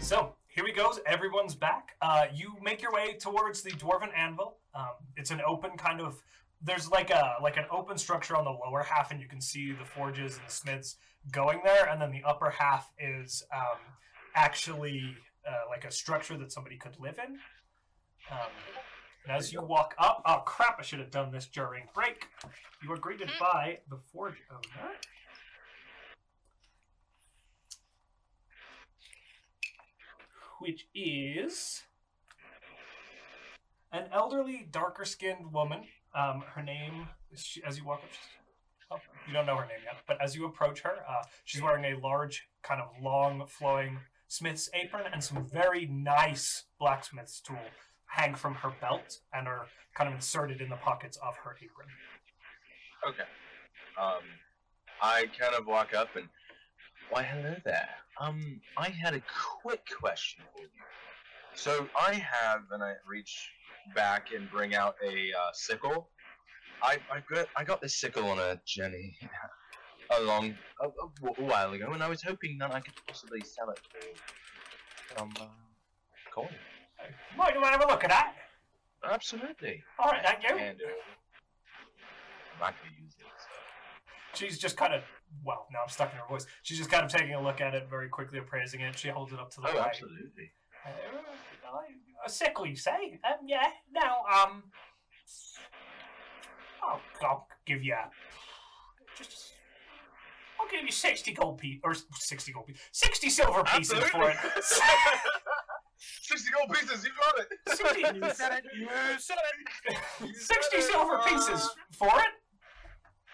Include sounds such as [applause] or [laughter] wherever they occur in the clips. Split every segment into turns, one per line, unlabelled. So here we goes. Everyone's back. Uh, you make your way towards the dwarven anvil. Um, it's an open kind of. There's like a like an open structure on the lower half, and you can see the forges and the smiths going there, and then the upper half is um, actually uh, like a structure that somebody could live in. Um, and as you walk up, oh crap! I should have done this during break. You are greeted by the forge owner. which is an elderly, darker skinned woman. Um, her name, she, as you walk up, she's, oh, you don't know her name yet, but as you approach her, uh, she's wearing a large, kind of long, flowing smith's apron and some very nice blacksmith's tool hang from her belt and are kind of inserted in the pockets of her apron.
Okay. Um, I kind of walk up and, why, hello there. Um, I had a quick question for you. So I have, and I reach back and bring out a uh, sickle. I I got I got this sickle on a journey [laughs] a long a, a wh- a while ago, and I was hoping that I could possibly sell it for some uh, coin.
Might you want to have a look at that?
Absolutely.
All right, thank you.
And, uh, I'm not gonna use it. so-
She's just kind of, well, now I'm stuck in her voice. She's just kind of taking a look at it, very quickly appraising it. She holds it up to the
Oh,
light.
absolutely.
Uh, a sickle, Uh, you say? Um, yeah. No. Um, I'll, I'll give you just. I'll give you sixty gold piece or sixty gold piece, sixty silver pieces for [laughs] it.
Sixty gold pieces. You got it.
[laughs] 60,
You said it. You said it.
60 silver
Ah.
pieces for it.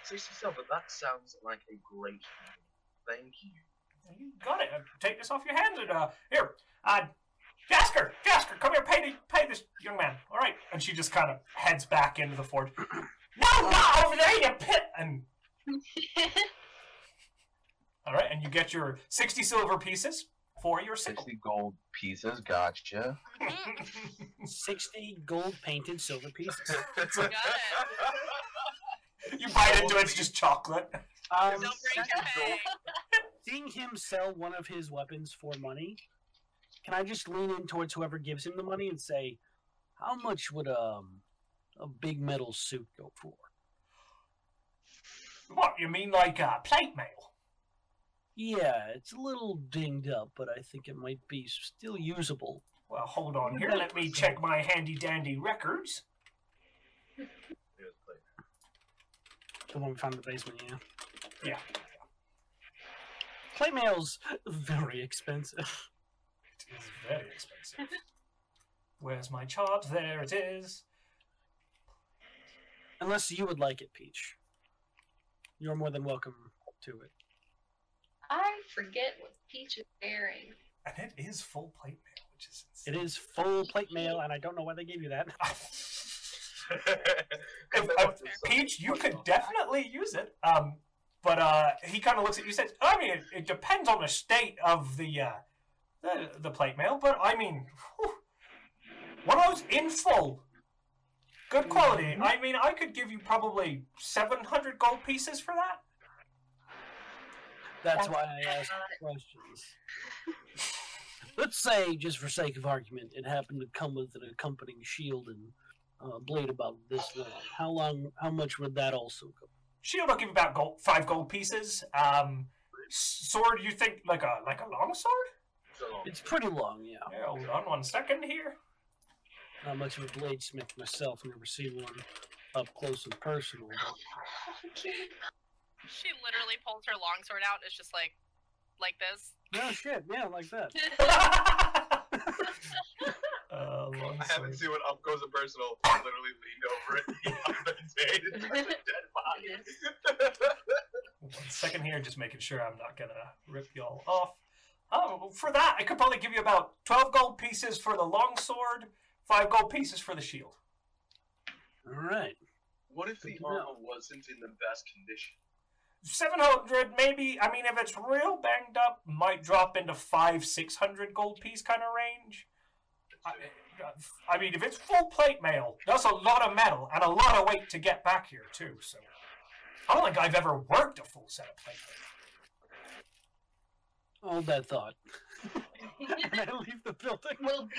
Sixty silver. That sounds like a great. deal. Thank you.
You got it. Uh, Take this off your hands and uh, here, uh, Jasker, Jasker, come here, pay the, pay this young man. All right. And she just kind of heads back into the forge. no, not over there, you pit. And all right, and you get your sixty silver pieces for your sickle.
Sixty gold pieces. Gotcha.
Sixty gold painted silver pieces. [laughs]
Got it.
[laughs]
[laughs]
You bite into it, it's just chocolate.
Um,
Don't break your bank.
seeing him sell one of his weapons for money, can I just lean in towards whoever gives him the money and say, "How much would um a big metal suit go for?"
What you mean, like uh, plate mail?
Yeah, it's a little dinged up, but I think it might be still usable.
Well, hold on here. Let me check my handy dandy records.
The one we found in the basement, yeah.
Yeah.
Plate mail's [laughs] very expensive.
It is very expensive. Where's my chart? There it is.
Unless you would like it, Peach. You're more than welcome to it.
I forget what Peach is wearing. [laughs]
And it is full plate mail, which is
It is full plate mail, and I don't know why they gave you that.
insane. [laughs] uh, Peach, you could definitely use it. Um, but uh, he kind of looks at you and says, I mean, it, it depends on the state of the, uh, the the plate mail, but I mean, whew, one of those in full. Good quality. I mean, I could give you probably 700 gold pieces for that.
That's why I asked questions. Let's say, just for sake of argument, it happened to come with an accompanying shield and uh, blade about this long. How long? How much would that also go?
Shield, I'll give you about gold, five gold pieces. Um, s- sword, you think like a like a long sword?
It's pretty long, yeah.
Yeah, hold on one second here. [laughs]
Not much of a bladesmith myself. Never seen one up close and personal. but-
She literally pulls her longsword out. and It's just like, like this.
No shit, yeah, like that.
Uh, long
I haven't
sword.
seen one up close and personal. I literally leaned over it [laughs] the other day. and It's just a dead
Oh,
body.
One second here, just making sure I'm not gonna rip y'all off. Oh, well, for that, I could probably give you about twelve gold pieces for the long sword, five gold pieces for the shield.
All right.
what if the [laughs]
Good to know.
armor wasn't in the best condition?
Seven hundred, maybe. I mean, if it's real banged up, might drop into five, six hundred gold piece kind of range. I, I mean, if it's full plate mail, that's a lot of metal and a lot of weight to get back here too. So, I don't think I've ever worked a full set of plate mail.
[laughs] All that thought.
Peach
and I leave the building.
will be.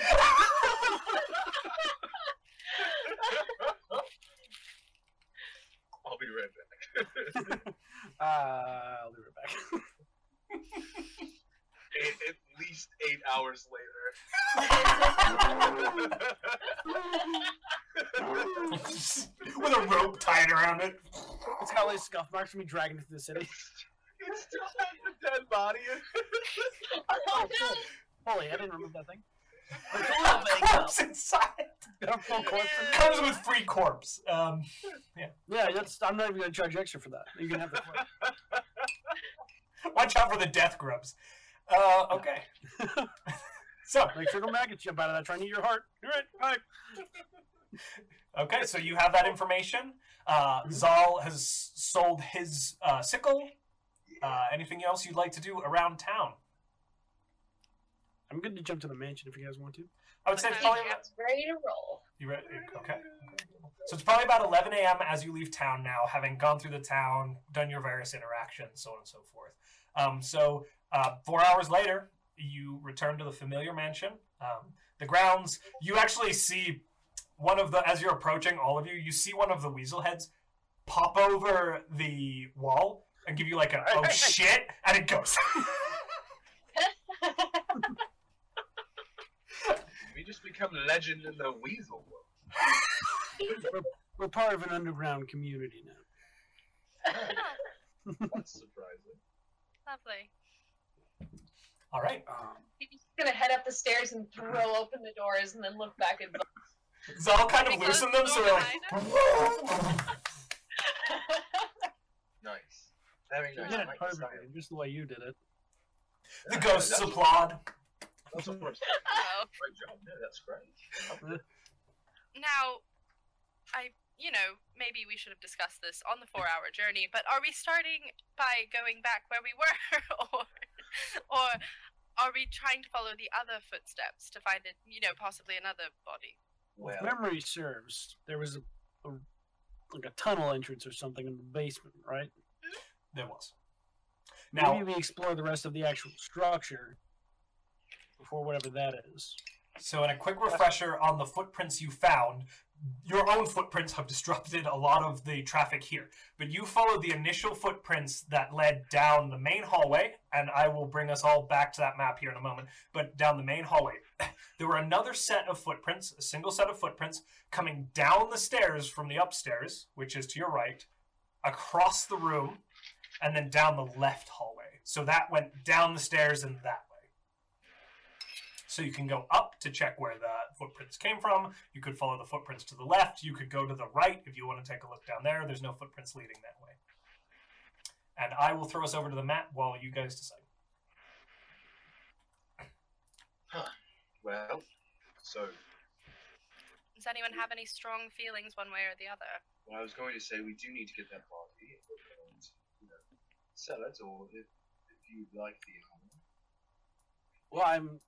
I'll be right back.
[laughs] Uh, I'll be right back.
A- at least eight hours later. [laughs]
[laughs] with a rope tied around it.
It's got all these scuff marks from me dragging it through the city.
you still have the dead body.
Oh, cool. Holy, I didn't remove that thing. There's a little thing, though. [laughs]
Corpse inside.
Got a full corpse in there.
Comes with free corpse. Um,
Yeah, that's. I'm not even gonna charge extra for that. You can have the [laughs] corpse.
watch out for the death grubs. Uh, okay. so
Make sure no maggots jump out of that. Trying to eat your heart. You're right. Bye.
okay, so you have that information. Uh, Zal has sold his uh, sickle. Uh, anything else you'd like to do around town?
I'm going to jump to the mansion if you guys want to.
I would say it's probably.
It's ready to roll.
You ready? Okay. So it's probably about 11 a.m. as you leave town now, having gone through the town, done your various interactions, so on and so forth. Um, so uh, four hours later, you return to the familiar mansion. Um, the grounds, you actually see one of the, as you're approaching all of you, you see one of the weasel heads pop over the wall and give you like a,
Hey,
oh
hey, hey."
shit, and it goes. [laughs]
We just become legend in the weasel world.
We're part of an underground community now.
That's surprising.
Lovely.
all right.
Um,
He's gonna head up the stairs and throw open the doors and then look back and.
Zal kind of
Because
loosened them, so
so
they're
behind
like.
Nice. Very
you
nice.
did it
I like the
perfectly,
style.
just the way you did it.
[laughs] the
Yeah,
ghosts
that's-
applaud.
That's of course.
Oh.
Great job. No, that's great.
Now, I, you know, maybe we should have discussed this on the four-hour journey. But are we starting by going back where we were, [laughs] or, or are we trying to follow the other footsteps to find, a, you know, possibly another body?
Well,
If memory serves, there was a, a like a tunnel entrance or something in the basement, right?
There was. Now,
Maybe we explore the rest of the actual structure before whatever that is.
so in a quick refresher on the footprints you found, your own footprints have [laughs] disrupted a lot of the traffic here. But you followed the initial footprints that led down the main hallway, and I will bring us all back to that map here in a moment. But down the main hallway, [laughs] there were another set of footprints, a single set of footprints, coming down the stairs from the upstairs, which is to your right, across the room, and then down the left hallway. So that went down the stairs and that way. So you can go up to check where the footprints came from. You could follow the footprints to the left. You could go to the right if you want to take a look down there. There's no footprints leading that way. And I will throw us over to the map while you guys decide.
well. So,
Does anyone have any strong feelings one way or the other?
well, I was going to say we do need to get that body and you know, sell it, or if, if you like the animal.
Well, I'm.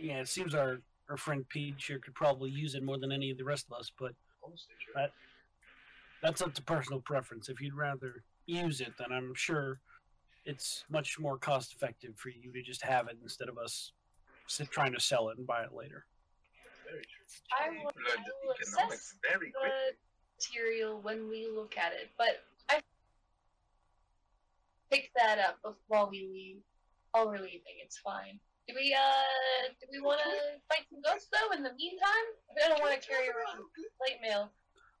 Yeah, it seems our our friend Peach here could probably use it more than any of the rest of us, but
Honestly, sure.
Right. that's up to personal preference. If you'd rather use it, then I'm sure it's much more cost effective for you to just have it instead of us sit trying to sell it and buy it later.
Very true.
I
We've
will-
learned
I will
economics
assess
very quickly.
the material when we look at it, but I pick that up before we leave. While we're leaving, it's fine. Do we uh do we wanna fight some ghosts though in the meantime? I don't wanna carry around plate mail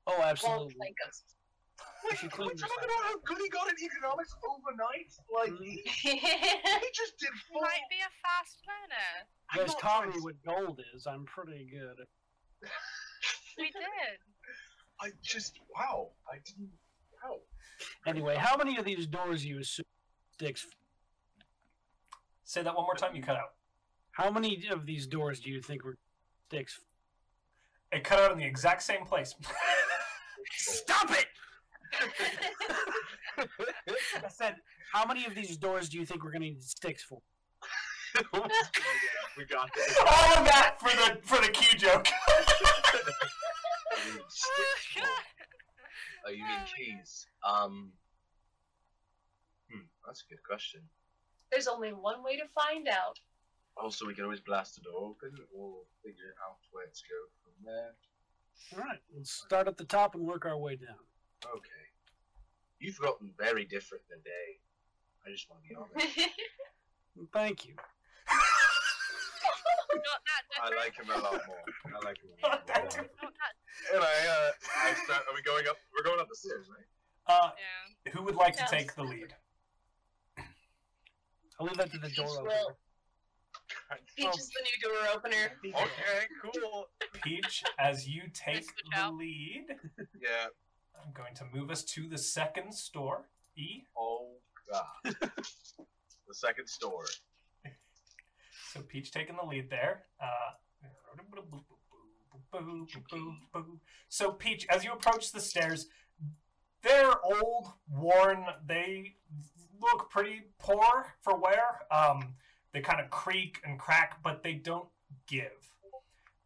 Oh,
while we
absolutely.
fight ghosts. [laughs]
Wait,
She
we're
cleaned
talking
herself.
about how good he got in economics overnight. Like he, he just did full.
Might be a fast learner.
I'm
You guys
not
taught me
trans-
what gold is. I'm pretty good. at-
We did.
I just wow. I didn't. Wow. [laughs]
Anyway, how many of these doors you assume sticks?
Say that one more time. You cut out.
How many of these doors do you think were sticks?
It cut out in the exact same place. [laughs]
Stop it! I said, how many of these doors do you think we're going to need sticks for?
Oh, we got [laughs]
All of that for the for the key joke. [laughs]
[laughs]
Oh, you
Oh
mean
my
keys? Um. Hmm. That's a good question.
There's only one way to find out.
Also, we can always blast the door open or figure out where to go from there.
All right, let's start at the top and work our way down.
Okay. You've gotten very different today. I just want to be honest.
Thank you.
Not that
I
different.
like him a lot more. I like him a lot
Not that
more.
different.
Not that.
and I, uh, I start. Are we going up? We're going up the stairs, right?
Uh,
Yeah.
who would like to
Sounds
take the lead?
I'll leave that to the door
Peach
opener.
will. Peach is the new door opener.
[laughs] Okay, cool.
Peach, as you take
Mr.
the
Chow.
lead,
Yeah.
I'm going to move us to the second store. E.
Oh god. the second store.
So Peach taking the lead there. Uh, so Peach, as you approach the stairs, they're old, worn. They look pretty poor for wear. Um, they kind of creak and crack, but they don't give.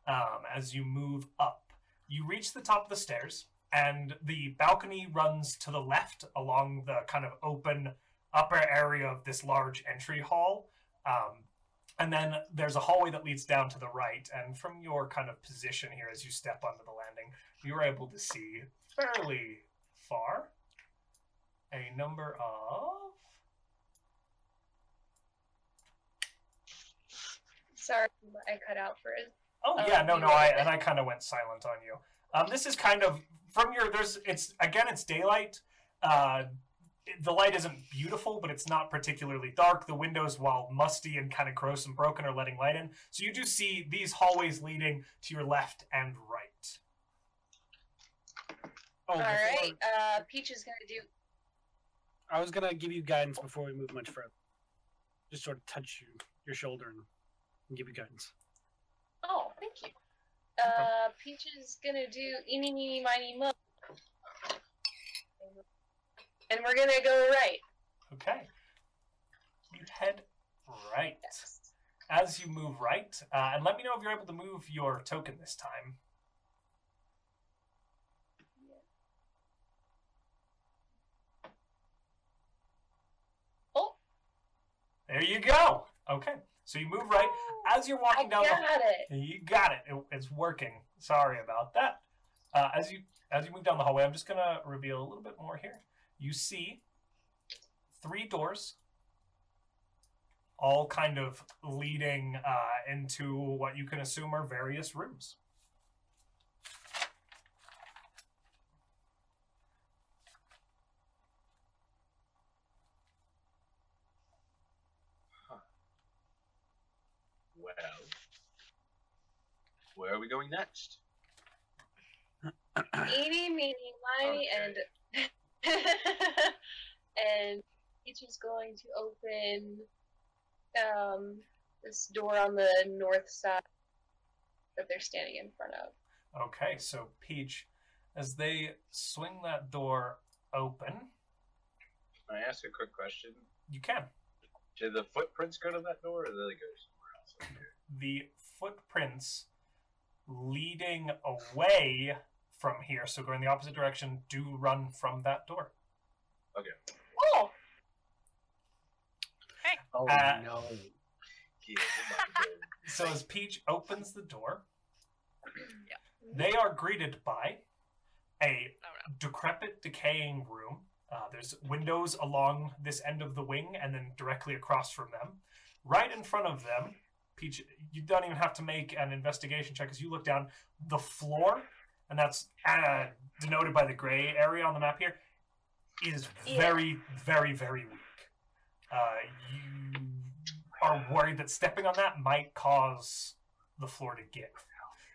Um, as you move up, you reach the top of the stairs, and the balcony runs to the left along the kind of open upper area of this large entry hall. Um, and then there's a hallway that leads down to the right. And from your kind of position here, as you step onto the landing, you're able to see fairly far a number of.
Sorry, I cut out for it.
Oh
Uh,
yeah, no,
you
no,
were-
I and I kind of went silent on you. Um, this is kind of from your. There's it's again, it's daylight. Uh, it- the light isn't beautiful, but it's not particularly dark. The windows, while musty and kind of gross and broken, are letting light in. So you do see these hallways leading to your left and right.
Oh,
Oh,
All
before-
right. Uh, Peach is gonna do.
I was gonna give you guidance before we move much further. Just sort of touch you, your shoulder and, and give you guidance.
Oh, thank you. Uh, Peach is gonna do eeny meeny miny mo. And we're gonna go right.
Okay. You head right.
Yes.
As you move right, uh, and let me know if you're able to move your token this time.
Oh,
There you go. Okay. So you move right. As you're
I
walking down
got
the
it.
You got it. It- It's working. Sorry about that. Uh, as you as you move down the hallway, I'm just gonna reveal a little bit more here. You see three doors, all kind of leading uh, into what you can assume are various rooms.
Well, where are we going next?
Eeny meeny miny and [laughs] and Peach is going to open um this door on the north side that they're standing in front of.
Okay, so Peach, as they swing that door open,
Can I ask a quick question?
you can.
Did the footprints go to that door, or did they go somewhere else? over here?
the footprints leading away from here, so going the opposite direction, do run from that door.
Oh,
Oh
Uh,
no!
Yeah, we're about to go.
So as Peach opens the door,
Yeah.
they are greeted by a
Oh,
decrepit, decaying room. Uh, there's windows along this end of the wing and then directly across from them. Right in front of them, Peach, you don't even have to make an investigation check as you look down the floor, and that's uh, denoted by the gray area on the map here, is
Yeah.
very, very, very weak. Uh, you are worried that stepping on that might cause the floor to give.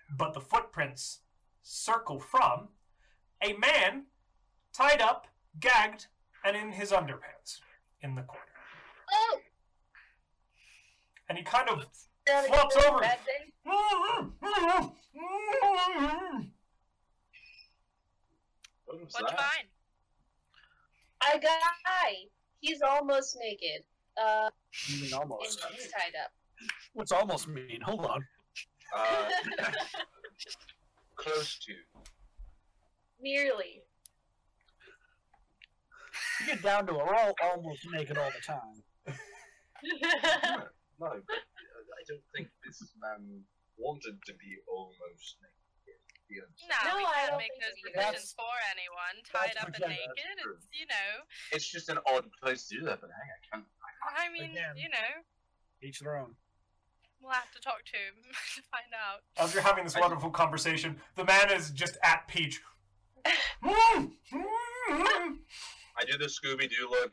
But the footprints circle from a man tied up, gagged, and in his underpants in the corner.
oh,
And he kind of
gotta get
Flops
this
over.
bad thing.
What was
What'd you
that?
find?
I got high. He's almost naked. Uh,
You mean
and he's
almost?
tied up.
What's almost mean? Hold on.
Uh, [laughs] close to.
Nearly. [laughs]
You get down
[laughs]
to it. We're all almost naked all the time.
No, no, but, uh, I don't think this man wanted to be almost naked. to be honest.
No,
No,
we
I
can't
don't
make
think
those
so either.
provisions for anyone. Tied
that's
up and
okay,
that's
naked,
true.
it's, you know.
It's just an odd place to do that, but hey, I can't.
I mean,
Again.
you know,
Each their own.
we'll have to talk to him [laughs] to find out.
As you're having this wonderful conversation, the man is just at Peach. Mm, mm, mm.
I do the Scooby Doo look,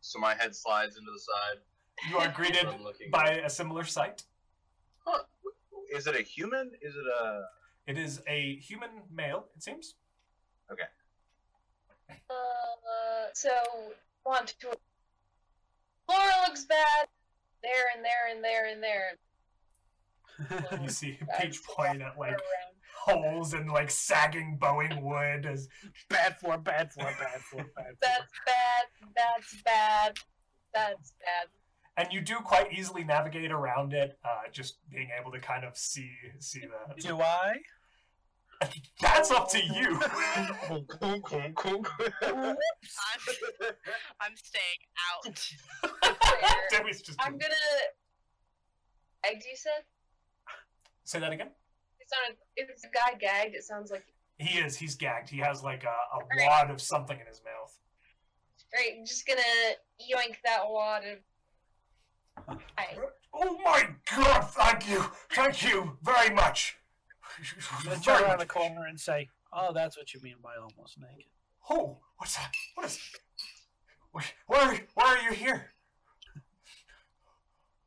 so my head slides into the side.
you are greeted
I'm looking
by a similar sight.
Huh. Is it a human? Is it a.
It is a human male, it seems.
Uh, so on to Laura looks bad. There and there and there and there.
And
[laughs]
you see Peach
That's-
pointing at like
around.
holes and like sagging bowing wood as
Bad for, bad for, bad for, bad for.
That's bad. That's bad. That's bad.
and you do quite easily navigate around it, uh, just being able to kind of see see that.
Do I?
That's up
[laughs]
to you.
Cool, cool, cool. [laughs]
I'm, I'm staying out.
Fair.
Debbie's just
I'm gonna. I do said
say that again.
it's not. A, if it's a guy gagged, it sounds like.
He is. He's gagged. He has like a, a
Alright.
wad of something in his mouth.
Right, I'm just gonna yoink that wad of. I,
Oh my god! Thank you, thank you very much.
I'm gonna
Very
turn around the
much.
corner and say, "Oh, that's what you mean by almost naked."
Oh, what's that? What is? Why are why are you here?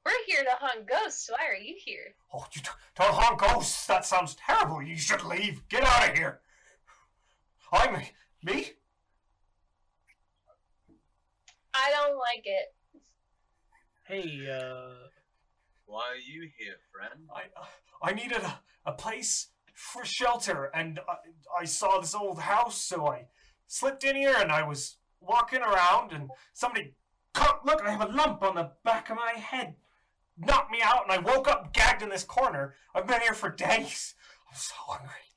we're here to hunt ghosts. Why are you here?
Oh, you don't- don't harm ghosts. That sounds terrible. You should leave. Get out of here. I'm me.
I don't like it.
Hey, uh,
Why are you here, friend?
I I needed a, a place for shelter, and I, I saw this old house, so I slipped in here, and I was walking around, and somebody cut. Look, I have a lump on the back of my head. Knocked me out, and I woke up gagged in this corner. I've been here for days. I'm so hungry.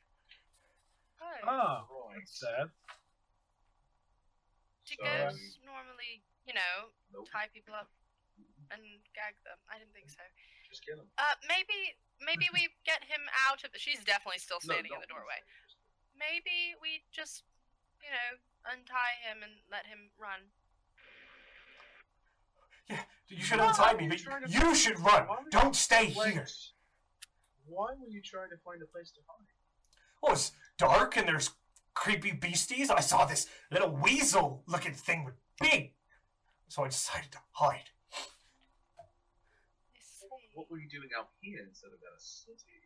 Oh,
oh,
Right.
that's sad.
do
so-
ghosts normally, you know,
Nope.
tie people up and gag them? I didn't think so.
Just kill him.
Uh, maybe, maybe
[laughs]
we get him out of. The, she's definitely still
No,
standing in
don't
the
do
doorway.
that. Just-
Maybe we just, you know, untie him and let him run.
You should
Why
untie
were
me,
you
but
trying to-
you should run.
why were you
Don't stay
Wait,
here.
Why were you trying to find a place to hide?
Oh, it's dark and there's creepy beasties. I saw this little weasel looking thing with big. So I decided to hide.
I see. [laughs]
What were you doing out here instead of at a city?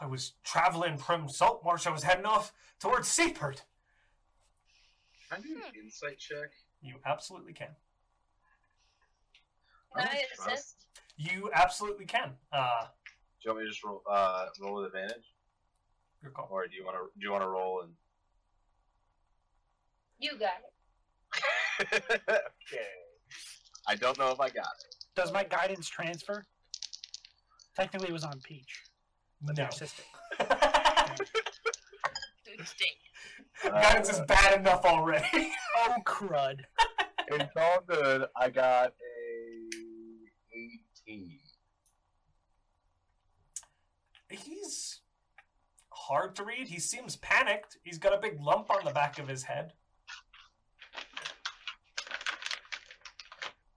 I was traveling from Saltmarsh. I was heading off towards Seaport.
Can I do an
Hmm.
insight check?
You absolutely can.
Can I
Okay.
assist?
You absolutely can. Uh,
Do you want me to just roll, uh, roll with advantage,
your call.
or do you want to do you want to roll and? [laughs]
You got it.
okay. I don't know if I got it.
Does my guidance transfer? Technically, it was on Peach. but
No.
they're sister.
Dang.
[laughs] Guidance
Uh,
is bad enough already. [laughs]
Oh crud!
In all good, I got a eighteen.
He's hard to read. He seems panicked. He's got a big lump on the back of his head.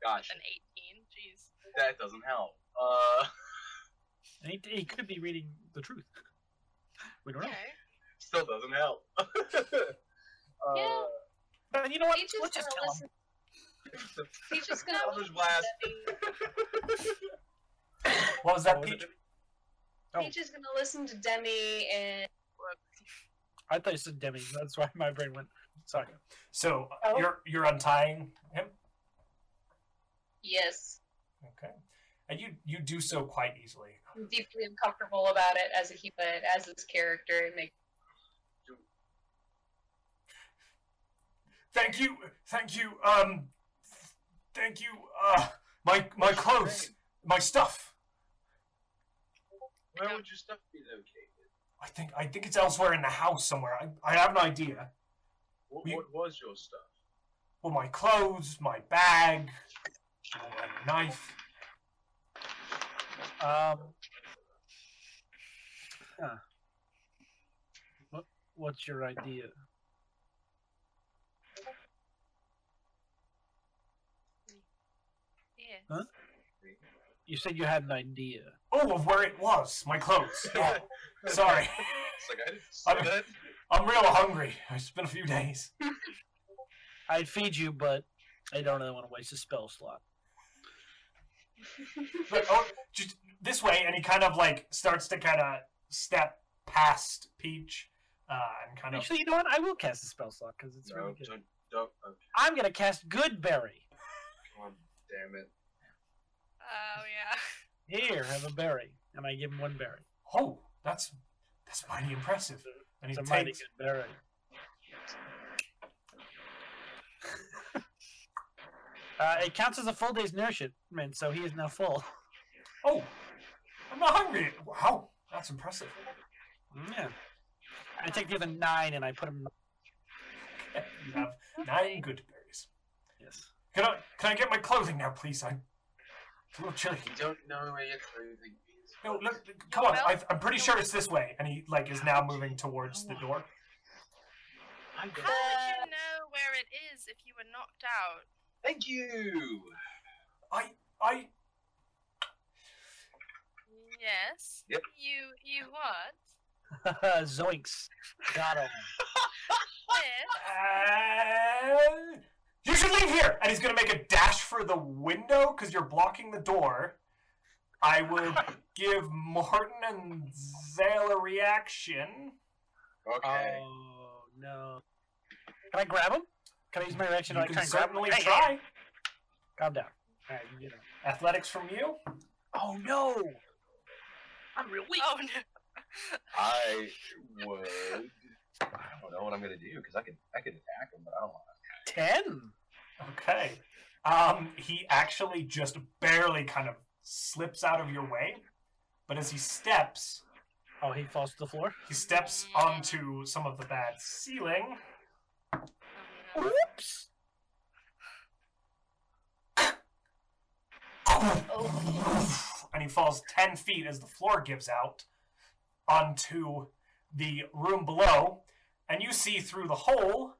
Gosh,
An 18. Jeez.
that doesn't help. Uh, [laughs]
And he, he could be reading the truth. We don't know.
Okay.
still doesn't help. [laughs] Uh,
Yeah.
[laughs]
But you know what?
Peach is
Let's just
gonna
tell him.
listen.
[laughs]
Peach is gonna
Elder's
listen.
blast.
to
What was that,
What was it?
Peach?
Oh.
Demi. Peach is gonna listen to Demi and.
I thought you said Demi. That's why my brain went. Sorry.
So uh,
Oh.
you're you're untying him.
Yes,
Okay. And you you do so quite easily.
I'm deeply uncomfortable about it as a human, as this character. It makes
Thank you, thank you, um, thank you. Uh, my my clothes, my stuff.
Where would your stuff be located?
I think I think it's elsewhere in the house somewhere. I, I have an idea.
What,
We-
what was your stuff?
Well, my clothes, my bag, my knife.
Um. huh. What, what's your idea?
Yeah.
You said you had an idea.
Oh, of where it was, my clothes. Oh, sorry,
[laughs] It's like I didn't say
I'm-
that.
I'm real hungry. It's been a few days.
I'd feed you, but I don't really want to waste a spell slot.
But, oh, just this way, and he kind of like starts to kind of step past Peach uh, and kind of.
Actually, you know what? I will cast a spell slot because it's
No,
really good.
don't, don't, oh,
I'm gonna cast Goodberry.
come on, damn it.
Oh
[laughs]
yeah.
Here, have a berry, and I give him one berry.
Oh, that's that's mighty impressive. And he
It's a mighty
takes.
good berry. Uh, it counts as a full day's nourishment, so he is now full.
Oh, I'm not hungry. Wow, that's impressive.
Yeah. I take the other nine and I put him.
You have nine good berries.
Yes.
Can I can I get my clothing now, please? I'm it's a little chilly.
You don't know where your clothing is.
No, look, come on.
Well-
I've, I'm pretty sure it's this way. And he like is now moving towards the door.
I
How would you know where it is if you were knocked out?
Thank you.
I I
Yes.
Yep.
You you what?
[laughs] Zoinks. Got him.
Yes.
uh, you should leave here. And he's gonna make a dash for the window because you're blocking the door. I would give Morton and Zale a reaction.
Okay.
Um,
Oh, no. Can I grab him? Can I use my reaction to
you
like,
can
try and grab him?
certainly
Hey, hey,
try.
Calm down. All right, you get him.
Athletics from you.
Oh, no. I'm real weak.
Oh no.
I would. I don't know what I'm gonna do because I could I could attack him, but I don't want.
Ten.
Okay. Um, he actually just barely kind of slips out of your way, but as he steps,
Oh, he falls to the floor.
he steps onto some of the bad ceiling.
Oh, no.
Oops.
and he falls 10 feet as the floor gives out onto the room below. And you see through the hole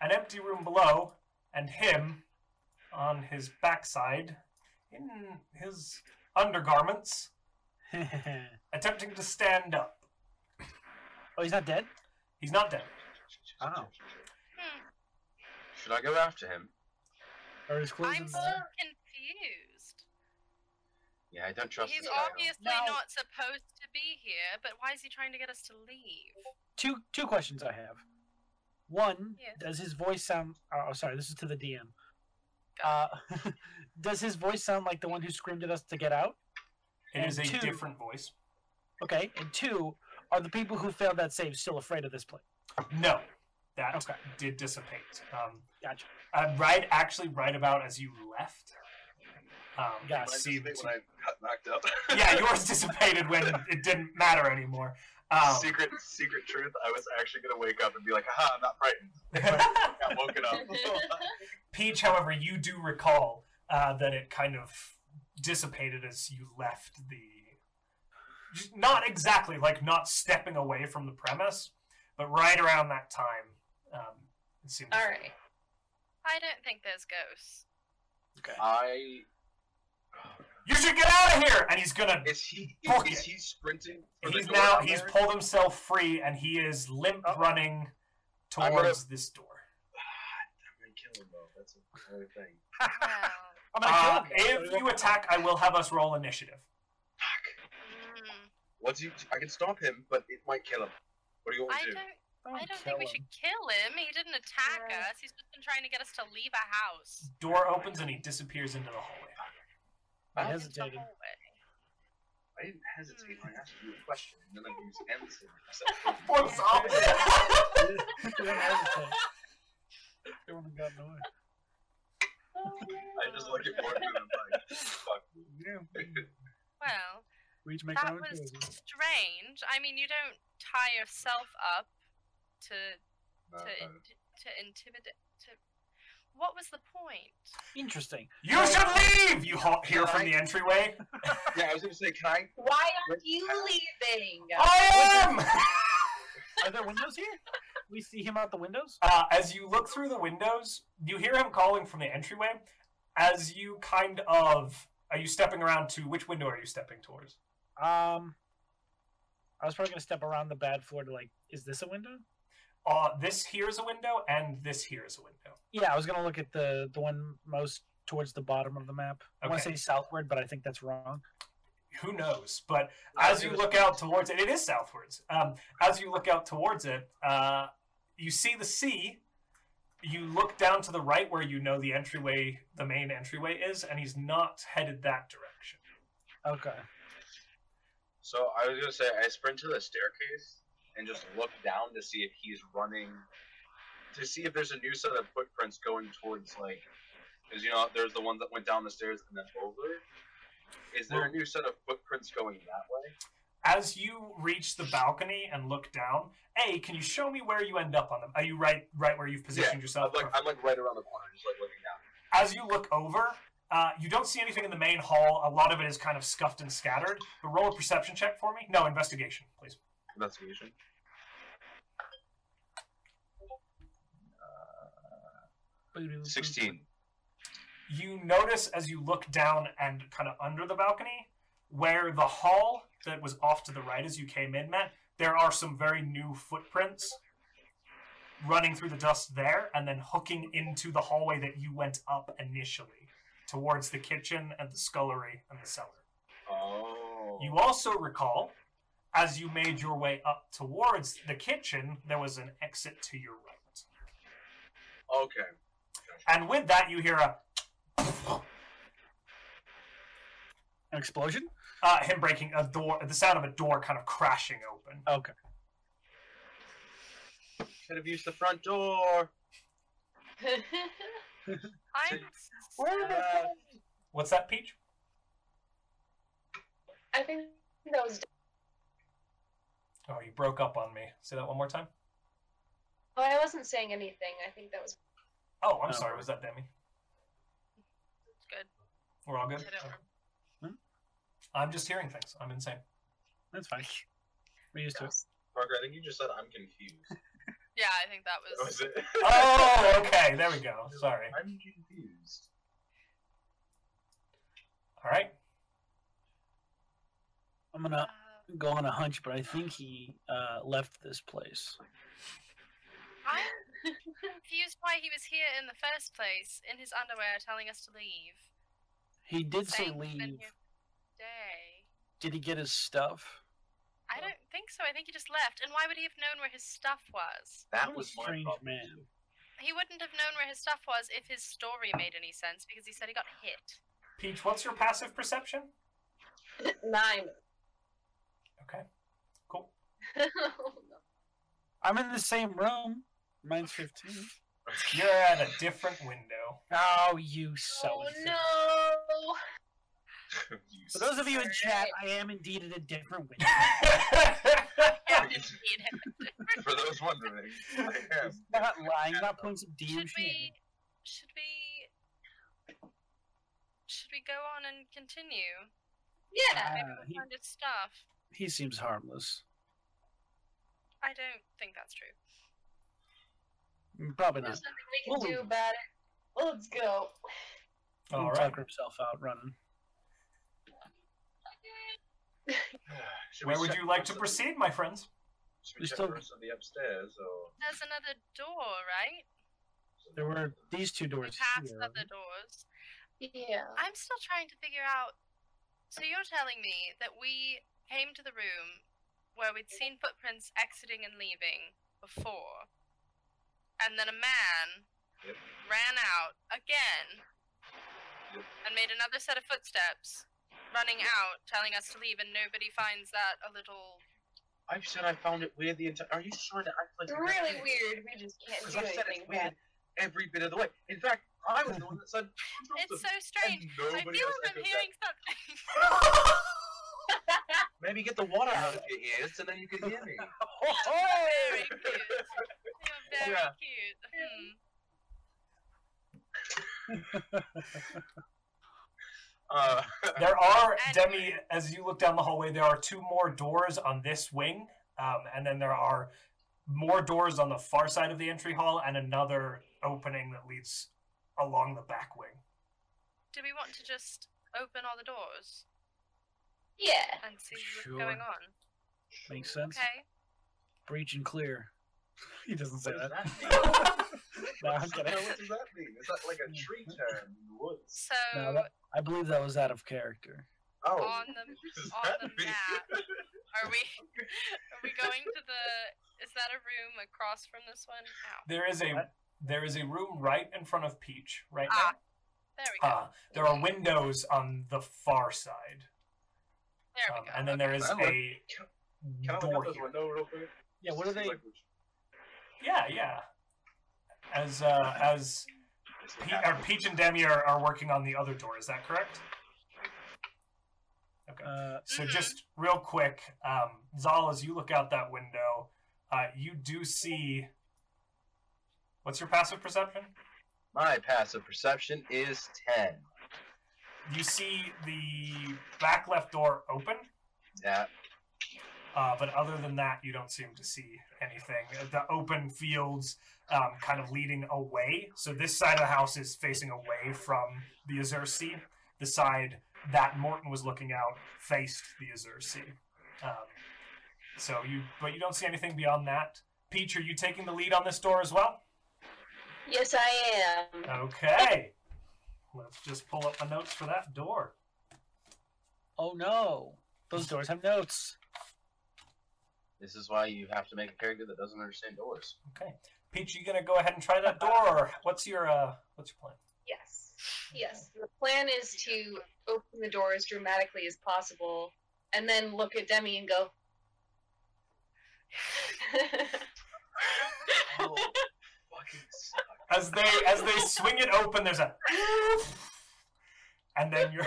an empty room below and him on his backside in his undergarments
[laughs] oh,
attempting to stand up.
he's not dead.
He's not dead.
Oh.
Hmm,
Should I go after him?
Or his clothes in
I'm
the
so
there.
confused.
Yeah, I don't trust
He's
this guy.
obviously
Now-
not supposed to be here, but why is he trying to get us to leave?
Two two questions I have. One,
Yes.
does his voice sound? Oh, sorry, this is to the DM. Uh, [laughs] does his voice sound like the one who screamed at us to get out?
It is a
And two-
different voice.
Okay. And two, are the people who failed that save still afraid of this place?
No, that
Okay.
did dissipate. Um,
Gotcha.
uh, right, actually, right about as you left. Um,
Got
you
it.
Mine
see,
dissipate when I got knocked
[laughs]
up. [laughs]
yeah, yours dissipated when it didn't matter anymore. Um, [laughs]
secret secret truth. I was actually gonna wake up and be like, haha, I'm not frightened. I got woken
[laughs]
up.
Peach, however, you do recall uh, that it kind of dissipated as you left the. Not exactly, like not stepping away from the premise, but right around that time, um, it seemed. to
All
fade.
right.
I don't think there's
[laughs]
ghosts.
Okay.
I
You should get out of here! And he's gonna
is he
Fuck
is
it.
he sprinting? for the
he's
door
now
down
he's
there?
pulled himself free and he is limp
Oh.
running
I'm gonna-
towards this door
I'm gonna kill him though. That's another thing.
Wow.
I'm
uh,
gonna kill him.
if you attack i will have us roll initiative
Fuck.
Mm.
What do you? I can stop him, but it might kill him. What do you want
I
me to do?
don't.
Don't
I don't
kill
think we should
him.
kill him. He didn't attack
Yeah.
us. He's just been trying to get us to leave a house.
door opens and he disappears into the hallway
I
Huh?
Into the
hesitated.
hallway.
I didn't hesitate
Hmm.
when I asked you a question, and then I
[laughs]
used answer. myself.
What's up?
I didn't hesitate. They wouldn't have gotten away.
I just look at Morgan and I'm like, fuck you.
[laughs] Well,
We each make our
that
own
was
choices.
strange. I mean, you don't tie yourself up to
No,
to
no.
in- to intimidate. To... what was the point?
Interesting.
You should leave! You ho- hear from the entryway.
[laughs] Yeah, I was gonna say, can I?
Why aren't you leaving?
[laughs] Oh.
I am!
Are there windows here? We see him out the windows.
Uh, as you look through the windows, you hear him calling from the entryway. As you kind of. Are you stepping around to. Which window are you stepping towards?
Um, I was probably gonna step around the bad floor to like, is this a window?
Uh, this here is a window, and this here is a window.
Yeah, I was gonna look at the the one most towards the bottom of the map. I want to
Okay.
say southward, but I think that's wrong.
Who knows? But as you look out towards it, it is southwards. Um, as you look out towards it, uh, you see the sea. You look down to the right where you know the entryway, the main entryway is, and he's not headed that direction.
Okay.
So I was gonna say, I sprint to the staircase and just look down to see if he's running, to see if there's a new set of footprints going towards like, because you know there's the ones that went down the stairs and then over. Is there a new set of footprints going that way?
As you reach the balcony and look down, A, can you show me where you end up on them? Are you right right where you've positioned
I'm
yourself?
like, I'm like right around the corner, just like looking down.
as you look over, uh, you don't see anything in the main hall. A lot of it is kind of scuffed and scattered. But roll a perception check for me. No, investigation, please.
Investigation.
Boo-doo.
Sixteen.
You notice as you look down and kind of under the balcony, where the hall that was off to the right as you came in, Matt, there are some very new footprints running through the dust there and then hooking into the hallway that you went up initially towards the kitchen and the scullery and the cellar.
Oh.
You also recall, as you made your way up towards the kitchen, there was an exit to your right.
Okay.
And with that, you hear a,
An explosion?
uh, him breaking a door, the sound of a door kind of crashing open.
Okay.
Could have used the front door.
I'm
Uh,
What's that, Peach?
I think that was.
Oh, you broke up on me. Say that one more time.
Oh, I wasn't saying anything. I think that was. [laughs]
Oh, I'm
No.
sorry. Was that Demi?
good.
We're all
I
good.
don't
Okay.
remember.
I'm just hearing things. I'm insane.
That's fine. We're used to it.
Parker, I think you just said I'm confused. [laughs]
Yeah, I think that was. uh,
That was it.
Oh, okay. There we go. Sorry.
[laughs] I'm confused.
All right.
I'm gonna
Uh,
Go on a hunch, but I think he uh, left this place.
[laughs] I'm confused why he was here in the first place, in his underwear, telling us to leave.
He did say
Saying he's been
leave.
here Day.
Did he get his stuff?
I don't think so. I think he just left. And why would he have known where his stuff was?
That
What a
was my
strange
problem.
man.
He wouldn't have known where his stuff was if his story made any sense because he said he got hit.
Peach, what's your passive perception?
Nine.
Okay. Cool.
I'm in the same room. Mine's 15.
You're at a different
[laughs]
window.
Oh, you
oh
so.
no!
You
For those of you in chat, I am indeed in a different window.
suck. [laughs] For those
[laughs]
wondering, I am.
not lying, not playing some
should
DMG.
we? Should we? Should we go on and continue?
Yeah.
Maybe
Ah,
we'll
he-
find his stuff.
He seems harmless.
I don't think that's true.
Mm, Probably not.
There's nothing we can
Well,
do about it. Let's go.
All
He'll
right.
tucker himself out running.
Should we
Where would
check
you
the
like
rest
to
of-
proceed, my
[laughs]
friends?
Should
We
we check
still-
the rest of the upstairs or?
There's another door, right?
There were these two
We
doors
passed
here.
other doors.
Yeah.
I'm still trying to figure out. So you're telling me that we came to the room where we'd seen footprints exiting and leaving before, and then a man
Yep.
ran out again
Yep.
and made another set of footsteps running out, telling us to leave, and nobody finds that a little.
I've said I found it weird the entire. Are you trying to act like
It's
you're not
really
seeing it?
weird. We just can't
Because
do
I've said it's
anything. about
weird every bit of the way. In fact, I was the one that said.
It's so strange. I feel like I'm hearing something. [laughs]
[laughs] it.
Maybe get the water out of your ears, and then you can hear me.
Very cute. You're very
Yeah.
cute. Hmm.
[laughs] Uh,
There are
And-
Demi, as you look down the hallway, there are two more doors on this wing, um, and then there are more doors on the far side of the entry hall, and another opening that leads along the back wing.
Do we want to just open all the doors
Yeah.
and see
Sure.
what's going on?
Makes sense.
Okay.
Breach and clear.
[laughs] He doesn't
[laughs]
say
what does
that. [laughs]
that mean?
No,
What
I'm
does
kidding.
that-
[laughs]
what does that mean? Is that like a tree term in the woods?
So
No, that- I believe that was out of character.
Oh,
on the
does
on
that [laughs]
the
mean-
map, are we are we [laughs] going to the? Is that a room across from this one? Ow.
There is a there is a room right in front of Peach right
Ah,
now.
There we go.
Uh, there are windows on the far side,
there we
um,
go.
and then there
okay.
is
Can I look-
a
Can I look
door
out this
here.
window real quick?
Yeah, what are
See,
they?
like, which-
Yeah, yeah. As uh, as
which
Pe-
happened?
or Peach and Demi are, are working on the other door. Is that correct? Okay.
Uh,
So
Mhm.
just real quick, um, Zal, as you look out that window, uh, you do see. What's your passive perception?
My passive perception is 10.
You see the back left door open,
Yeah.
uh, but other than that, you don't seem to see anything. The open fields um, kind of leading away. So this side of the house is facing away from the Azure Sea. The side that Morton was looking out faced the Azure Sea. Um, so you, but you don't see anything beyond that. Peach, are you taking the lead on this door as well?
Yes, I am.
Oh. Okay. Let's just pull up my notes for that door.
Oh no!
those doors have notes.
This is why you have to make a character that doesn't understand doors.
Okay. Peach, you gonna go ahead and try that door, or what's your uh, what's your plan?
Yes. Yes. The plan is to open the door as dramatically as possible and then look at Demi and go.
[laughs]
[laughs]
Oh, fucking suck.
as they as they swing it open there's a and then you're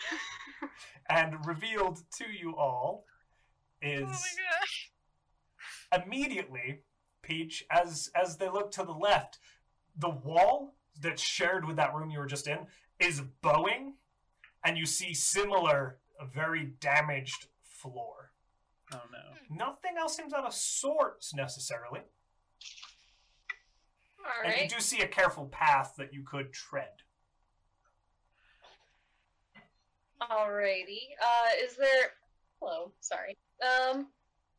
[laughs] and revealed to you all
Oh
is
my gosh.
immediately peach as as they look to the left the wall that's shared with that room you were just in is bowing and you see similar very damaged floor
Oh no!
nothing else seems out of sorts necessarily
All
and you
right.
do see a careful path that you could tread
Alrighty. Uh, is there? Hello. Sorry. Um,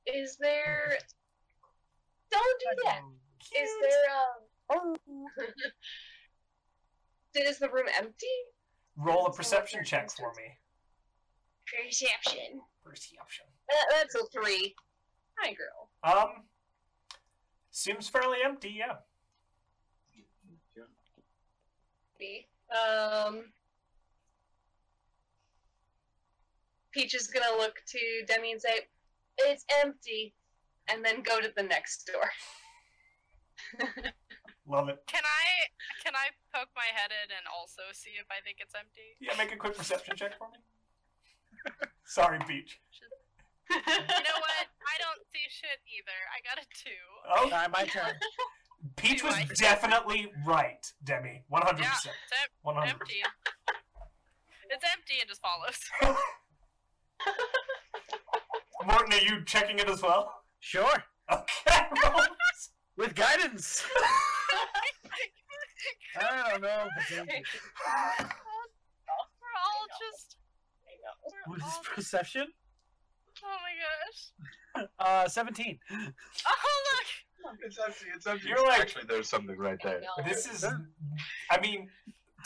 is there? Don't do that. Is there? Um. [laughs] is the room empty?
roll a
So
perception
what
check
circumstances?
for me.
Perception.
Perception.
That, that's a three. Hi, girl.
Um, seems fairly empty. Yeah.
Me. Um. Peach is gonna look to Demi and say, "It's empty," and then go to the next door. [laughs]
Love it.
Can I can I poke my head in and also see if I think it's empty?
Yeah, make a quick perception check for me. [laughs] Sorry, Peach.
You know what? I don't see shit either. I got a two.
Oh,
Alright, my turn.
Peach
do
was
I-
definitely right, Demi. One hundred percent.
It's em-
One hundred.
empty. it's empty. It just follows.
Morton, are you checking it as well? [laughs]
Sure.
Okay. roll.
With guidance. I don't know.
We're all just. We're
What is
all just
perception?
[laughs]
oh my gosh.
Uh, seventeen.
Oh look!
It's empty. It's empty.
You're like-
Actually, there's something right there.
this is. I mean,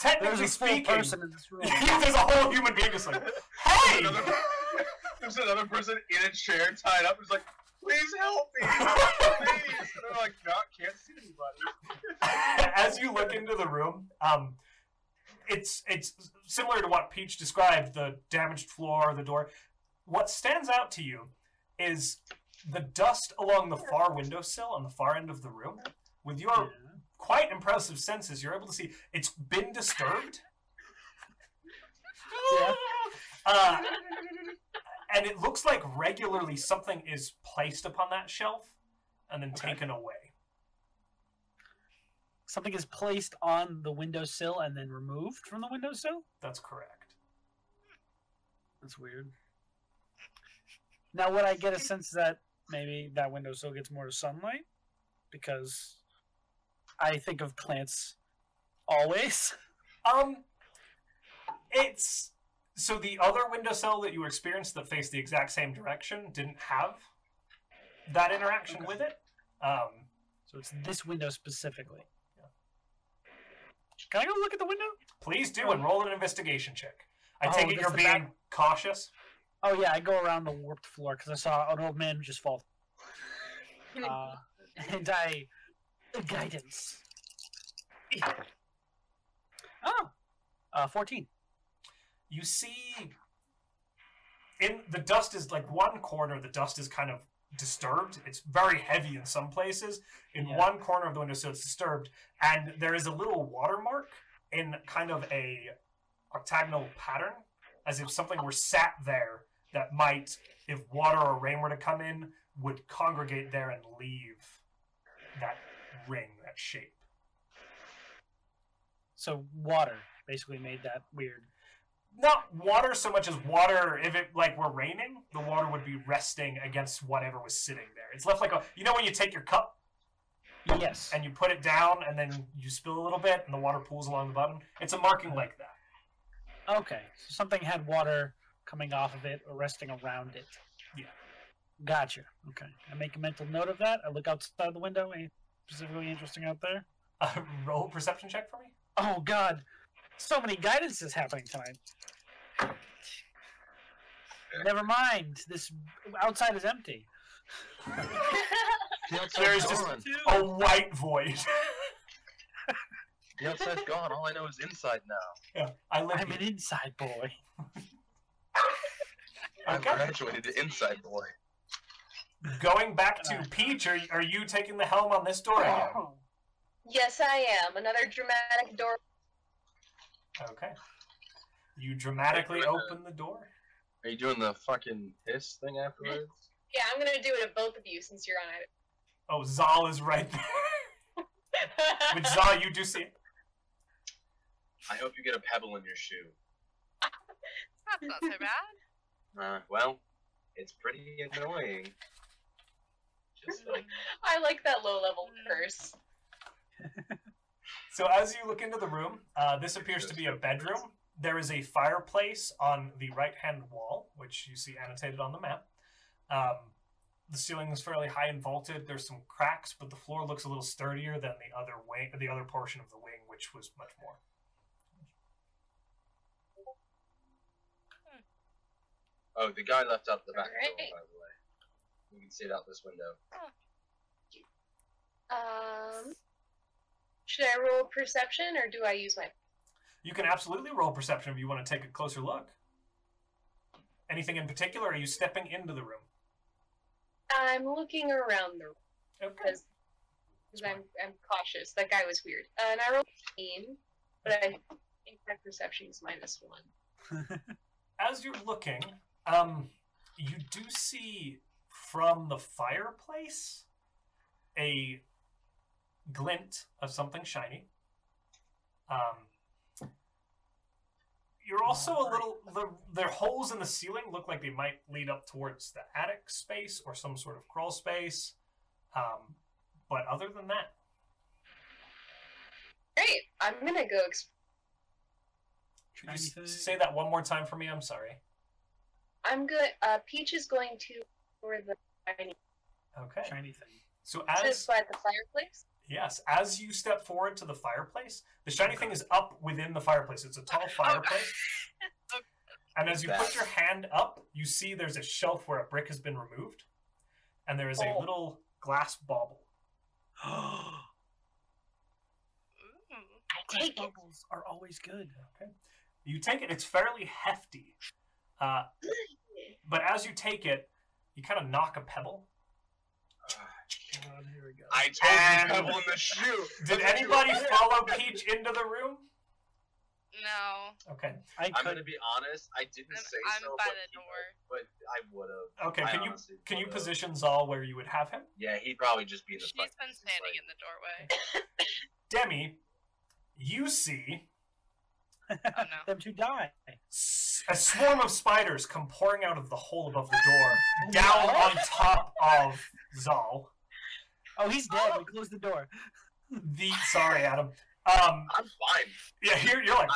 There's
technically
a full
speaking,
person in this room.
[laughs] there's a whole human being just like,
[laughs]
There's
hey.
another, [laughs] there's another person in a chair tied up. Who's like, please help [laughs] me. Please. And they're like, no, I can't see anybody.
[laughs] as you look into the room, um, it's it's similar to what Peach described the damaged floor, the door. What stands out to you is the dust along the far windowsill on the far end of the room. With your quite impressive senses, you're able to see it's been disturbed.
Yeah.
[laughs] Uh, and it looks like regularly something is placed upon that shelf and then
Okay.
taken away.
something is placed on the windowsill and then removed from the windowsill.
That's correct.
That's weird. Now, would I get a sense that maybe that windowsill gets more sunlight? Because I think of plants always. [laughs]
Um, it's so the other windowsill that you experienced that faced the exact same direction didn't have that interaction
Okay.
with it. Um,
So it's this window specifically. Can I go look at the window?
please do and roll an investigation check. I
Oh,
take it
that's
you're
the
being
back-
cautious.
Oh yeah, I go around the warped floor because I saw an old man just fall. Uh, and I guidance. Oh, uh, fourteen.
you see in the dust is like one corner the dust is kind of disturbed it's very heavy in some places in
Yeah.
one corner of the window so it's disturbed and there is a little watermark in kind of a octagonal pattern as if something were sat there that might if water or rain were to come in would congregate there and leave that ring that shape
So water basically made that weird.
not water so much as water if it like were raining the water would be resting against whatever was sitting there it's left like a you know when you take your cup
Yes.
and you put it down and then you spill a little bit and the water pools along the bottom it's a marking like that
Okay, so something had water coming off of it or resting around it.
Yeah.
Gotcha. Okay, I make a mental note of that. I look outside the window. Anything specifically interesting out there?
uh, roll perception check for me
Oh God, so many guidances happening tonight. Never mind. This outside is empty.
The outside's
There is just-
gone.
a
Oh,
white void [laughs]
The outside's gone. All I know is inside now.
yeah, i live
I'm an
here.
inside boy.
I've
okay
graduated to inside boy.
going back to peach are, are you taking the helm on this door again
Oh.
yes, I am. Another dramatic door.
okay you dramatically open the door
Are you doing the fucking hiss thing afterwards?
Yeah, I'm gonna do it at both of you since you're on
oh zal is right there [laughs]
it.
which zal you do see it
I hope you get a pebble in your shoe.
That's not so bad.
Uh, well, it's pretty annoying. Just like
[laughs] I like that low level curse.
So as you look into the room, uh, this appears to be a bedroom. There is a fireplace on the right-hand wall, which you see annotated on the map. Um, the ceiling is fairly high and vaulted. There's some cracks, but the floor looks a little sturdier than the other wing, the other portion of the wing, which was much more.
Oh, the guy left out the back door,
Alright.
by the way. You can see it out this window.
Um, should I roll perception or do I use my?
You can absolutely roll perception if you want to take a closer look. Anything in particular? Are you stepping into the room?
I'm looking around the room
Okay.
because I'm I'm cautious. That guy was weird. Uh, and I rolled 18, but I think my perception is minus one.
as you're looking, um, you do see from the fireplace a glint of something shiny. Um, you're also a little the the holes in the ceiling look like they might lead up towards the attic space or some sort of crawl space. Um, but other than that,
Great. I'm gonna go. Exp-
could you s- say that one more time for me? I'm sorry.
I'm good. Uh, Peach is going to for the
Okay.
Shiny thing. [gasps]
So
just
as
by the fireplace.
Yes, as you step forward to the fireplace, the shiny thing is up within the fireplace. It's a tall fireplace. And as you put your hand up, you see there's a shelf where a brick has been removed, and there is a
Oh.
little glass bauble.
Ooh.
I take it.
Bubbles are always good.
Okay. You take it, it's fairly hefty. Uh, but as you take it, you kind of knock a pebble.
God, here we go.
I
And-
told you pebble in the shoe.
[laughs] Did
That's what you
anybody
wanted.
follow Peach into the room?
No.
Okay.
I
I'm
could.
gonna be honest. I didn't
I'm,
say
I'm
so,
by
but,
the
he-
door.
but I would have.
Okay, can you can you position Zal where you would have him?
Yeah, he'd probably just be in the
She's
fucking. [laughs]
been standing in the doorway.
Demi, you see
Oh no.
Them to die.
s- a swarm of spiders come pouring out of the hole above the door, down on top of Zal.
Oh, he's dead. We closed the door.
The sorry, Adam. Um,
I'm fine.
yeah, here you're like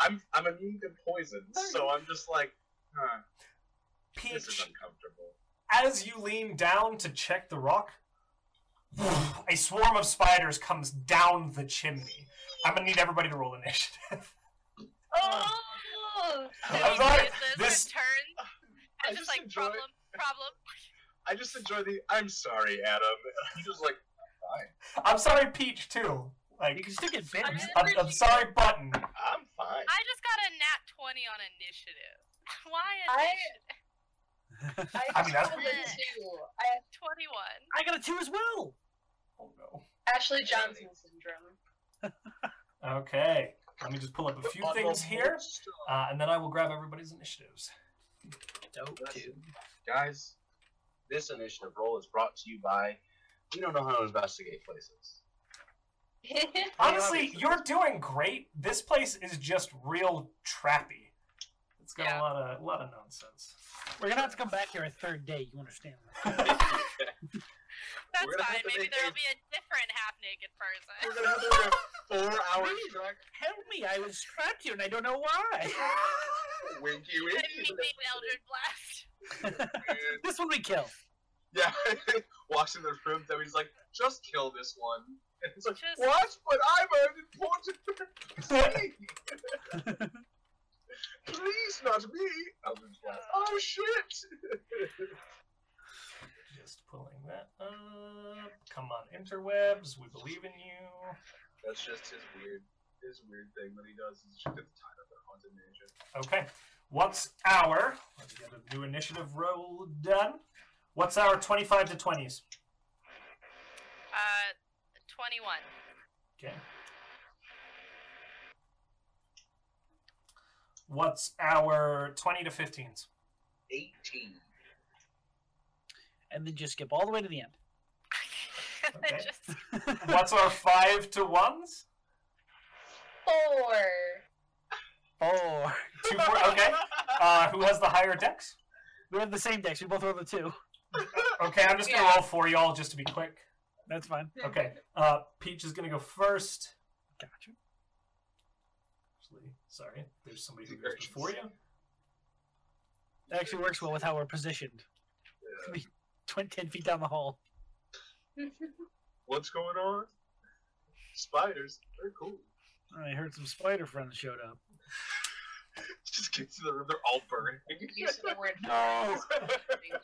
I'm I'm immune to poison, so I'm just like, huh, this is
Peach.
uncomfortable.
As you lean down to check the rock, a swarm of spiders comes down the chimney. I'm gonna need everybody to roll initiative.
[laughs]
[laughs]
Oh!
So
I'm
you
sorry,
use this,
this-
and turn
[laughs] I
and just
just
like
enjoy-
problem, problem.
I just enjoy the. I'm sorry, Adam. [laughs] I'm just like,
I'm sorry, Peach too.
You
Like,
can still get bit.
I'm just-
I'm, I'm sorry, Button.
I'm fine.
I just got a nat twenty on initiative. [laughs] Why
I-
initiative?
I mean, that's-
rolled a two. I-
Twenty one.
I got a two as well.
Oh no.
Ashley Johnson syndrome.
Okay, let me just pull up a few things here, uh, and then I will grab everybody's initiatives.
Dope, dude.
Guys, this initiative roll is brought to you by. We don't know how to investigate places.
Honestly,
obviously.
you're doing great. This place is just real trappy. It's got
Yeah.
a lot of a lot of nonsense.
We're gonna have to come back here a third day. You understand?
That's
We're gonna
fine.
have to
Maybe
make a-
there'll be a different half naked
We're
[laughs] person.
gonna have to do a
[laughs]
four-hour
Really?
trek.
Help me! I was trapped here and I don't know why.
Winky,
I
winky.
mean, Eldred Blast.
[laughs] this one we kill.
[laughs] Yeah, [laughs] walks in the room. Then he's like, "Just kill this one." And it's like,
Just-
"What? But I'm an
[laughs]
important person. [laughs] Please, not me." Eldritch Blast. Oh shit!
Just pulling that up. Come on, interwebs. We believe in you.
That's just his weird, his weird thing that he does. Is just gets tied up in haunted nature.
Okay. What's our? Let's get a new initiative roll done. What's our twenty-five to twenties?
Uh, twenty [laughs] one.
Okay. What's our twenty to fifteens?
Eighteen.
And then just skip all the way to the end.
Okay.
[laughs]
just
What's our five to ones?
[laughs] Four.
Four.
Two four. Okay. Uh, who has the higher dex?
We have the same decks. We both rolled the two.
Okay, I'm just gonna
Yeah.
roll for y'all just to be quick.
That's fine.
Okay. Uh, Peach is gonna go first.
Gotcha.
Actually, sorry, there's somebody who
The
goes
urgency.
before you.
That actually works well with how we're positioned.
Yeah.
Twen- ten feet down the hall.
What's going on? Spiders. They're cool. [laughs]
I heard some spider friends showed up.
Just get to the room. They're all
[laughs]
burning.
[laughs] Use of the word.
No.
jeez.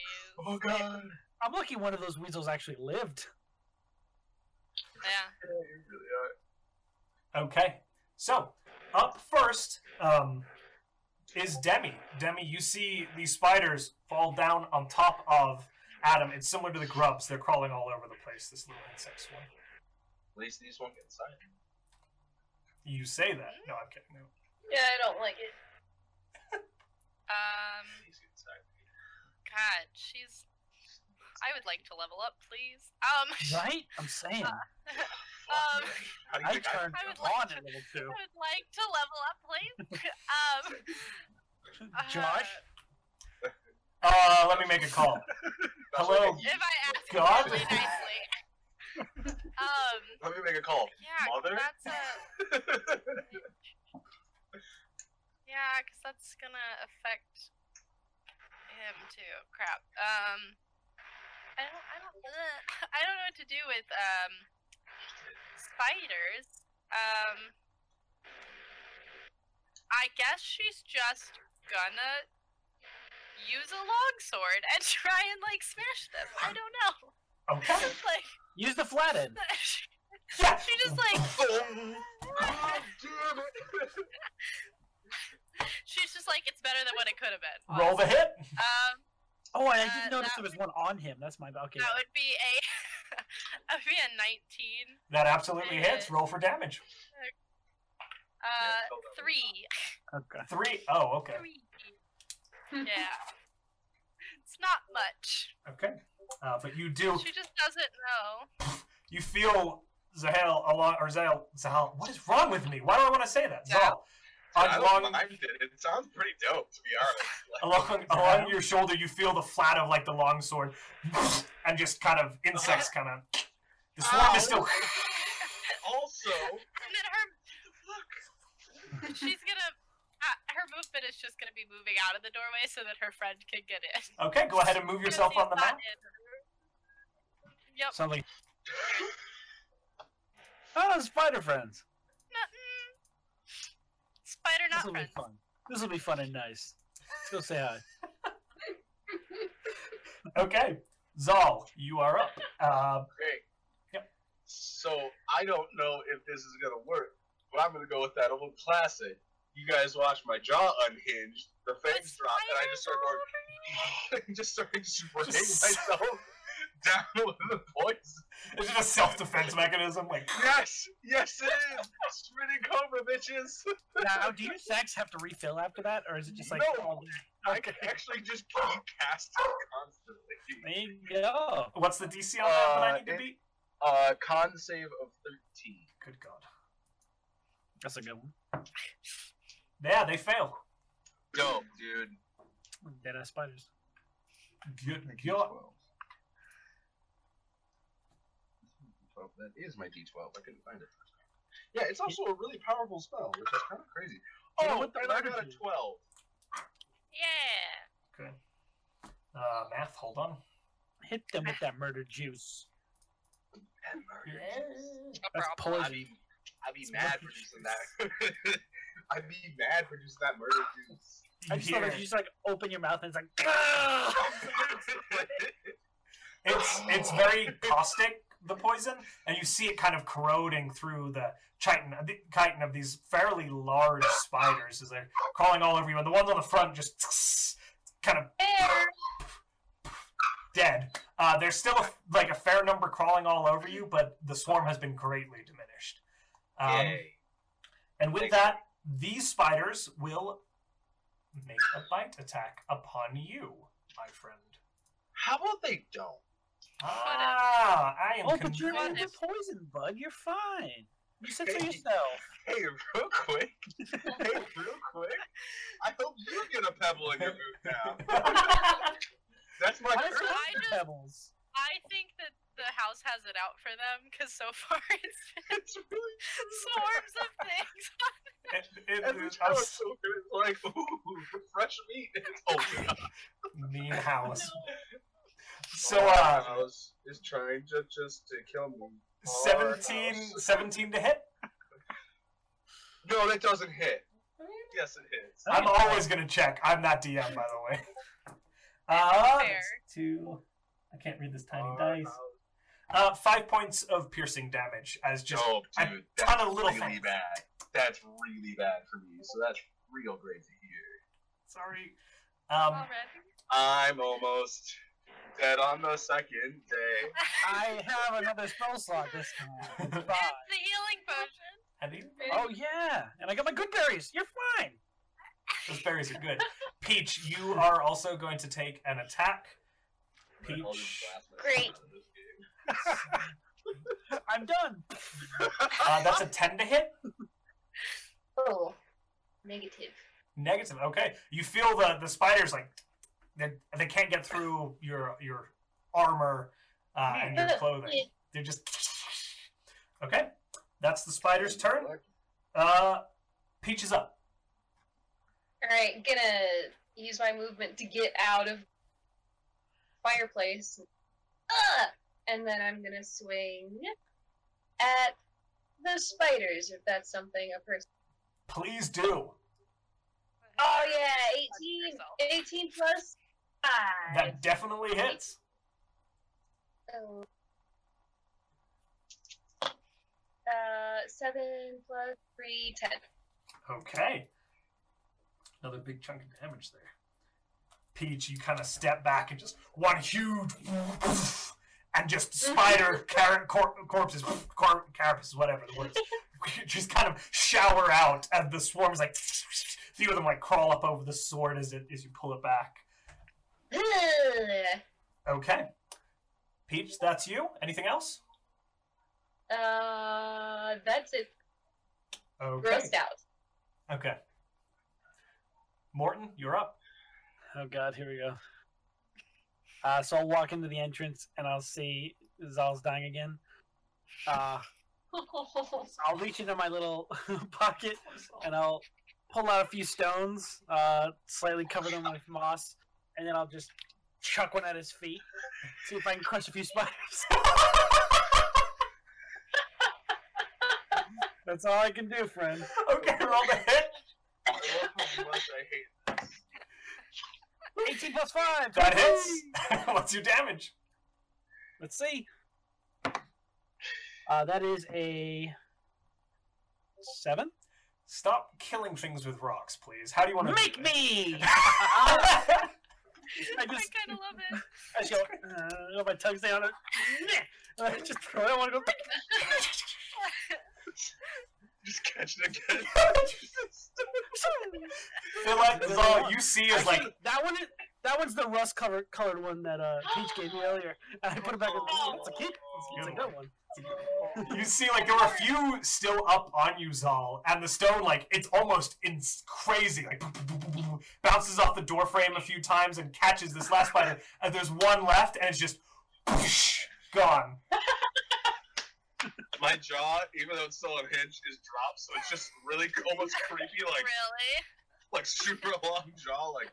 [laughs] oh god.
I'm lucky one of those weasels actually [laughs] lived.
Yeah.
Yeah, you really uh, are.
Okay. So, up first um, is Demi. Demi, you see these spiders fall down on top of Adam. It's similar to the grubs. They're crawling all over the place, this little insect swarm.
At least these won't get signed.
You say that. No, I'm kidding. No.
[laughs] Yeah, I don't like it.
Um.
These get signed.
God, she's. I would like to level up, please. Um. [laughs]
Right? I'm saying.
Um.
How do you
I
think I-
turned
I would
on
like
at
to-
level
I
two.
would like to level up, please. [laughs] Um. uh,
Josh?
Uh, let me make a call.
That's what I
Hello.
think.
If I ask
God.
really nicely. [laughs] um.
[laughs] Let me make a
[laughs]
call.
Yeah. 'cause
Mother?
That's a. Yeah, because that's gonna affect him too. Crap. Um, I don't, I don't, ugh. I don't know [laughs] what to do with um spiders. Um, I guess she's just gonna use a long sword and [laughs] try and like smash them. I don't know. [laughs]
Okay.
like [laughs]
Use the flat end.
she
Yeah.
just like
oh, damn it. [laughs]
she's just like it's better than what it could have been.
Roll the hit.
Um.
Oh, I
Uh,
didn't notice
that
there was one on him. That's my okay.
That would be a [laughs] that would be a nineteen.
That absolutely hits. Roll for damage.
Uh
Yeah, tell that
three.
Okay.
Three. Oh, okay. [laughs]
Three. Yeah. It's not much.
Okay. Uh, but you do
She just doesn't know.
you feel Zahel a lot, or Zahel, Zahel. What is wrong with me? Why do I want to say that? Zahel,
I
on
don't
long,
mind it. It sounds pretty dope, to be
[laughs]
honest. Like, [laughs]
along, along your shoulder, you feel the flat of like the long sword, [laughs] and just kind of insects kind of.
Uh,
The swarm is still.
also,
[laughs] And then her. She's gonna. Uh, her movement is just gonna be moving out of the doorway so that her friend can get in.
[laughs] Okay, go ahead and move yourself on the map.
Yep.
Sound like oh, spider friends.
Nothing. Spider
This
not
will be
friends.
fun. This will be fun and nice. Let's go say
[laughs]
hi.
Okay, Zal, you are up. Uh,
great.
Yep.
So I don't know if this is gonna work, but I'm gonna go with that old classic. You guys watch my jaw unhinged, the fangs drop, and I just start [laughs] going, just started spraying
Just-
myself down [laughs] with the poison.
is it a
[laughs]
self-defense mechanism? Like,
Yes, yes, it is. Spinning cobra, bitches.
Now, do your sacks have to refill after that, or is it just like
No.
all-
I
okay?
can actually just keep casting constantly.
There you go.
what's the DC on that? What I
Uh,
need to
it-
beat?
Uh, con save of 13.
Good God.
That's a good one.
Yeah, they fail.
Dope, dude.
Dead ass spiders.
Good
My
God.
D12. That is my D12. I couldn't find it. Yeah, it's also a really powerful spell, which is kind of crazy.
You
Oh,
know what the
and I got a
latitude-
12.
Yeah.
Okay. Uh, math. Hold on.
Hit them with that murder juice.
And murder.
No
That's
I'd
problem.
poison.
be, I'd be
It's
mad
murder
producing that. [laughs] I'd be mad producing that murder juice.
[laughs] I just thought
Here.
if you just like open your mouth and it's like.
[laughs]
"Gah!"
It's it's very caustic the poison, and you see it kind of corroding through the chitin the chitin of these fairly large spiders as they're crawling all over you. And the ones on the front just kind of
Bear.
dead. Uh, there's still a, like a fair number crawling all over you, but the swarm has been greatly diminished. Um,
Yay.
And with
Thanks.
that, these spiders will make a bite attack upon you, my friend.
How about they don't?
Ah, I am.
oh, but you're
convinced.
immune to poison, bud. You're fine. You said so yourself.
Hey, real quick. hey, real quick. I hope you get a pebble in your boot now.
[laughs]
[laughs]
That's my
Why is
curse.
I just-
pebbles?
I think that the house has it out for them because so [laughs] far it's been
It's really
swarms of things.
It- it-
every
it-
time
I'm
it's so good. It's like, [laughs] ooh, fresh meat. [laughs] It's open.
mean house. So
Our
uh,
house is trying to just to kill me. Our
17,
house.
17 to hit.
uh, No, that doesn't hit. Yes, it hits.
I'm always gonna check. I'm not DM, by the way. Uh,
Fair.
that's two. I can't read this tiny
Our
dice.
house-
Uh, five points of piercing damage as just
Dope,
a
Oh, dude.
ton
That's
of little
really
things.
bad. That's really bad for me. So that's real great to hear.
sorry. Um,
Already.
I'm almost dead on the second day.
I have another spell slot this time. [laughs] It's fine.
And the healing potion.
I think
Oh yeah, and I got my good berries. You're fine.
those berries are good. Peach, you are also going to take an attack.
I'll
Peach.
just blast myself
Great.
out of this game.
I'm done.
Uh, that's a ten to hit.
Oh, negative.
Negative. Okay. You feel the the spiders like they they can't get through your your armor uh, and
[laughs]
your clothing. They're just okay. That's the spider's turn. Uh, Peach is up.
All right, gonna use my movement to get out of fireplace. Ah! And then I'm gonna swing at the spiders if that's something a person.
Please do.
Oh yeah, 18, 18 plus five.
That definitely hits.
Oh. Uh, seven plus three, ten. [laughs]
Okay. Another big chunk of damage there. Peach, you kind of step back and just one huge and just spider carrot cor- corpses, cor- carapaces, whatever the words, [laughs] just kind of shower out, and the swarms like a few of them like crawl up over the sword as it as you pull it back.
Ugh.
Okay. Peeps, that's you. Anything else?
Uh, that's it.
Okay.
Grossed out. [laughs]
Okay. Morton, you're
[laughs]
up.
Oh god, here we go. Uh, so I'll walk into the entrance and I'll see Zal's dying again. Uh, I'll reach into my little [laughs] pocket and I'll pull out a few stones, uh, slightly cover them with moss, and then I'll just chuck one at his feet. See if I can crush a few spiders. [laughs] That's all I can do, friend.
Okay, roll the hit.
I love how much I hate
18 plus 5!
That hits. [laughs] What's your damage?
Let's see. Uh, that is a 7.
Stop killing things with rocks, please. How do you want to
Make me! [laughs]
[laughs]
I
I
just
kind of love it.
I just go, uh, with my tongue's down. [laughs] I just throw it. I want to go.
[laughs] Just catch it again.
[laughs]
[laughs]
Philip, Zal, uh, you see is like
Actually, that one. Is, that one's the rust color, colored one that uh, Peach gave me earlier. [laughs] And I put it back. in
Oh.
It's a kid. It's a good one.
you see like there were a few still up on you, Zal, and the stone like it's almost it's crazy like bounces off the doorframe a few times and catches this last spider. And there's one left, and it's just gone.
My jaw, even though it's still unhinged, is dropped, so it's just really [laughs] almost creepy, like
really?
like super [laughs] long jaw, like.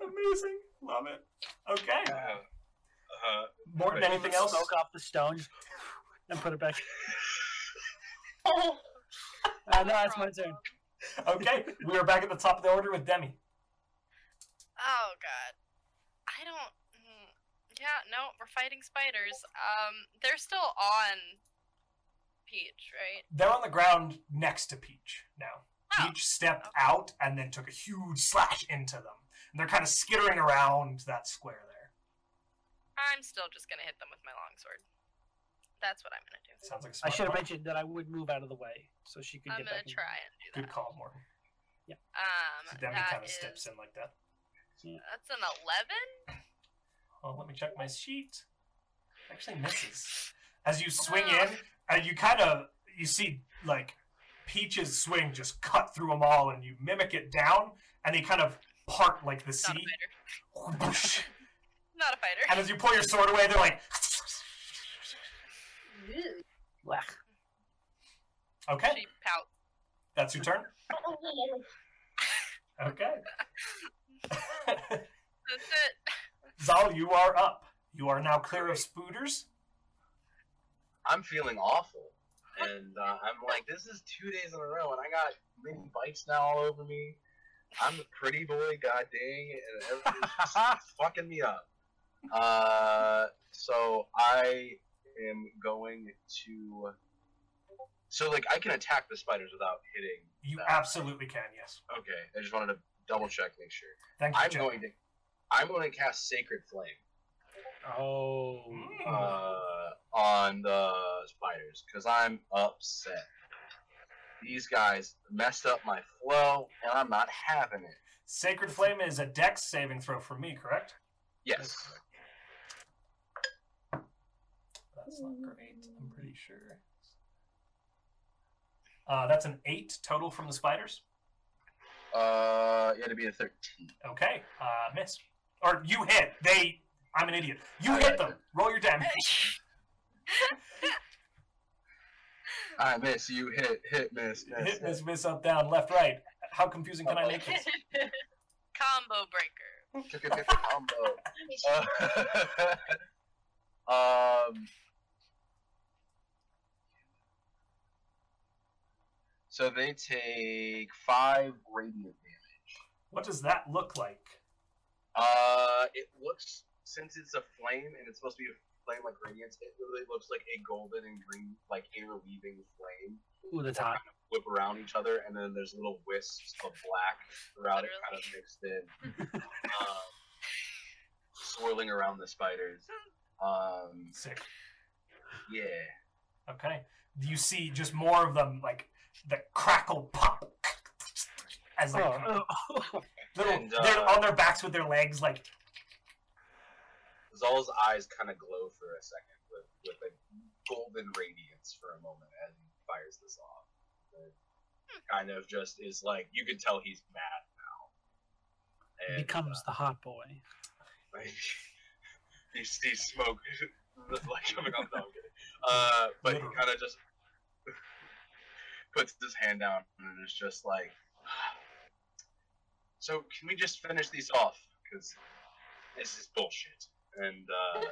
Amazing, love it. Okay,
Uh, uh,
Morton, anything else?
Smoke off the stone [laughs] and put
[laughs]
it back.
Oh,
Uh, no, that's my turn.
Okay, we are back at the top of the order with Demi.
Oh god. I don't mm, Yeah, no, we're fighting spiders. Um they're still on Peach, right?
They're on the ground next to Peach now.
Oh.
Peach stepped out and then took a huge slash into them. And they're kind of skittering around that square there.
I'm still just going to hit them with my longsword. That's what I'm going to do.
Sounds like a
I
smart
should have
plan.
mentioned that I would move out of the way so she could
I'm
get
going
back.
to try and do
Good
that.
call, Morton.
Um
So Demi
that
kind of
is,
steps in like that.
that's an 11.
Well, Oh, let me check my sheet. Actually
[laughs]
misses. As you swing in, and you kind of you see like Peach's swing just cut through them all, and you mimic it down, and they kind of part like the
Not a
sea.
fighter. [laughs] Not a fighter.
[laughs] And as you pull your sword away, they're
[laughs]
like,
ew.
Blech.
"Okay,
She pouts.
that's your turn." Okay. [laughs]
That's it.
Zal, you are up. You are now clear of spooters.
I'm feeling awful, and uh, I'm like, this is two days in a row, and I got many bites now all over me. I'm a pretty boy, god dang, it, and everything's just fucking me up. Uh, so I am going to. So like, I can attack the spiders without hitting.
You
them.
absolutely can. Yes.
Okay, I just wanted to double check, make sure.
Thank you.
I'm
Jeff.
going to, I'm going to cast Sacred Flame
Oh.
Mm.
uh, on the spiders because I'm upset. These guys messed up my flow, and I'm not having it.
Sacred Flame is a dex saving throw for me, correct?
Yes.
That's not great. I'm
Mm-hmm.
pretty sure. Uh, that's an eight total from the spiders.
Uh, it had to be a thirteen.
Okay, uh, miss or you hit. They. I'm an idiot. You hit them. Roll your damage.
I miss. You hit. Hit. Miss. Miss.
[laughs] hit, miss, miss, up, down, left, right. How confusing can I make
[laughs]
this?
Combo breaker.
Took a different combo. [laughs] Uh, um. So they take five radiant damage.
What does that look like?
Uh, it looks since it's a flame and it's supposed to be a flame like radiance. It literally looks like a golden and green like interweaving flame
Ooh, that's hot.
whip around each other, and then there's little wisps of black throughout it, kind of mixed in, um, swirling around the spiders. Um,
Sick.
yeah.
Okay. You see just more of them, like the crackle pop, as like
Oh, oh,
little.
And, uh,
they're on their backs with their legs, like
Zal's eyes kind of glow for a second with, with a golden radiance for a moment as he fires this off. It kind of just is like you can tell he's mad now. And,
becomes the hot boy.
uh, [laughs] you see smoke [laughs] like coming up. No, I'm kidding. Uh, but he kind of just puts his hand down and is just like, so can we just finish these off? Because this is bullshit. And uh,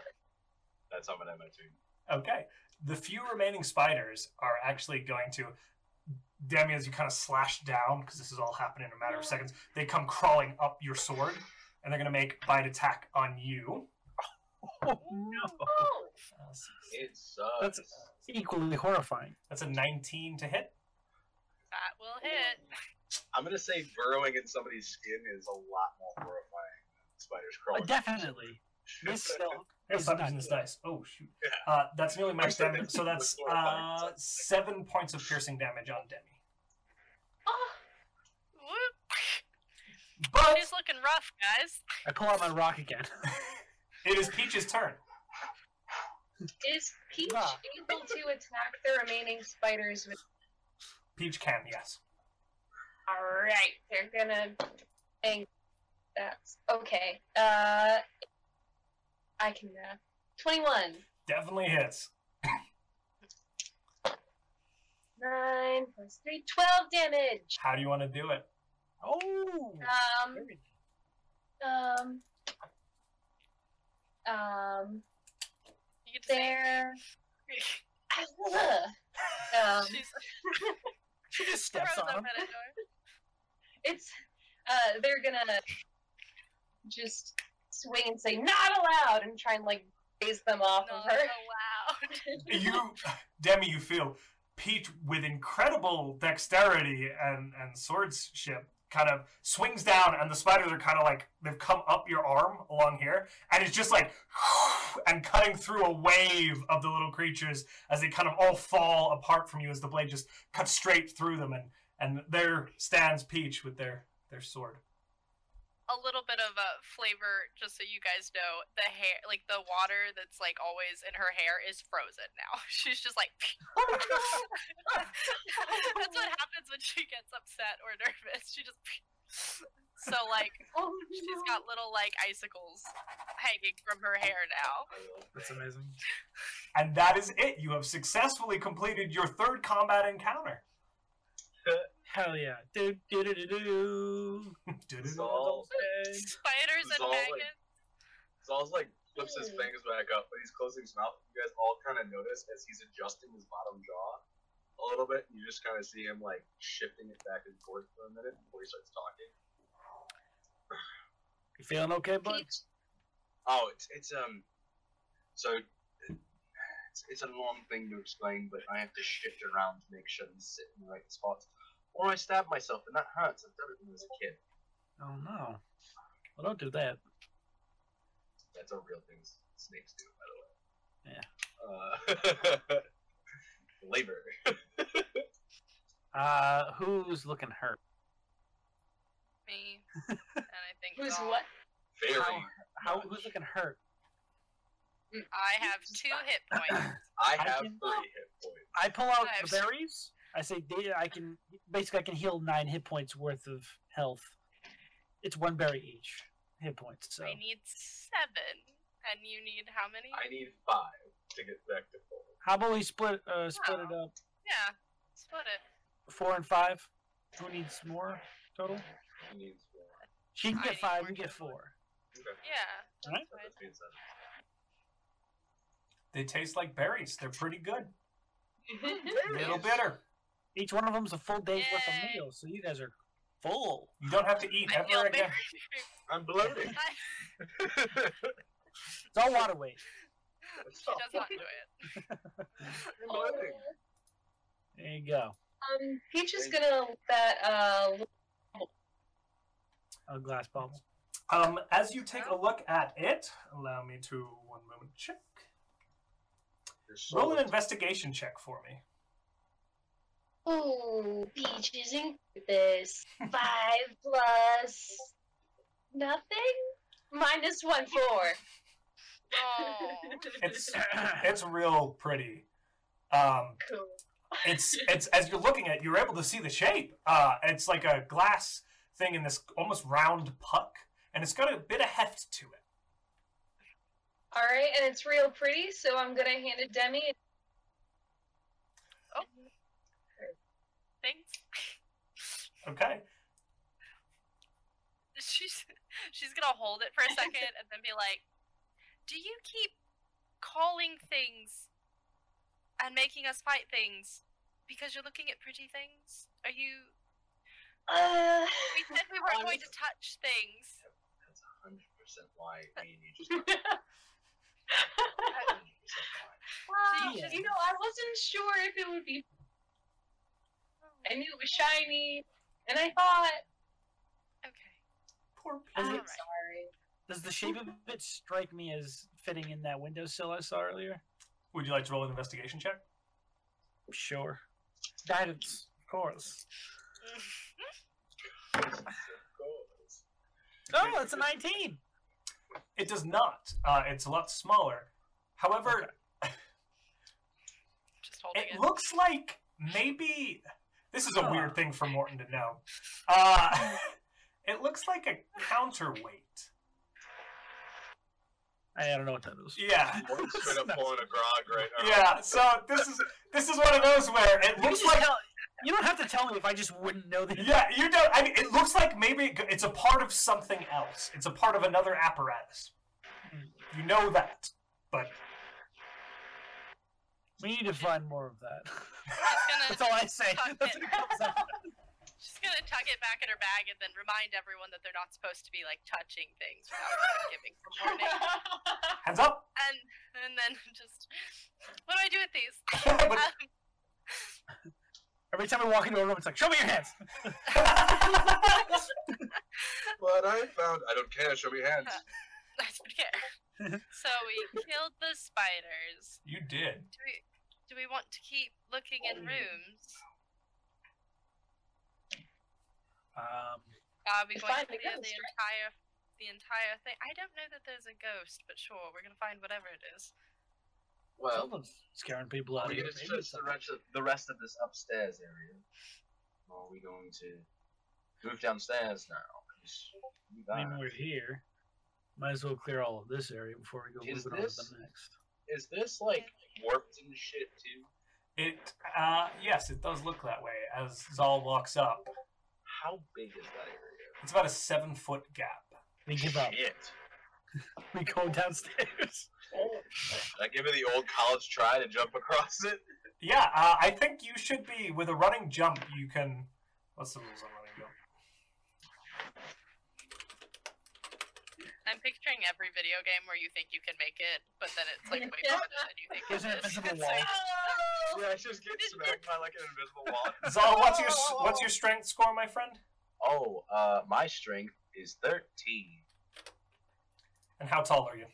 that's how I'm gonna end my turn.
Okay. The few remaining spiders are actually going to. Demi, as you kind of slash down, because this is all happening in a matter of seconds, they come crawling up your sword, and they're going to make bite attack on you.
Oh no!
Oh,
It sucks.
Equally horrifying.
That's a 19 to hit.
That will hit.
I'm gonna say burrowing in somebody's skin is a lot more horrifying than spiders
Uh,
crawling. [laughs]
definitely. This still
Here's
It's
some
not
using this
good.
dice. Oh shoot! Uh, that's nearly max
Actually,
damage,
that's
so that's
four or five.
uh, seven points of piercing damage on Demi.
oh,
Whoop.
But
He's looking rough, guys.
I pull out my rock again. [laughs]
it is Peach's turn.
is Peach
Ah.
able to attack the remaining spiders with?
Peach can, yes.
All right, they're gonna. Ang- that's okay. Uh, I can. Uh, Twenty-one.
Definitely hits.
Nine plus three, twelve damage.
How do you want to do it?
Oh!
Um,
very nice.
um, um,
You get to
[laughs]
say
there. Uh, um,
She's
She just steps
throws
on him.
open a door.
it's uh, they're gonna just swing and say not allowed and try and like phase them off
No,
of her.
allowed.
You, Demi, you feel Peach with incredible dexterity and and swordship kind of swings down, and the spiders are kind of like they've come up your arm along here, and it's just like [laughs] and cutting through a wave of the little creatures as they kind of all fall apart from you as the blade just cuts straight through them, and and there stands Peach with their their sword.
a little bit of a flavor, just so you guys know. The hair, like the water that's like always in her hair, is frozen now. [laughs] She's just like. that's what happens when she gets upset or nervous. She just. [laughs] so like
[laughs] Oh,
she's got little like icicles hanging from her hair now.
That's amazing.
And that is it. You have successfully completed your third combat encounter.
Hell yeah. Do, do, do, do, do.
Zal,
Spiders and
Zol, like-
maggots.
Zal's like flips his fingers back up, but he's closing his mouth. You guys all kind of notice as he's adjusting his bottom jaw a little bit. You just kind of see him like shifting it back and forth for a minute before he starts talking.
You feeling okay, bud?
Peach,
Oh, it's it's um. So it's, it's a long thing to explain, but I have to shift around to make sure I'm sitting in the right spots. Or I stab myself, and that hurts. I've done it when I was a kid.
Oh no. Well, don't do that.
That's a real thing s- snakes do, by the way.
Yeah.
Uh, [laughs] labor.
Uh, who's looking hurt?
Me and I think
[laughs] who's
Zol. [laughs]
what?
Very.
How- How,
much.
who's looking hurt?
I have two hit points.
I
I
have
can-
three hit points.
I pull out
Knives.
the berries. I say, "Da- I can basically I can heal nine hit points worth of health. It's one berry each hit points. So
I need seven, and you need how many?
I need five to get back to full.
how about we split uh, split it up
Yeah, split it.
four and five? Who needs more total?
He needs more.
She can
I
get
need
five.
more
You get
total.
four.
Okay.
Yeah.
All right.
So that means that-
They taste like berries. They're pretty good. A little bitter.
Each one of them's a full day's worth of
Yay.
meal. So you guys are full.
You don't have to eat
I feel
ever again.
very-
I'm
[laughs]
bloating.
I-
It's all water weight.
she does not enjoy it. oh,
[laughs]
I'm bloating.
There you go.
Um, Peach is gonna let that uh
A Oh, glass bubble.
Um, as you take a look at it, allow me to one moment check.
You're so
Roll an investigation check for me.
Ooh, peaches and this. Five plus nothing? Minus one four. [laughs]
Oh. [laughs]
It's it's real pretty. Um,
cool.
it's it's as you're looking at, it, you're able to see the shape. Uh, it's like a glass thing in this almost round puck, and it's got a bit of heft to it.
All right, and it's real pretty, so I'm gonna hand it Demi. And...
Oh. Thanks. [laughs]
Okay,
[laughs] She's she's gonna hold it for a second and then be like, "Do you keep calling things and making us fight things because you're looking at pretty things? Are you?
Uh,
We said we weren't going to touch
[laughs]
things.
That's hundred percent why me and you just.
[laughs]
100% why.
well,
Yeah.
you know, I wasn't sure if it would be. I knew it was shiny, and I thought, "Oh,
Okay.
poor
Is
All
it,
right. [laughs]
sorry.
does the shape of it strike me as fitting in that windowsill I saw earlier?
Would you like to roll an investigation check?
Sure. Guidance, of course.
[laughs]
Oh, it's a 19!
It does not. Uh, it's a lot smaller. However,
Just holding
it
it.
looks like maybe this is a
Huh.
weird thing for Morton to know. Uh, [laughs] it looks like a counterweight.
I don't know what that is.
Yeah.
One straight up pulling a grog right now.
Yeah, so this is this is one of those where it
You,
looks
just
like
tell- you don't have to tell me if I just wouldn't know the
yeah, you know, I mean, it looks like maybe it, go- it's a part of something else. It's a part of another apparatus.
Hmm.
You know
[laughs]
that, but
We need to find more of that.
She's
[laughs] That's
gonna
all I say.
Tuck
That's
it.
what comes up.
she's gonna tuck it back in her bag and then remind everyone that they're not supposed to be like touching things
[laughs]
without giving some
Oh.
warning.
hands up. [laughs]
And and then just what do I do with these?
But-
[laughs]
Um,
Every time I walk into a room, it's like, show me your hands.
But I found. I don't care. Show me hands.
[laughs] I don't care. so we killed the spiders.
you did.
Do we do we want to keep looking in rooms?
Um,
Are we
We
going
find
to
the
clear the
ghost, right?
entire the entire thing? I don't know that there's a ghost, but sure, we're gonna find whatever it is.
Well,
someone's scaring people out
We're
of here.
gonna
Maybe
stress
it's
the
not-
rest of the rest of this upstairs area. Or are we going to move downstairs now? 'Cause we
I mean,
got-
we're here. Might as well clear all of this area before we go
Is
moving on
this-
to the next.
Is this like warped and shit too?
It uh, yes, it does look that way as Zal walks up.
How big is that area?
It's about a seven foot gap.
We give up.
Shit.
We go downstairs. [laughs]
I give it the old college try to jump across it.
Yeah, uh, I think you should be with a running jump. You can. What's the rules on running jump?
I'm picturing every video game where you think you can make it, but then it's like way
Yeah.
harder than you think.
There's an
it is. [laughs]
invisible
It's like-
[laughs] Yeah, I just get smacked by like an invisible wall.
Zal, what's your
[laughs]
what's your strength score, my friend?
Oh, uh, my strength is thirteen.
And how tall are you?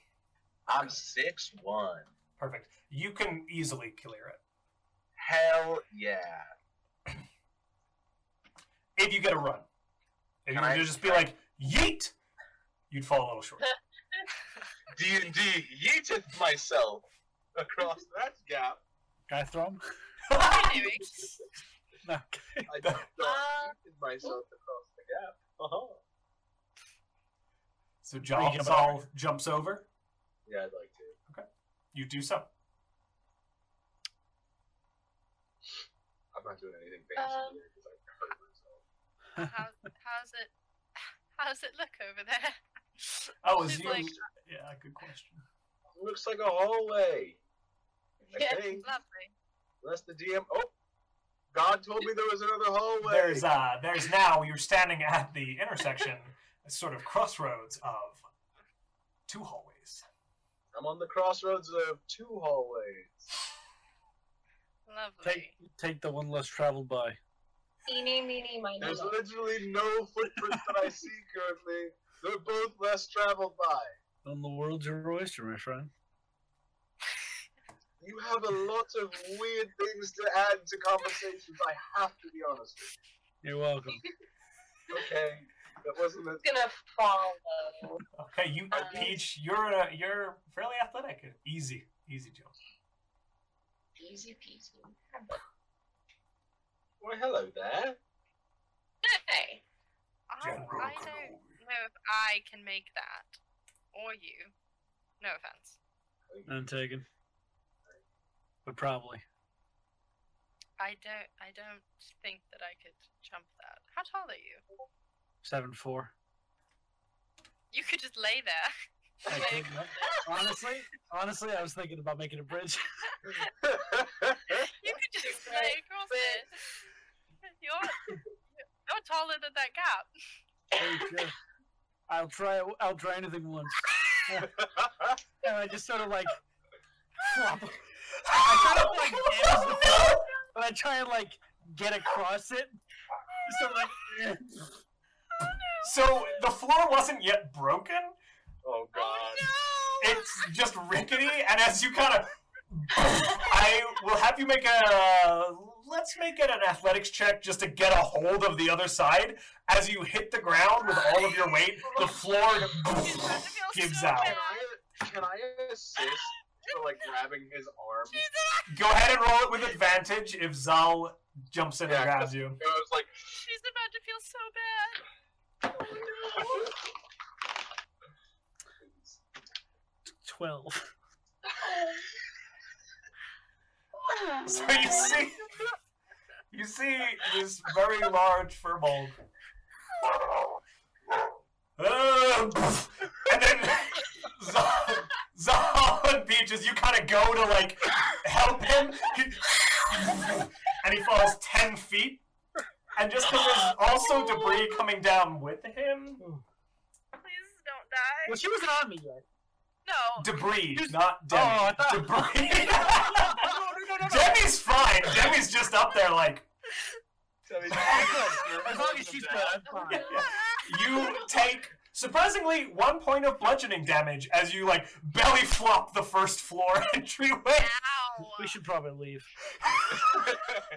I'm six one.
Perfect. You can easily clear it
Hell yeah.
if you get a run. If you
Can I-
were to just be like yeet, you'd fall a little
[laughs]
short.
D and D yeeted myself across that gap.
Can I throw him?
What are you doing?
No.
I don't
Uh,
yeeted myself across the gap. Uh-huh.
so
Are
Zal,
you gonna-
Zal jumps over.
Yeah, I'd like to.
You do so.
I'm not doing anything fancy
Um,
here because I hurt myself.
How's, how's it? [sighs] How's it look over there? [laughs]
Oh, is
She's
you?
like-
Yeah, good question.
Looks like a hallway. I
Yeah.
think.
Lovely.
Unless the DM. Oh, God told me there was another hallway.
There's uh, there's now you're standing at the intersection, a sort of crossroads of two hallways.
I'm on the crossroads of two hallways.
Lovely.
Take take the one less traveled by.
Eeny, meeny, miny,
There's
moe.
literally no footprints that I see currently. They're both less traveled by.
Then the world's your oyster, my friend.
You have a lot of weird things to add to conversations. I have to be honest. with
You're welcome.
you. Okay. That wasn't it.
It's gonna fall though.
Okay, you
Um,
Peach, you're a, you're fairly athletic. Easy, easy jump.
Easy peasy.
Why, hello there. [laughs]
Hey.
I, I don't know if I can make that. Or you. No offense.
I'm taken. But probably.
I don't I don't think that I could jump that. How tall are you?
7 4.
You could just lay there.
[laughs]
[laughs]
honestly, honestly, I was thinking about making a bridge. [laughs]
You could just
Right,
lay across it. You're you're taller than that gap.
Very true. I'll try. I'll try anything once. And I just sort of like flop, I kind of like damage the floor, but I try and like get across it. Just sort of like, eh.
So the floor wasn't yet broken.
oh
Oh
god.
no!
It's just rickety, and as you kind of, I will have you make a. Let's make it an athletics check just to get a hold of the other side. As you hit the ground with all of your weight, the floor
She's about to feel
gives
so
out.
Can
bad.
I, can I assist for like grabbing his arm?
She's about-
Go ahead and roll it with advantage if Zal jumps in
Yeah,
and grabs you. [laughs]
I was like,
She's about to feel so bad.
twelve.
So you see, you see this very large furball. Uh, and then [laughs] Zahn Zahn and Peaches, you kind of go to like help him, and he falls ten feet. And just because there's also debris coming down with him,
Please don't die.
Well, she wasn't on me yet.
No.
debris, not Demi.
I thought-
Debris. [laughs]
no, no,
[laughs]
Demi's fine. Demi's just up there like.
tell me-
As long as she's good, I'm fine.
you take surprisingly one point of bludgeoning damage as you like belly flop the first floor [laughs] entryway.
Ow.
We should probably leave.
[laughs]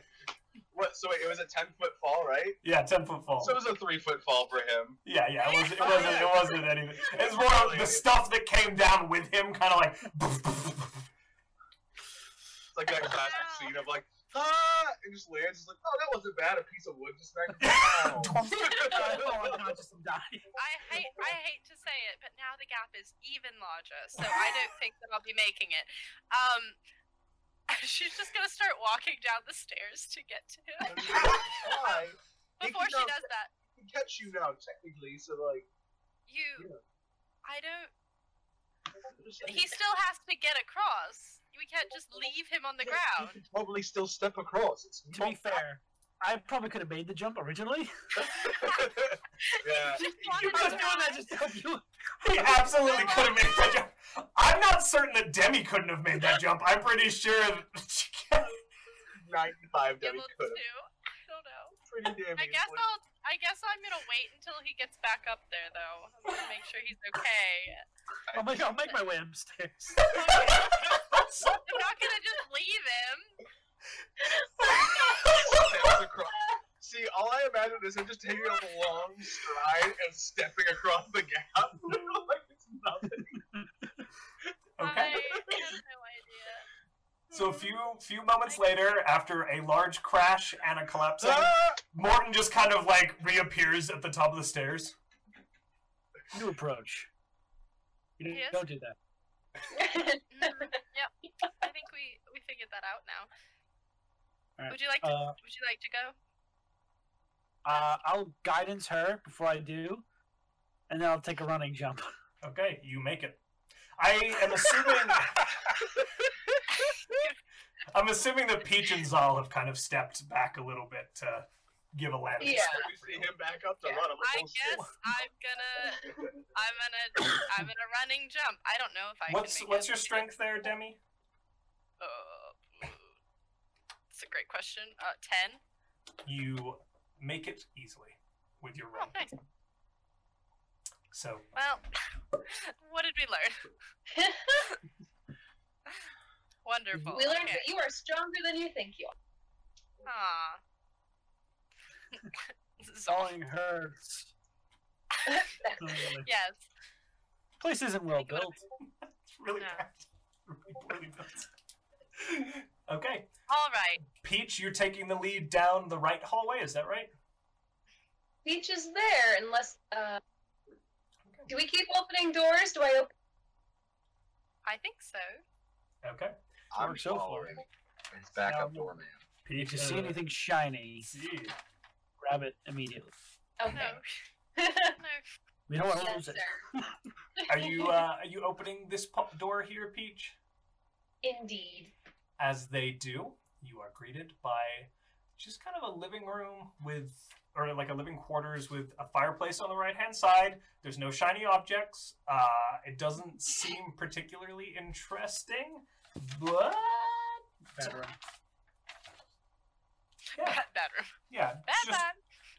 what? So wait, it was a ten foot fall, right?
Yeah, ten foot fall.
So it was a three foot fall for him.
yeah, yeah, it wasn't, it wasn't, it wasn't anything. It's more of the stuff that came down with him, kind of like.
It's like that classic
Wow.
scene of like, ah, and just lands. It's like, oh, that wasn't bad. A piece of wood just [laughs]
[laughs]
back.
I don't unconscious and die.
I hate I hate to say it, but now the gap is even larger, so I don't think that I'll be making it. Um [laughs] she's just gonna start walking down the stairs to get to
[laughs]
him. [laughs]
Why? They
Before
can go-
she does that,
He can catch you now, technically. So like,
you I don't
just-
he still has to get across. We can't just leave him on the
Yeah, he
ground.
[laughs] could probably still step across. It's
To be
not-
fair, I probably could have made the jump [laughs] originally.
[laughs]
yeah.
Just wanted
I
to
was doing
die.
that just to help you.
He absolutely could have made that jump. I'm not certain that Demi couldn't have made that jump. I'm pretty sure. That
95
be
Debbie
able
could
to. I don't know.
have. Pretty damn
I guess
easily.
I'll. I guess I'm gonna wait until he gets back up there, though. I'm gonna make sure he's okay.
I'll make, I'll make my way upstairs.
I'm not gonna just leave him.
[laughs]
[laughs]
Steps across. See, all I imagine is him just taking a long stride and stepping across the gap. [laughs] like it's nothing.
okay.
I have no idea.
So a few few moments later, after a large crash and a collapsing,
"Ah!"
Morton just kind of like reappears at the top of the stairs.
New approach. You don't,
Yes.
don't do that.
Mm, yep. I think we we figured that out now.
Alright,
Would you like to?
Uh,
would you like to go?
uh, I'll guidance her before I do, and then I'll take a running jump. [laughs]
Okay, you make it. I am assuming [laughs] I'm assuming that Peach and Zal have kind of stepped back a little bit to give a landing.
Yeah.
we see him back up the
Yeah,
run. I'm
I
like, oh, shit.
guess I'm gonna. I'm gonna. I'm gonna running jump. I don't know if I.
What's
can make
what's
it.
your strength there, Demi?
Uh, That's a great question. Uh, ten.
You make it easily with your
Oh, [laughs]
run.
nice.
So
Well, [laughs] what did we learn? Wonderful.
[laughs] we learned
okay.
that you are stronger than you think you are.
Aw. [laughs] Zol-
[laughs]
Sawing hurts.
Really-
Yes.
Place isn't well built.
it's really
No.
bad. Really poorly built. okay,
All right.
Peach, you're taking the lead down the right hallway. Is that right?
Beach is there, unless. Uh,
Okay.
do we keep opening doors? Do I open?
I think so.
Okay.
I'm
Works so far.
following. It's back up
Um,
doorman.
Peach,
If you see
uh,
anything shiny,
see.
grab it immediately.
Okay. [laughs]
No. no.
We don't want to
yes,
lose
sir.
it.
Are you uh, are you opening this po- door here, Peach?
Indeed.
As they do, you are greeted by just kind of a living room with, or like a living quarters with a fireplace on the right hand side. There's no shiny objects. Uh, it doesn't seem particularly interesting, but
Bedroom.
yeah,
Bad bedroom.
yeah,
Bad
just
bad.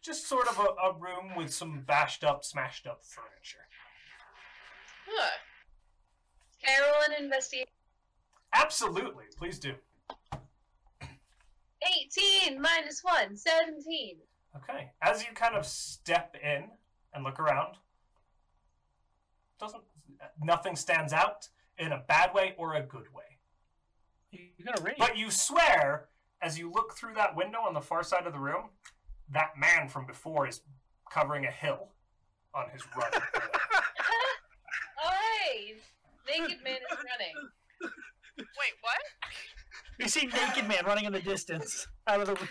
just sort of a, a room with some bashed up, smashed up furniture.
Huh. Carolyn investigate.
Absolutely, please do.
18 minus 1, [laughs] 17.
Okay. As you kind of step in and look around, doesn't nothing stands out in a bad way or a good way.
You got a ring.
But you swear as you look through that window on the far side of the room, that man from before is covering a hill on his run. [laughs]
oh, hey! Naked man is running.
Wait, what? [laughs]
You see naked man running in the distance out of the window.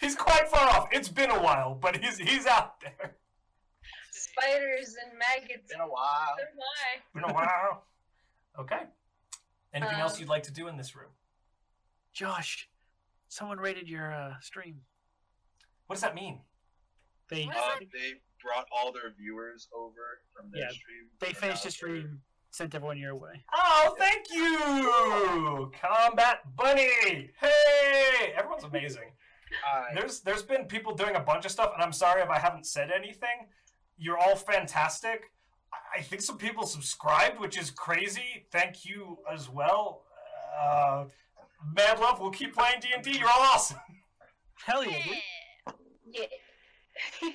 he's quite far off. It's been a while, but he's he's out there.
Spiders and maggots.
a while.
Oh my.
Been a while. [laughs] Okay. Anything else
Um,
you'd like to do in this room?
Josh, someone raided your uh, stream.
What does that mean?
They
What?
Uh, they brought all their viewers over from their
Yeah,
stream.
they
and
finished
now
the stream, sent everyone your way.
Oh, thank you, Combat Bunny! Hey, everyone's amazing.
they're- I-
There's there's been people doing a bunch of stuff, and I'm sorry if I haven't said anything. You're all fantastic. I- I think some people subscribed, which is crazy. Thank you as well. Uh, mad love. We'll keep playing D and D. You're all awesome.
Hell yeah, dude.
Yeah.
Yeah.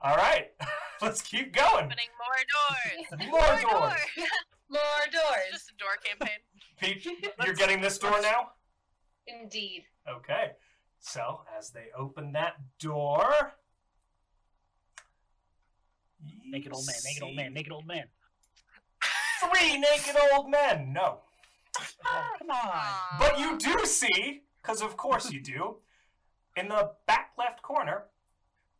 All right, [laughs] let's keep going.
Opening more doors.
More doors.
More
It's
doors.
just a door campaign.
Peach, you're getting this door now.
Indeed.
Okay. So as they open that door, you
Naked old man, naked old man,
see
naked old man.
Three naked old men. No,
Oh, come
Ah.
on.
Aw.
but you do see, because of course you do. In the back left corner,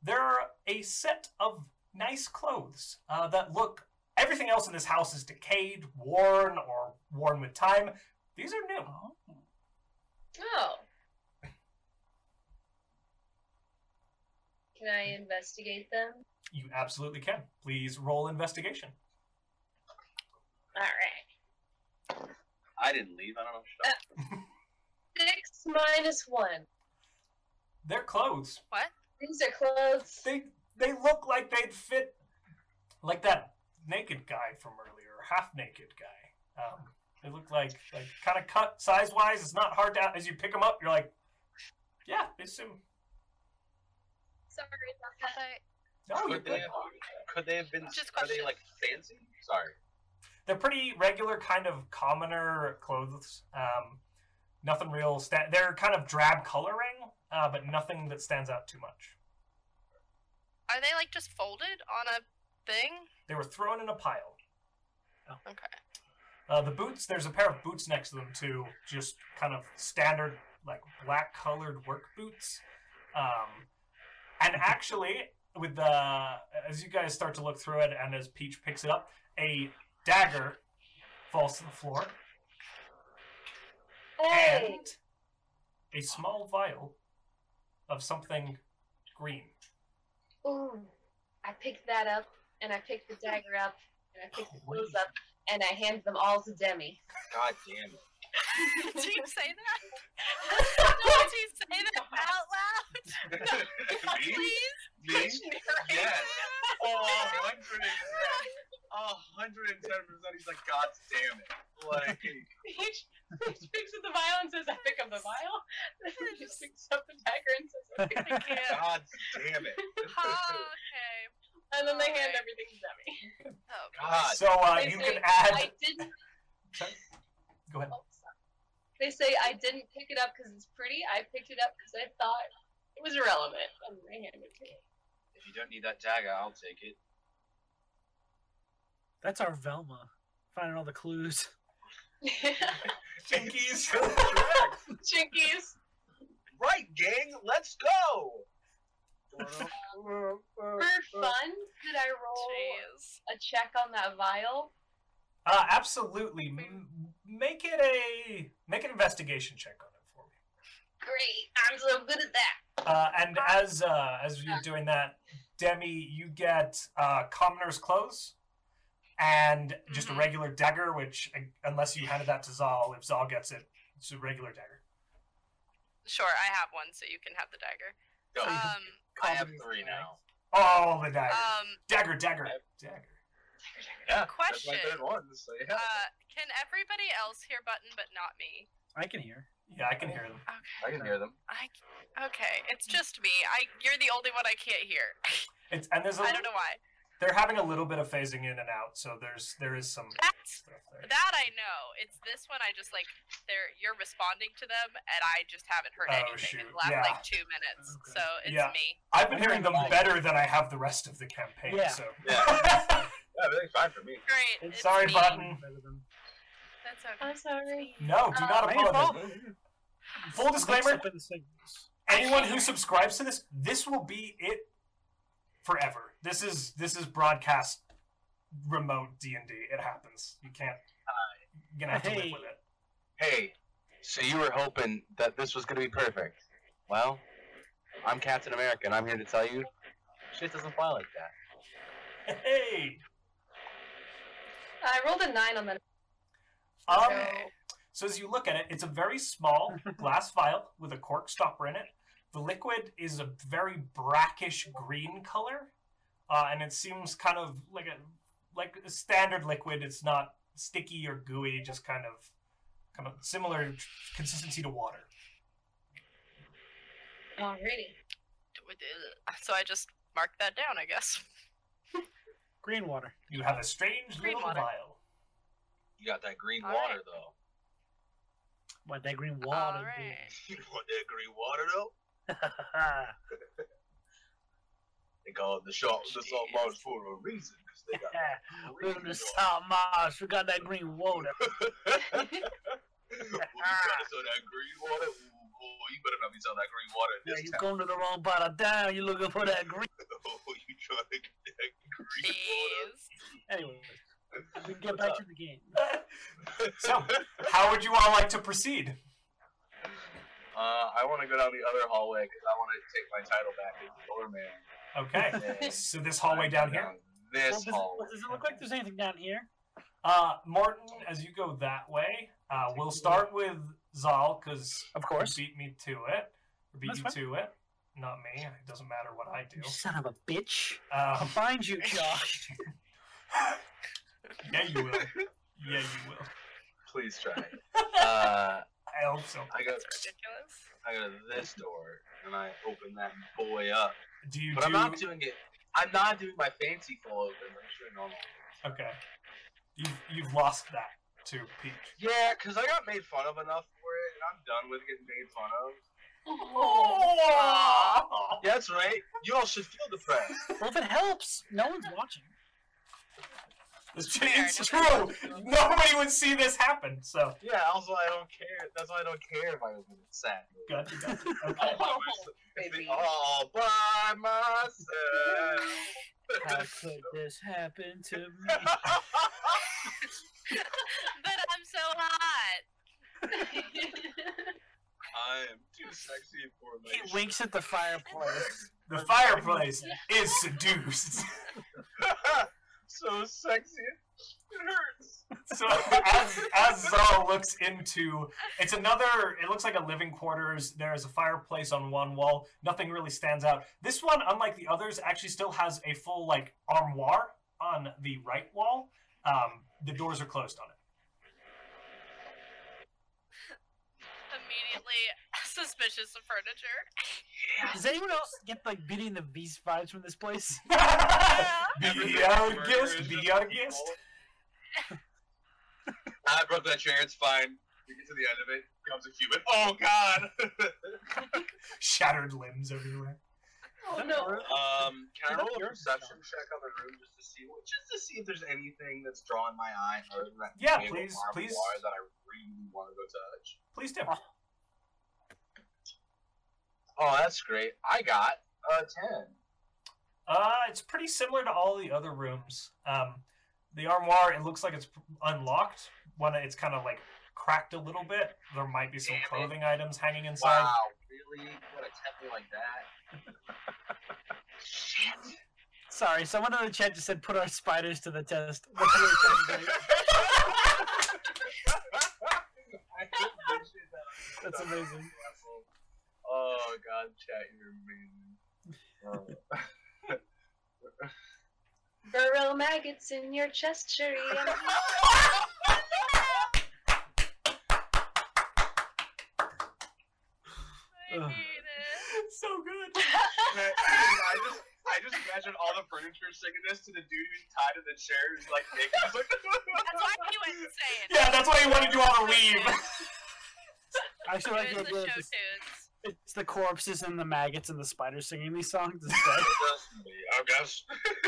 there are a set of nice clothes uh, that look. Everything else in this house is decayed, worn, or worn with time. These are new.
Oh. Can I investigate them?
You absolutely can. Please roll investigation.
Alright.
I didn't leave. I don't know. Shut up.
Six minus one.
They're clothes.
These are clothes.
they they look like they'd fit like that naked guy from earlier, half naked guy. Um, they look like like kind of cut size wise. It's not hard to as you pick them up. You're like, yeah, they seem.
Sorry about that.
But
No, Oh, you're
Could they
good.
have, could they have been?
Just
are they
question.
like fancy? Sorry.
They're pretty regular, kind of commoner clothes. Um, nothing real. Sta- they're kind of drab coloring, uh, but nothing that stands out too much.
are they like just folded on a thing? [laughs]
They were thrown in a pile.
Okay.
Uh, the boots, there's a pair of boots next to them too, just kind of standard, like black colored work boots. Um, and actually, with the as you guys start to look through it, and as Peach picks it up, a dagger falls to the floor,
Hey!
and a small vial of something green.
Ooh. I picked that up, and I picked the dagger up, and I picked the clothes up, and I handed them all to Demi.
God damn it.
Did you say that? Did you say that out loud? [laughs]
Me?
Please.
Me?
[laughs]
Yes. Oh, 100 and 10. 110 percent. He's like, God damn it. Like,
Paige, Paige picks up the vial and says, I pick up the vial. And then she [laughs] just picks up the dagger and says, I pick the can.
[laughs]
God damn it.
Ah, okay.
And then they hand
Alright.
everything to me.
Oh,
God.
So Oh uh,
They
you
say,
can add.
I
[laughs]
didn't.
Go
[laughs]
ahead.
Oh, sorry. They say, I didn't pick it up because it's pretty. I picked it up because I thought it was irrelevant. And they hand it to me.
If you don't need that dagger, I'll take it.
That's our Velma. Finding all the clues.
Jinkies. [laughs]
[laughs] Chinkies.
right, gang, let's go!
For fun, could I roll
jeez.
a check on that vial?
Uh, absolutely. M- make it a make an investigation check on it for me.
Great. I'm so good at that.
Uh, and as uh, as you're doing that, Demi, you get uh, commoner's clothes and just
Mhm.
a regular dagger, which uh, unless you handed that to Zal, if Zal gets it, it's a regular dagger.
Sure, I have one, so you can have the dagger.
Go.
Um,
I have three now.
Oh, the dagger,
um,
dagger, dagger, dagger.
Yeah,
Question.
That's my third one, so yeah.
uh, can everybody else hear button but not me?
I can hear.
Yeah, I can hear them.
I
Okay.
can hear them.
I okay. It's just me. I you're the only one I can't hear. [laughs]
It's and there's a,
I don't know why.
they're having a little bit of phasing in and out, so there's there is some
That's
stuff there.
that I know. It's this one. I just like they're you're responding to them, and I just haven't heard
Oh,
anything in
shoot,
the last
yeah.
like two minutes.
Okay.
So it's
Yeah.
me.
I've been
I'm
hearing them
gonna-
better than I have the rest of the campaign.
Yeah.
So
Yeah.
[laughs]
Yeah, everything's fine for me.
Great. It's
Sorry,
me.
button.
Better than-
That's okay.
I'm sorry.
no, do not
Uh,
Hey,
apologize.
Velma.
Mm-hmm.
Full
Mixed
disclaimer:
up in the signals.
anyone who subscribes to this, this will be it forever. This is this is broadcast remote D and D. It happens. You can't. You're gonna have to live
Hey.
with it.
Hey, so you were hoping that this was going to be perfect. Well, I'm Captain America, and I'm here to tell you shit doesn't fly like that.
[laughs] Hey.
I rolled a nine on the.
Um,
Okay.
So as you look at it, it's a very small glass vial with a cork stopper in it. The liquid is a very brackish green color, uh, and it seems kind of like a like a standard liquid. It's not sticky or gooey, just kind of kind of similar consistency to water.
Alrighty.
[laughs] So I just marked that down, I guess.
Green water.
You have a strange
Green
little
water.
vial.
You got that green
All
water,
right.
though.
What that green
All
water? [laughs]
right.
[laughs] You want that green water, though?
Right.
They call it the salt, the salt
Jeez.
marsh for a reason, 'cause they
[laughs]
got that
We're
green
in
[laughs]
the South Marsh. We got that green water.
water. Well, you gotta sell that green water. Oh, you better not be selling that green water in
Yeah,
this
you
town. [laughs]
come to the wrong part of town. You're looking for that green.
Oh, you trying to get that green water?
Jeez.
Anyway, we can get back to the game.
[laughs] So, how would you all like to proceed?
Uh, I want to go down the other hallway because I want to take my title back as doorman.
[laughs]
[laughs]
Okay.
And
So this hallway down here.
This
Well, does, it,
hallway.
does it look like there's anything down here?
Uh, Morton, as you go that way, uh, we'll start with Zal because
Of
you beat me to it. Or beat
That's
you
fine.
to it. Not me. It doesn't matter what I
[laughs]
do.
You son of a bitch. I'll
Um,
find you, Josh.
yeah, you will. Yeah, you will.
Please
[laughs]
try. Uh,
I hope so.
I go.
That's ridiculous. [laughs]
I go to this door and I open that boy up.
Do you
But I'm
do?
not doing it. I'm not doing my fancy full open. I'm just doing normal.
Okay. You've you've lost that to Peach.
Yeah, because I got made fun of enough for it, and I'm done with getting made fun of.
Oh.
[laughs]
Oh!
Yeah, that's right. You all should feel depressed.
well, if it helps, no one's watching.
[laughs] It's, it's true. Nobody would see this happen. So
Yeah, also I don't care. That's why I don't care if I open it sadly.
[laughs]
gotcha, gotcha. Okay.
All by myself. All by myself. [laughs]
How could this happen to me?
But I'm so hot.
I am too sexy for
He
my.
winks at the fireplace. [laughs]
The fireplace is seduced.
so sexy, it hurts.
So as as Zal looks into it's another it looks like a living quarters. There is a fireplace on one wall. Nothing really stands out. This one, unlike the others, actually still has a full like armoire on the right wall. Um, the doors are closed on it.
immediately [laughs] suspicious of furniture.
[laughs]
Does anyone else get like beating the beast vibes from this place?
[laughs] Be our guest. Be our guest.
[laughs] I broke that chair. It's fine. We get to the end of it. Comes a human. Oh God. [laughs]
Shattered limbs everywhere.
Oh no.
um, can I
Is that
roll a
yours?
perception check on the room just to see, just to see if there's anything that's drawing my eye? Other than that
Yeah,
table
please,
marble
please.
wire That I really want to go touch.
Please do.
Oh, that's great. I got a ten.
Uh, it's pretty similar to all the other rooms. Um, the armoire, it looks like it's unlocked. One, it's kind of like cracked a little bit. There might be some
Damn it.
clothing items hanging inside.
Wow, really? What a temple like that? Shit.
Sorry, someone in the chat just said put our spiders to the test. That's really fucking great.
I appreciate that. [laughs]
That's amazing.
Oh god, chat, you're amazing. Oh.
There are maggots in your chest, Sherry.
I
Ugh.
hate it.
[laughs] so good.
Man, I just I just imagine all the furniture singing this to the dude who's tied to the chair who's like naked. He's like,
That's
[laughs]
why he went insane.
Yeah, that's why he wanted you all to leave.
Actually, like the
Here's the
idea
show
is
tunes.
[laughs]
it's the corpses and the maggots and the spiders singing these songs instead.
I guess. [laughs]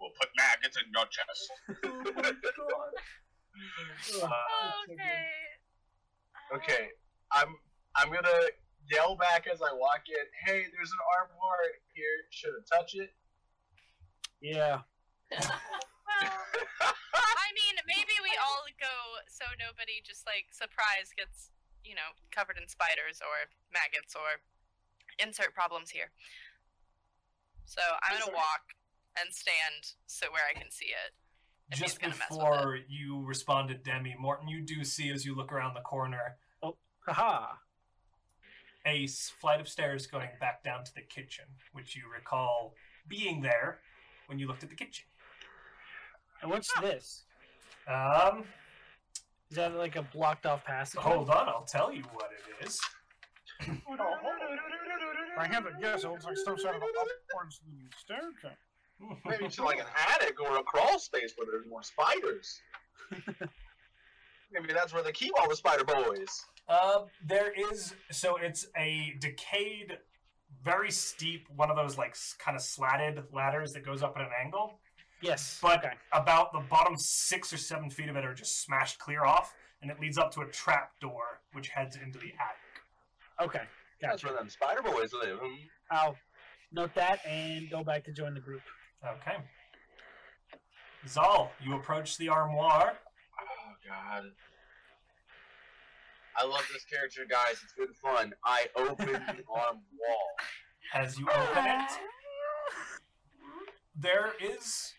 we'll put maggots in your chest.
[laughs]
Uh,
Okay.
[laughs] Okay, I'm I'm gonna yell back as I walk in. Hey, there's an armoire here. Should I touch it?
yeah.
[laughs]
Well, I mean, maybe we all go so nobody just like surprise gets, you know, covered in spiders or maggots or insert problems here. So I'm gonna walk and stand so where I can
[laughs]
see it. If he's
Just
gonna mess with
before you responded, Demi, Morton, you do see as you look around the corner
Haha.
a s- flight of stairs going back down to the kitchen, which you recall being there when you looked at the kitchen.
And what's this?
Um,
Is that like a blocked off passage?
hold on, I'll tell you what it is.
I haven't guessed. It looks like some sort of an
[laughs]
upward sloping staircase.
Maybe to like an attic or a crawl space where there's
[laughs]
more spiders. Maybe that's where they keep all the spider boys.
Uh, there is so it's a decayed, very steep one of those like kind of slatted ladders that goes up at an angle.
Yes.
But-
okay.
About the bottom six or seven feet of it are just smashed clear off, and it leads up to a trap door which heads into the attic.
Okay.
That's
Gotcha.
where them spider boys live. Hmm.
I'll note that and go back to join the group.
Okay. Zal, you approach the armoire.
Oh god. I love this character, guys. It's been fun. I open
[laughs]
the arm wall.
As you open it, there is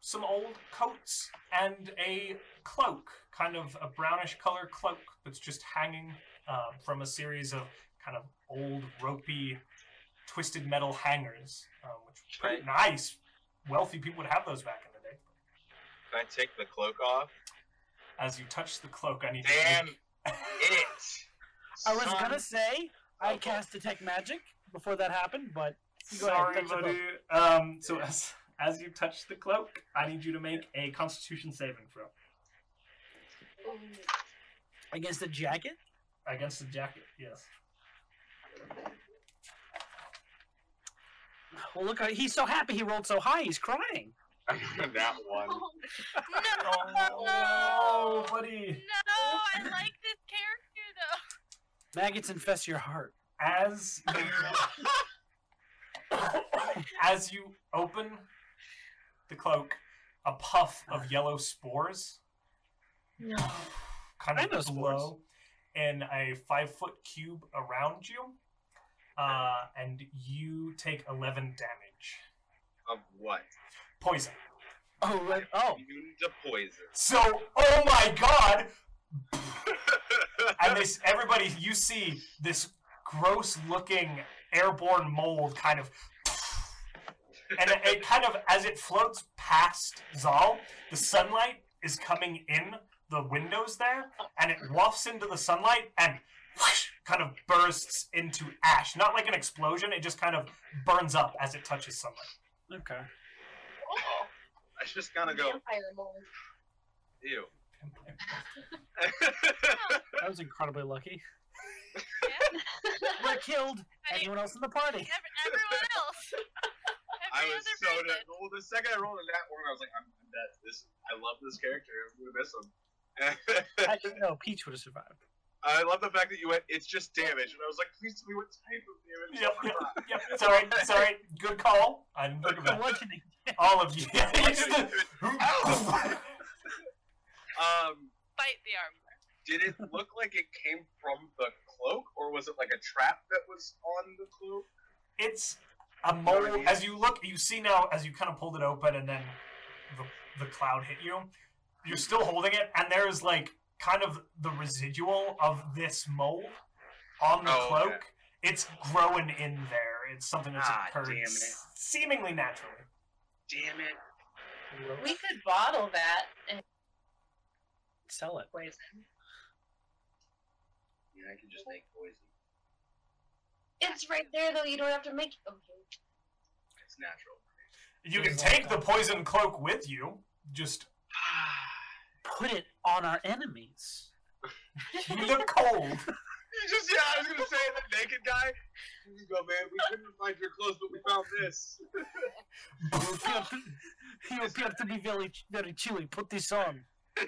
some old coats and a cloak, kind of a brownish color cloak that's just hanging uh, from a series of kind of old ropey, twisted metal hangers, uh, which was pretty nice. Wealthy people would have those back in the day.
Can I take the cloak off?
As you touch the cloak, I need
Damn
to.
it!
make-
I was
Son
gonna say I
Okay.
cast detect magic before that happened, but Go ahead,
Sorry,
touch the
buddy. Um, so as as you touch the cloak, I need you to make a Constitution saving throw
against the jacket.
against the jacket. Yes.
Well, look, he's so happy he rolled so high. He's crying.
[laughs] that one.
No,
Oh, buddy.
no, I like this character though.
Maggots infest your heart.
as as you open the cloak, a puff of yellow spores
no.
kind
I know
of
spores.
blow in a five foot cube around you, uh, and you take eleven damage.
Of what?
Poison.
Oh, right. Oh,
Immune to
[laughs]
poison.
So, oh my god! And this, everybody, you see this gross looking airborne mold kind of. And it, it kind of, as it floats past Zal, the sunlight is coming in the windows there, and it wafts into the sunlight and whoosh, kind of bursts into ash. Not like an explosion; it just kind of burns up as it touches sunlight.
Okay.
Oh, I just kind of go,
Vampire mold.
[laughs] ew.
That was incredibly lucky.
Yeah.
We're killed.
I mean,
Anyone else in the party?
ev- everyone else.
[laughs]
I
Every
was
other
so
person.
dead. Well, the second I rolled a nat one, I was like, I'm, I'm dead. This, I love this character. I'm gonna miss him. [laughs]
Actually, no, Peach would have survived.
I love the fact that you went. It's just damage, and I was like, please tell me what type of damage.
Yep, yep, yep. Sorry, sorry. Good call. I didn't think about
Bludgeoning.
it. all of you. [laughs] It's the-
[laughs] um,
Bite the arm.
did it look like it came from the cloak, or was it like a trap that was on the cloak?
it's a
what I
mold.
mean?
As you look, you see now as you kind of pulled it open and then the, the cloud hit you. You're still holding it, and there is like kind of the residual of this mold on the
Oh,
cloak.
okay.
It's growing in there. It's something that's
Ah,
occurred
damn it.
s- seemingly naturally.
Damn it!
[laughs] We could bottle that and
Sell it.
poison.
Yeah, I can just make poison.
It's right there though. You don't have to make it. Okay.
It's natural.
You can
There's like
take the
a-
poison cloak with you. Just
Put it on our enemies.
keep the cold.
[sighs] [laughs] You just yeah, I was gonna say the naked guy. You just go, man. We couldn't find your clothes, but we found this.
You appear to, you appear to be very, very chilly. Put this on.
[laughs]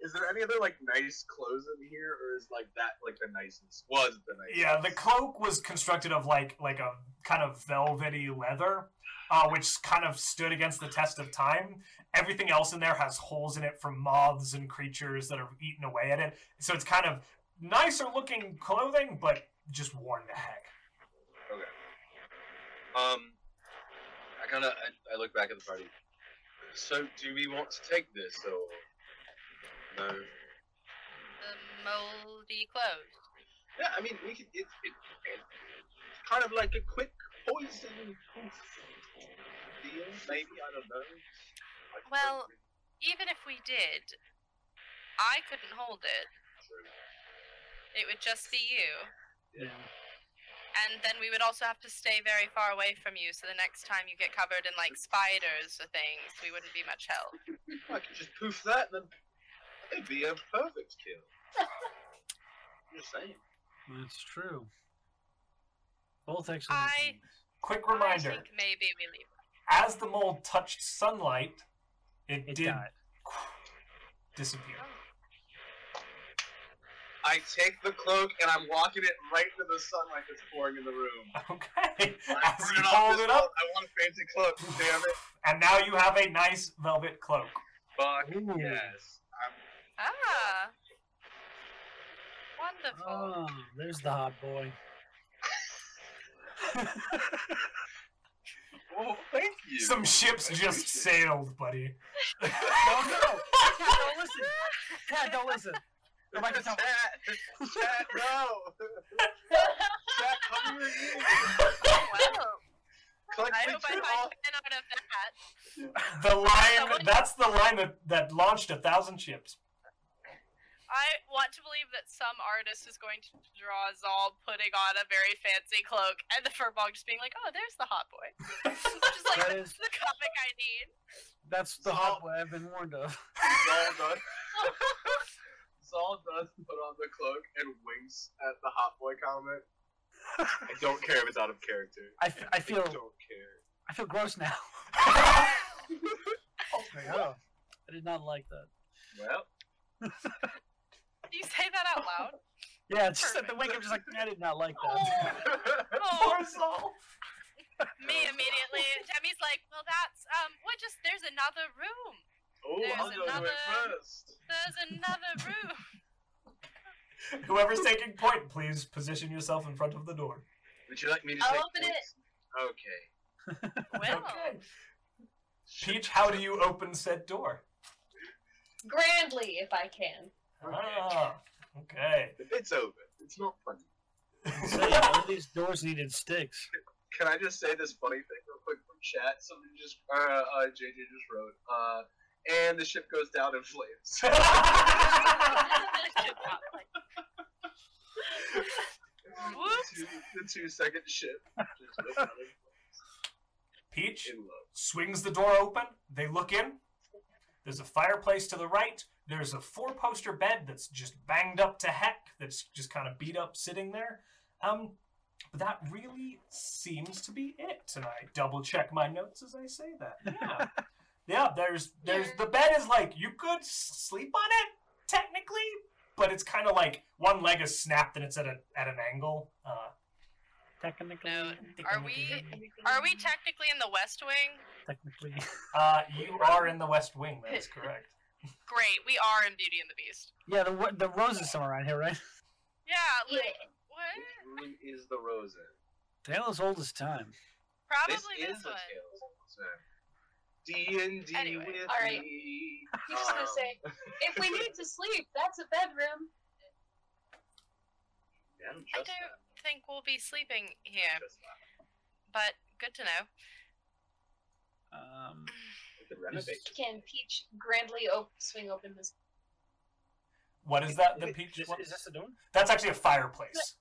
is there any other like nice clothes in here, or is like that like the nicest? Was the nicest?
Yeah, the cloak was constructed of like like a kind of velvety leather, uh, which kind of stood against the test of time. Everything else in there has holes in it from moths and creatures that have eaten away at it. So it's kind of nicer looking clothing, but just worn to heck.
Um, I kind of I, I look back at the party. So, do we want to take this or no?
The moldy clothes.
Yeah, I mean, we could. It, it, it's kind of like a quick poison proof deal, maybe. I don't know. I don't
Well-
really
Even if we did, I couldn't hold it.
sure.
It would just be you.
Yeah.
And then we would also have to stay very far away from you, so the next time you get covered in like spiders or things, we wouldn't be much help.
I could just poof that, and then it'd be a perfect kill. I'm just saying.
That's true. Both excellent.
I-
Quick
I
reminder:
think maybe we leave.
as the mold touched sunlight, it,
It
did
died.
disappear. [laughs]
I take the cloak and I'm walking it right into the sunlight that's pouring in
[laughs]
the room.
Okay,
I
as
turn
you
off
hold
this
it up,
cloak. I want a fancy cloak. Damn it!
and now you have a nice velvet cloak.
Fuck
Ooh.
yes. I'm
Ah. Wonderful.
Oh, there's the hot boy.
Well, thank you.
Some ships just sailed, buddy.
No, no. Chad, don't listen. Chad, don't listen. Go back to
chat,
town.
chat, no. Chat, come here. you.
well,
Click
I
me
hope I
through
find
all-
fan out of that.
The line
Someone-
that's the line that, that launched a thousand ships.
I want to believe that some artist is going to draw Zal putting on a very fancy cloak and the furbog just being like, oh, there's the hot boy. Which is like
That
the,
is-
the comic I need.
That's the hot boy I've been warned of.
Zol does. Zol does put on the cloak and winks at the hot boy comment. I don't care if it's out of character.
I, f- I
I
feel
don't care.
I feel gross now. Oh my god. I did not like that.
Well,
Do you say that out loud?
Yeah, it's just at the wake, I'm just like, I did not like that.
[laughs]
[laughs]
Oh,
Poor soul.
me immediately. Demi's like, well, that's um, what? Just there's another room.
oh,
There's
I'll go to
another-
it first.
There's another room.
Whoever's taking point, please position yourself in front of the door.
Would you like me to
I'll
take
open
points? Okay.
Well,
Okay. Peach, how do you open said door?
Grandly, if I can.
Ah,
[laughs]
okay. [laughs]
The bit's over. It's not funny.
Say, all these doors needed sticks.
Can I just say this funny thing real quick from chat? Somebody just, uh, uh, JJ just wrote, uh, and the ship goes down
[laughs]
in flames.
Whoops.
the, two, the two second ship just went down in
Peach
in love.
swings the door open. They look in. There's a fireplace to the right. There's a four poster bed that's just banged up to heck, that's just kind of beat up sitting there. Um, but that really seems to be it. And I double check my notes as I say that. Yeah. yeah, there's there's the bed is like you could s- sleep on it, technically, but it's kinda like one leg is snapped and it's at a at an angle. Uh
[laughs] Technically,
No, Are we are we technically in the West Wing?
technically,
uh you are in the West Wing, that is correct.
Great, we are in Beauty and the Beast.
yeah. The wo- the rose is somewhere around here, right?
Yeah,
Yeah.
like what?
Which room is the rose in?
Tale as old as time.
Probably
this,
this,
is the
one.
tales. So, D and D
Anyway,
with
all right.
me.
He's just gonna
Um, [laughs]
say, if we need to sleep, that's a bedroom.
yeah, I don't trust
I don't
that.
think we'll be sleeping
I don't
here,
trust that.
but good to know.
Um,
We could renovate.
Can Peach grandly op- swing open this?
What is that? The
wait,
peach
Is,
one?
is this a door?
That's actually a fireplace. Um,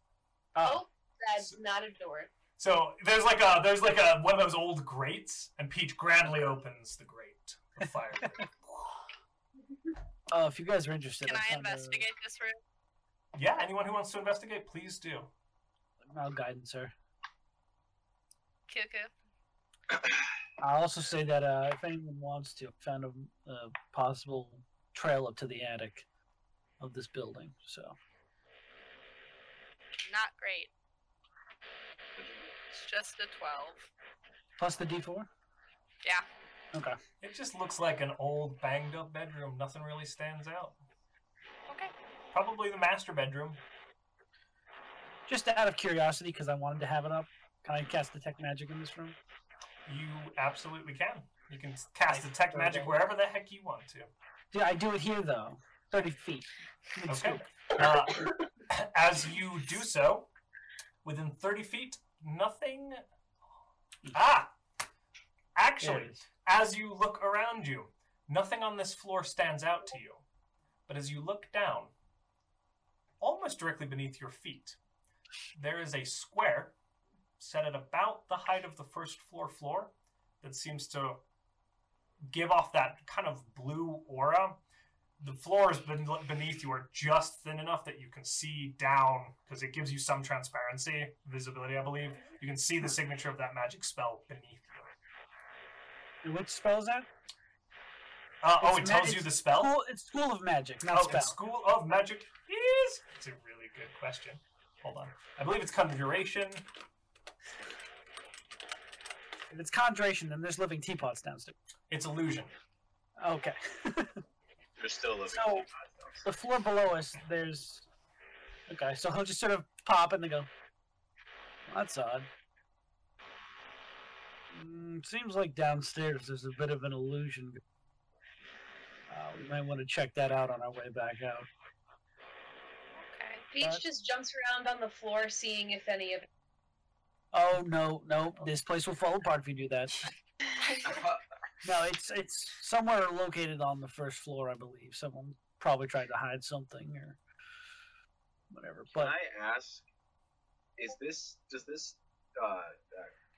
Oh,
Oh, that's not a door.
So there's like a there's like a one of those old grates, and Peach grandly opens the grate. The fire. grate.
uh, if you guys are interested,
Can I
found a-
investigate this room?
yeah, anyone who wants to investigate, please do.
I'll guidance her.
Cuckoo.
I'll also say that uh, if anyone wants to, I found a, a possible trail up to the attic of this building. So
Not great. It's just a
[laughs]
twelve.
plus the D four.
Yeah.
Okay.
It just looks like an old banged up bedroom. Nothing really stands out.
Okay.
Probably the master bedroom.
Just out of curiosity, because I wanted to have it up. Can I cast detect magic in this room?
You absolutely can. You can cast detect magic wherever the heck you want to.
Yeah, I do it here though. Thirty feet. Good
Okay.
scoop.
Uh, [coughs] as you do so, within 30 feet, nothing. Ah!
There
Actually,
it is.
as you look around you, nothing on this floor stands out to you. But as you look down, almost directly beneath your feet, there is a square set at about the height of the first floor floor that seems to give off that kind of blue aura. The floors ben- beneath you are just thin enough that you can see down because it gives you some transparency, visibility, I believe. You can see the signature of that magic spell beneath you.
And Which spell is that?
Uh, oh, it
It's ma-
tells you
it's
the spell.
School, it's School of Magic, not
oh,
spell.
it's School of Magic is. It's a really good question. Hold on. I believe it's conjuration.
If it's Conjuration, then there's living teapots downstairs.
It's illusion.
Okay.
There's still living.
So-
in the hot dogs.
the floor below us, there's. Okay, so he'll just sort of pop and then go. That's odd. Mm, seems like downstairs there's a bit of an illusion. Uh, we might want to check that out on our way back out.
Okay.
Peach
That's-
just jumps around on the floor, seeing if any of.
Oh no, no, this place will fall apart if you
[laughs]
do that.
Uh,
No, it's it's somewhere located on the first floor, I believe. Someone probably tried to hide something or whatever.
Can
But
I ask? Is this does this uh, uh,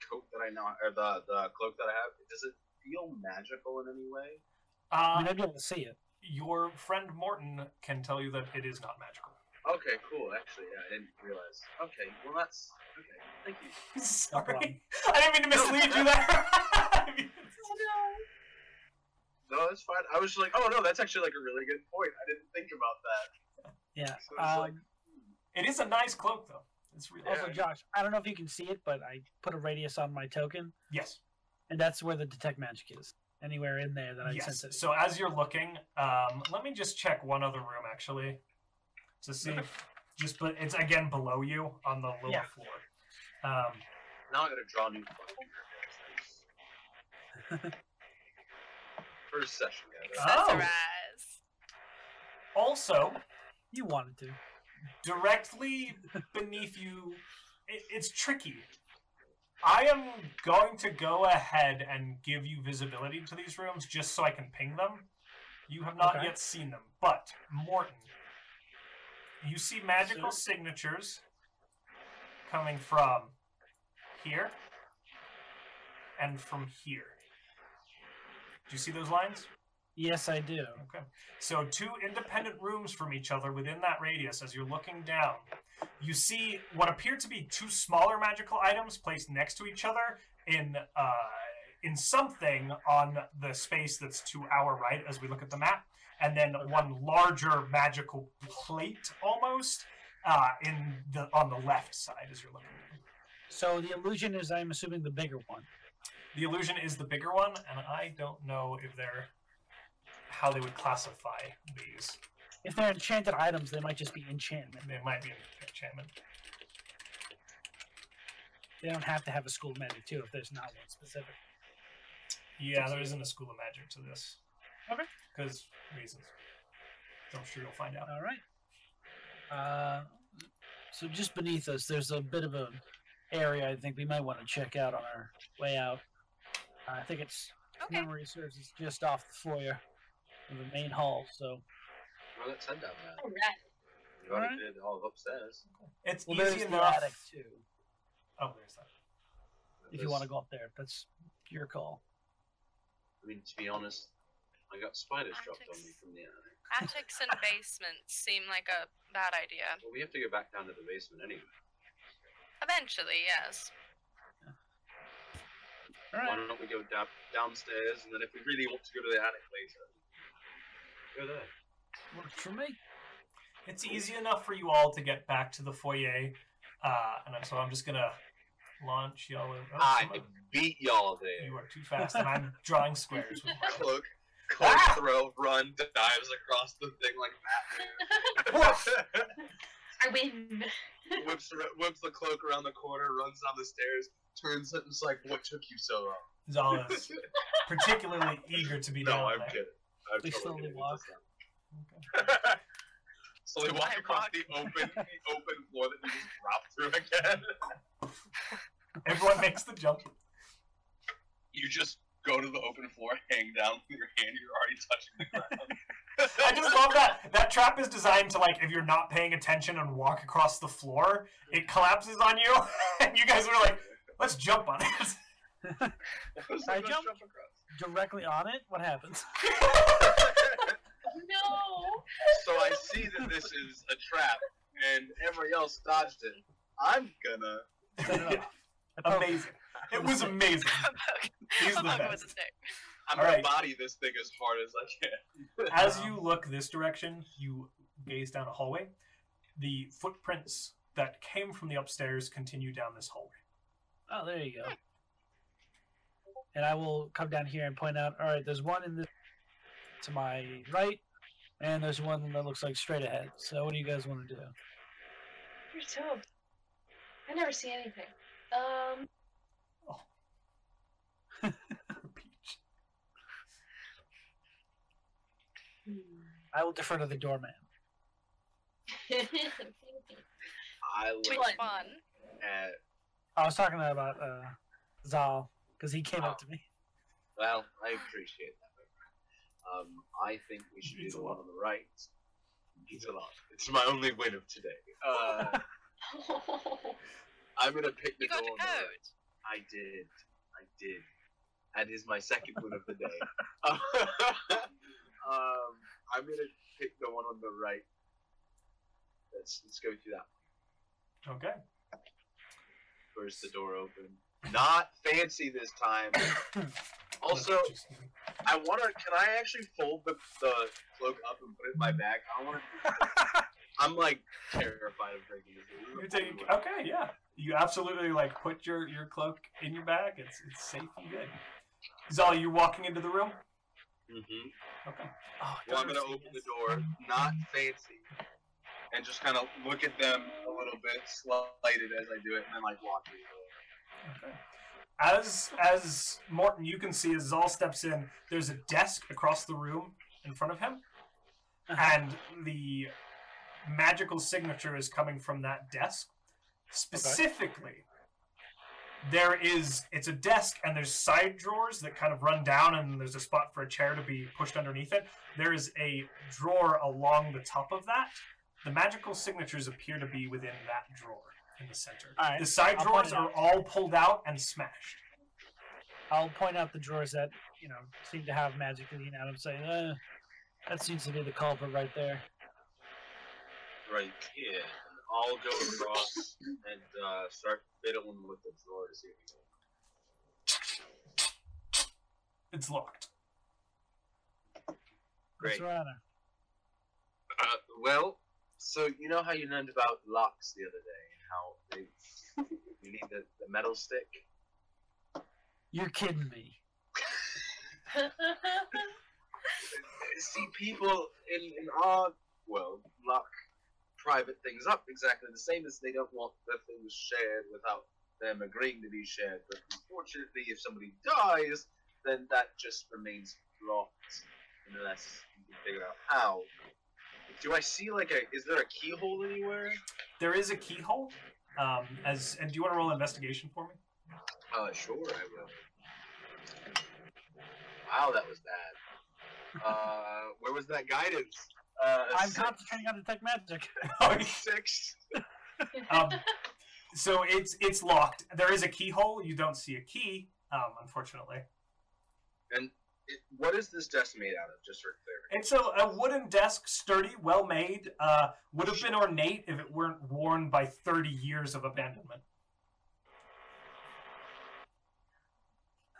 coat that I know or the the cloak that I have does it feel magical in any way?
I
Uh,
mean, I'd be able to see it.
your friend Morton can tell you that it is not magical. [laughs]
Okay, cool. Actually, yeah, I didn't realize. Okay, well that's okay. Thank you.
Sorry. I didn't mean to mislead you there. I mean,
No, that's fine. I was just like, oh no, that's actually like a really good point. I didn't think about that.
Yeah.
So it's like,
Um,
[laughs] it is a nice cloak, though. It's really
Also,
Yeah.
Josh, I don't know if you can see it, but I put a radius on my token,
yes.
and that's where the detect magic is. Anywhere in there that I
yes.
sense it.
So as you're looking, um, let me just check one other room actually to see. just but it's again below you on the lower
Yeah.
floor. Um,
Now I gotta draw new fucking [laughs] First session, guys.
Oh.
Accessorize.
also,
you wanted to.
directly beneath you, it, it's tricky I am going to go ahead and give you visibility to these rooms just so I can ping them. You have not
Okay.
yet seen them, but Morton, you see magical signatures coming from here and from here. Do you see those lines?
Yes, I do.
Okay. So two independent rooms from each other within that radius as you're looking down. You see what appear to be two smaller magical items placed next to each other in uh, in something on the space that's to our right as we look at the map, and then one larger magical plate almost uh, in the on the left side as you're looking.
So the illusion is, I'm assuming, the bigger one.
The illusion is the bigger one, and I don't know if they're how they would classify these.
If they're enchanted items, they might just be enchantment.
They might be an enchantment.
They don't have to have a school of magic too if there's not one specific.
Yeah, there isn't a school of magic to this.
Okay.
Because reasons. I'm sure you'll find out.
All right.
Uh, so just beneath us, there's a bit of a area I think we might want to check out on our way out. Uh, I think it's if
Okay.
memory serves it's just off the foyer of the main hall. So
Well, let's head down there.
Alright.
You already
Alright.
did all of upstairs.
It's
well,
easy
there's the
enough.
attic too.
oh, there's that.
If you want to go up there, that's your call.
I mean, to be honest, I got spiders dropped on
Antics.
me from the attic.
Attics and basements seem like a bad idea.
Well, we have to go back down to the basement anyway.
Eventually, yes. [laughs]
All right.
Why don't we go da- downstairs and then if we really want to go to the attic later, go there.
Works for me.
It's easy enough for you all to get back to the foyer. Uh, and I'm- so I'm just going to launch y'all. in- Oh,
I
someone-
beat y'all
you
[laughs] there.
are too fast, and I'm drawing squares. With my-
[laughs] Cloak, cloak
Ah!
throw, run, dives across the thing like that.
I win.
[laughs]
whips, the- whips the cloak around the corner, runs down the stairs, turns it and is like, what took you so long?
Zal is particularly eager to be
no,
down
I'm
there.
kidding. I'm
They
totally
slowly
kidding. It's
walk.
just that.
Okay.
[laughs] So they walk
I
across
walk.
the open, the open floor that you just dropped through again. [laughs]
Everyone makes the jump.
You just go to the open floor, hang down with your hand. You're already touching the ground. [laughs]
I just love that. That trap is designed to like if you're not paying attention and walk across the floor, it collapses on you, [laughs] and you guys are like, "Let's jump on it."
Let's
I
jump
jump.
across. [laughs]
Directly on it, what happens?
No.
So I see that this is a trap, and everybody else dodged it. I'm gonna.
Set it up. I poke.
[laughs] amazing. It was amazing. He's the
Among was
best.
a snake.
I'm
All
gonna
right.
body this thing as hard as I can.
As you look this direction, you gaze down a hallway. The footprints that came from the upstairs continue down this hallway. [laughs]
Oh, there you go.
and I will come down here and point out. All right, there's one in the to my right, and there's one that looks like straight ahead. So what do you guys want to do?
You're so. I never see anything. Um.
Peach.
I will defer to the doorman.
I look
Which
One.
one?
at.
I was talking about uh, Zal because he came up
Oh.
to me.
Well, I appreciate that. my friend. Um, I think we should do
Eats
the
a
one
lot.
on the right. It's a lot. It's my only win of today. Uh,
[laughs]
I'm gonna pick the
You got
door. on the right.
code.
I did. I did. That is my second win of
[laughs]
the day. um, I'm gonna pick the one on the right. Let's let's go through that.
Okay.
First, the door open. Not fancy this
[coughs]
time. Also, I wanna. Can I actually fold the, the cloak up and put it in my bag? I wanna. [laughs] I'm like terrified of breaking this. This is a
you take
funny one.
okay, yeah. You absolutely like put your your cloak in your bag. It's it's safe and good. Zal, you walking into the room?
Mhm.
Okay.
Well, I'm gonna open the door, not fancy, and just kind of look at them a little bit, slighted as I do it, and then like walk through the door.
Okay. As as Morton, you can see as Zal steps in, there's a desk across the room in front of him,
Uh-huh.
and the magical signature is coming from that desk. Specifically, there is it's a desk and there's side drawers that kind of run down and there's a spot for a chair to be pushed underneath it there is a drawer along the top of that the magical signatures appear to be within that drawer in the center
All right,
the side
I'll
drawers
point it
are
out.
all pulled out and smashed
I'll point out the drawers that you know seem to have magic lean out. I'm saying uh, that seems to be the culprit right there.
right here. And I'll go across and uh, start fiddling with the drawer to see if we can.
it's locked
Great.
Serrano.
Uh, well, so you know how you learned about locks the other day and how they you need the, the metal stick.
You're kidding me.
See, people in, in our world lock private things up exactly the same as they don't want their things shared without them agreeing to be shared. But unfortunately, if somebody dies, then that just remains locked unless you can figure out how. Do I see like a? Is there a keyhole anywhere?
there is a keyhole um, as and do you want to roll investigation for
[laughs]
me
Uh, sure, I will. Wow, that was bad. Uh, where was that guidance? Uh, a
I'm
six-
concentrating on detect magic.
a six.
um, so it's it's locked there is a keyhole you don't see a key um, unfortunately
And it, what is this desk made out of? Just for clarity.
It's a, a wooden desk, sturdy, well made. Uh, would have been ornate if it weren't worn by 30 years of abandonment.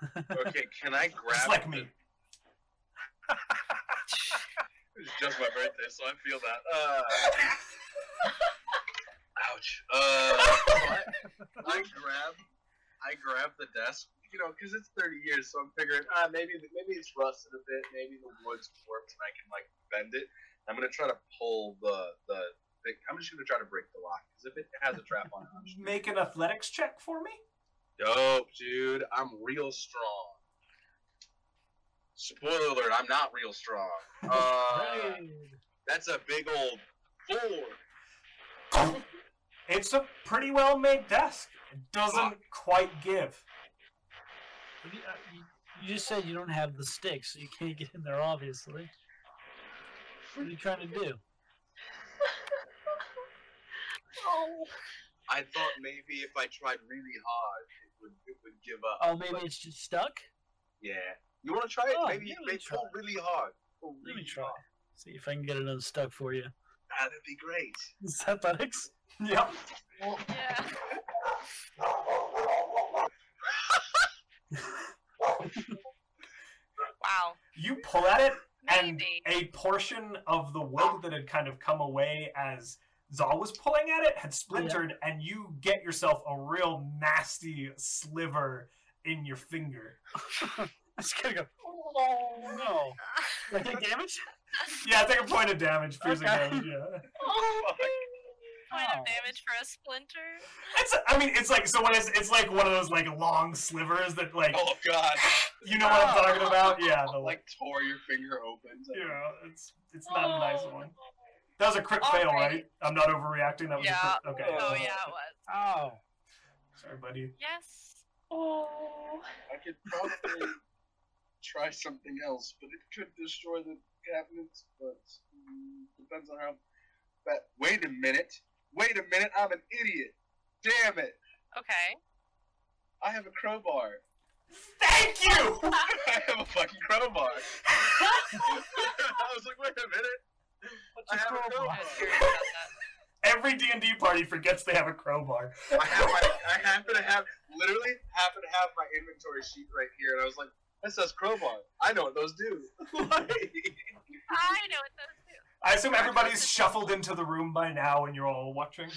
[laughs]
Okay, can I grab?
Just like
the-
me.
It's just my birthday, so I feel that. Uh, ouch.
[laughs]
Uh, I grab, I grab the desk. You know, because it's 30 years, so I'm figuring, ah, maybe maybe it's rusted a bit, maybe the wood's warped, and I can like bend it. I'm gonna try to pull the the. Thing. I'm just gonna try to break the lock because if it has a trap on it, I'm just
Make an athletics check for me.
dope, dude. I'm real strong. Spoiler alert: I'm not real strong. Uh, that's a big old four.
It's a pretty well made desk. It doesn't quite give. [laughs]
What do you, uh, you- you just said you don't have the stick, so you can't get in there, obviously. What are you trying to do?
oh,
I thought maybe if I tried really hard, it would it would give up.
Oh, maybe
but-
it's just stuck?
yeah. You want to try it?
Oh,
maybe
yeah, let me
maybe
try
pull
it.
really hard. Pull
Let
really
me try.
hard.
See if I can get it unstuck for you. [laughs]
That'd be great.
Is athletics? [laughs]
Yep.
well,
[laughs] Yeah.
Oh,
wow.
You pull at it, and
Maybe. [laughs]
a portion of the wood that had kind of come away as Zal was pulling at it had splintered, and you get yourself a real nasty sliver in your finger.
It's gonna go,
oh,
no. Did I take [laughs] damage?
Yeah, take a point of
[laughs]
damage, piercing
Okay.
damage. Yeah.
oh,
Point
Oh.
of damage for a splinter.
It's, I mean, it's like so when it's it's like one of those like long slivers that like
Oh God!
you know what I'm
Oh.
talking about. Yeah, the like
like tore your finger open.
you know, it's it's not a nice
Oh.
one. That was a crit fail,
Alright.
right? I'm not overreacting. That was
Yeah.
a crit. okay.
Oh yeah, it was.
Oh.
Sorry, buddy.
Yes.
oh.
I could probably try something else, but it could destroy the cabinets. But mm, depends on how. But wait a minute! Wait a minute! I'm an idiot! Damn it!
Okay.
I have a crowbar. [laughs]
Thank you.
[laughs]
I have a fucking crowbar. [laughs] I was like, wait a minute. I have a crowbar.
I was [laughs] curious about that.
Every D and D party forgets they have a crowbar.
I have my, I happen to have, literally happen to have my inventory sheet right here, and I was like, that says crowbar. I know what those do.
I know what those do.
I assume everybody's shuffled into the room by now, and you're all watching.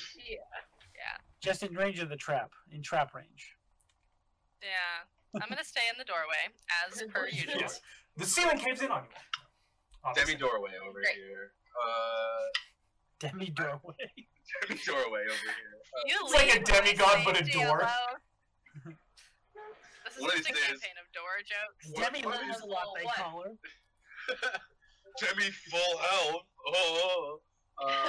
Just in range of the trap. In trap range.
Yeah. I'm gonna stay in the doorway as per usual.
Yes. The ceiling caves in on you.
Demi
[laughs] Obviously.
doorway over
Great.
here. Uh,
Demi doorway.
[laughs] demi doorway over here.
You
It's like a
leave my
demigod, but a
safety
door.
alone.
[laughs]
This is
What
just a
is this?
campaign of door jokes.
What-
Demi
what
lives
is-
a lot, they
what?
call her.
Demi full health. Oh. Uh,
[laughs] I'm not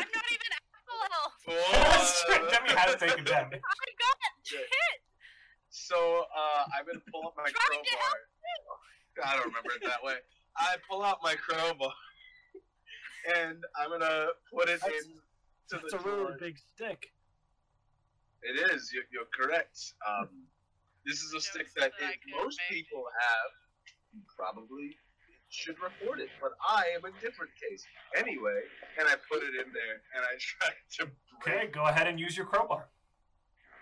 even at full health.
oh.
That's true. Demi has taken damage.
Oh my god,
Yeah.
shit!
So uh, I'm gonna pull up my
Trying to
crowbar. I don't remember it that way. I pull out my crowbar and I'm gonna put it
That's-
in to
It's
the
a really
drawer.
big stick.
It is. You're, you're correct. Um, this is a
Jokes
stick that,
that I
it,
could
most
make.
people have. You probably should report it, but I am a different case. Anyway, and I put it in there, and I [laughs] tried to break.
Okay, go ahead and use your crowbar.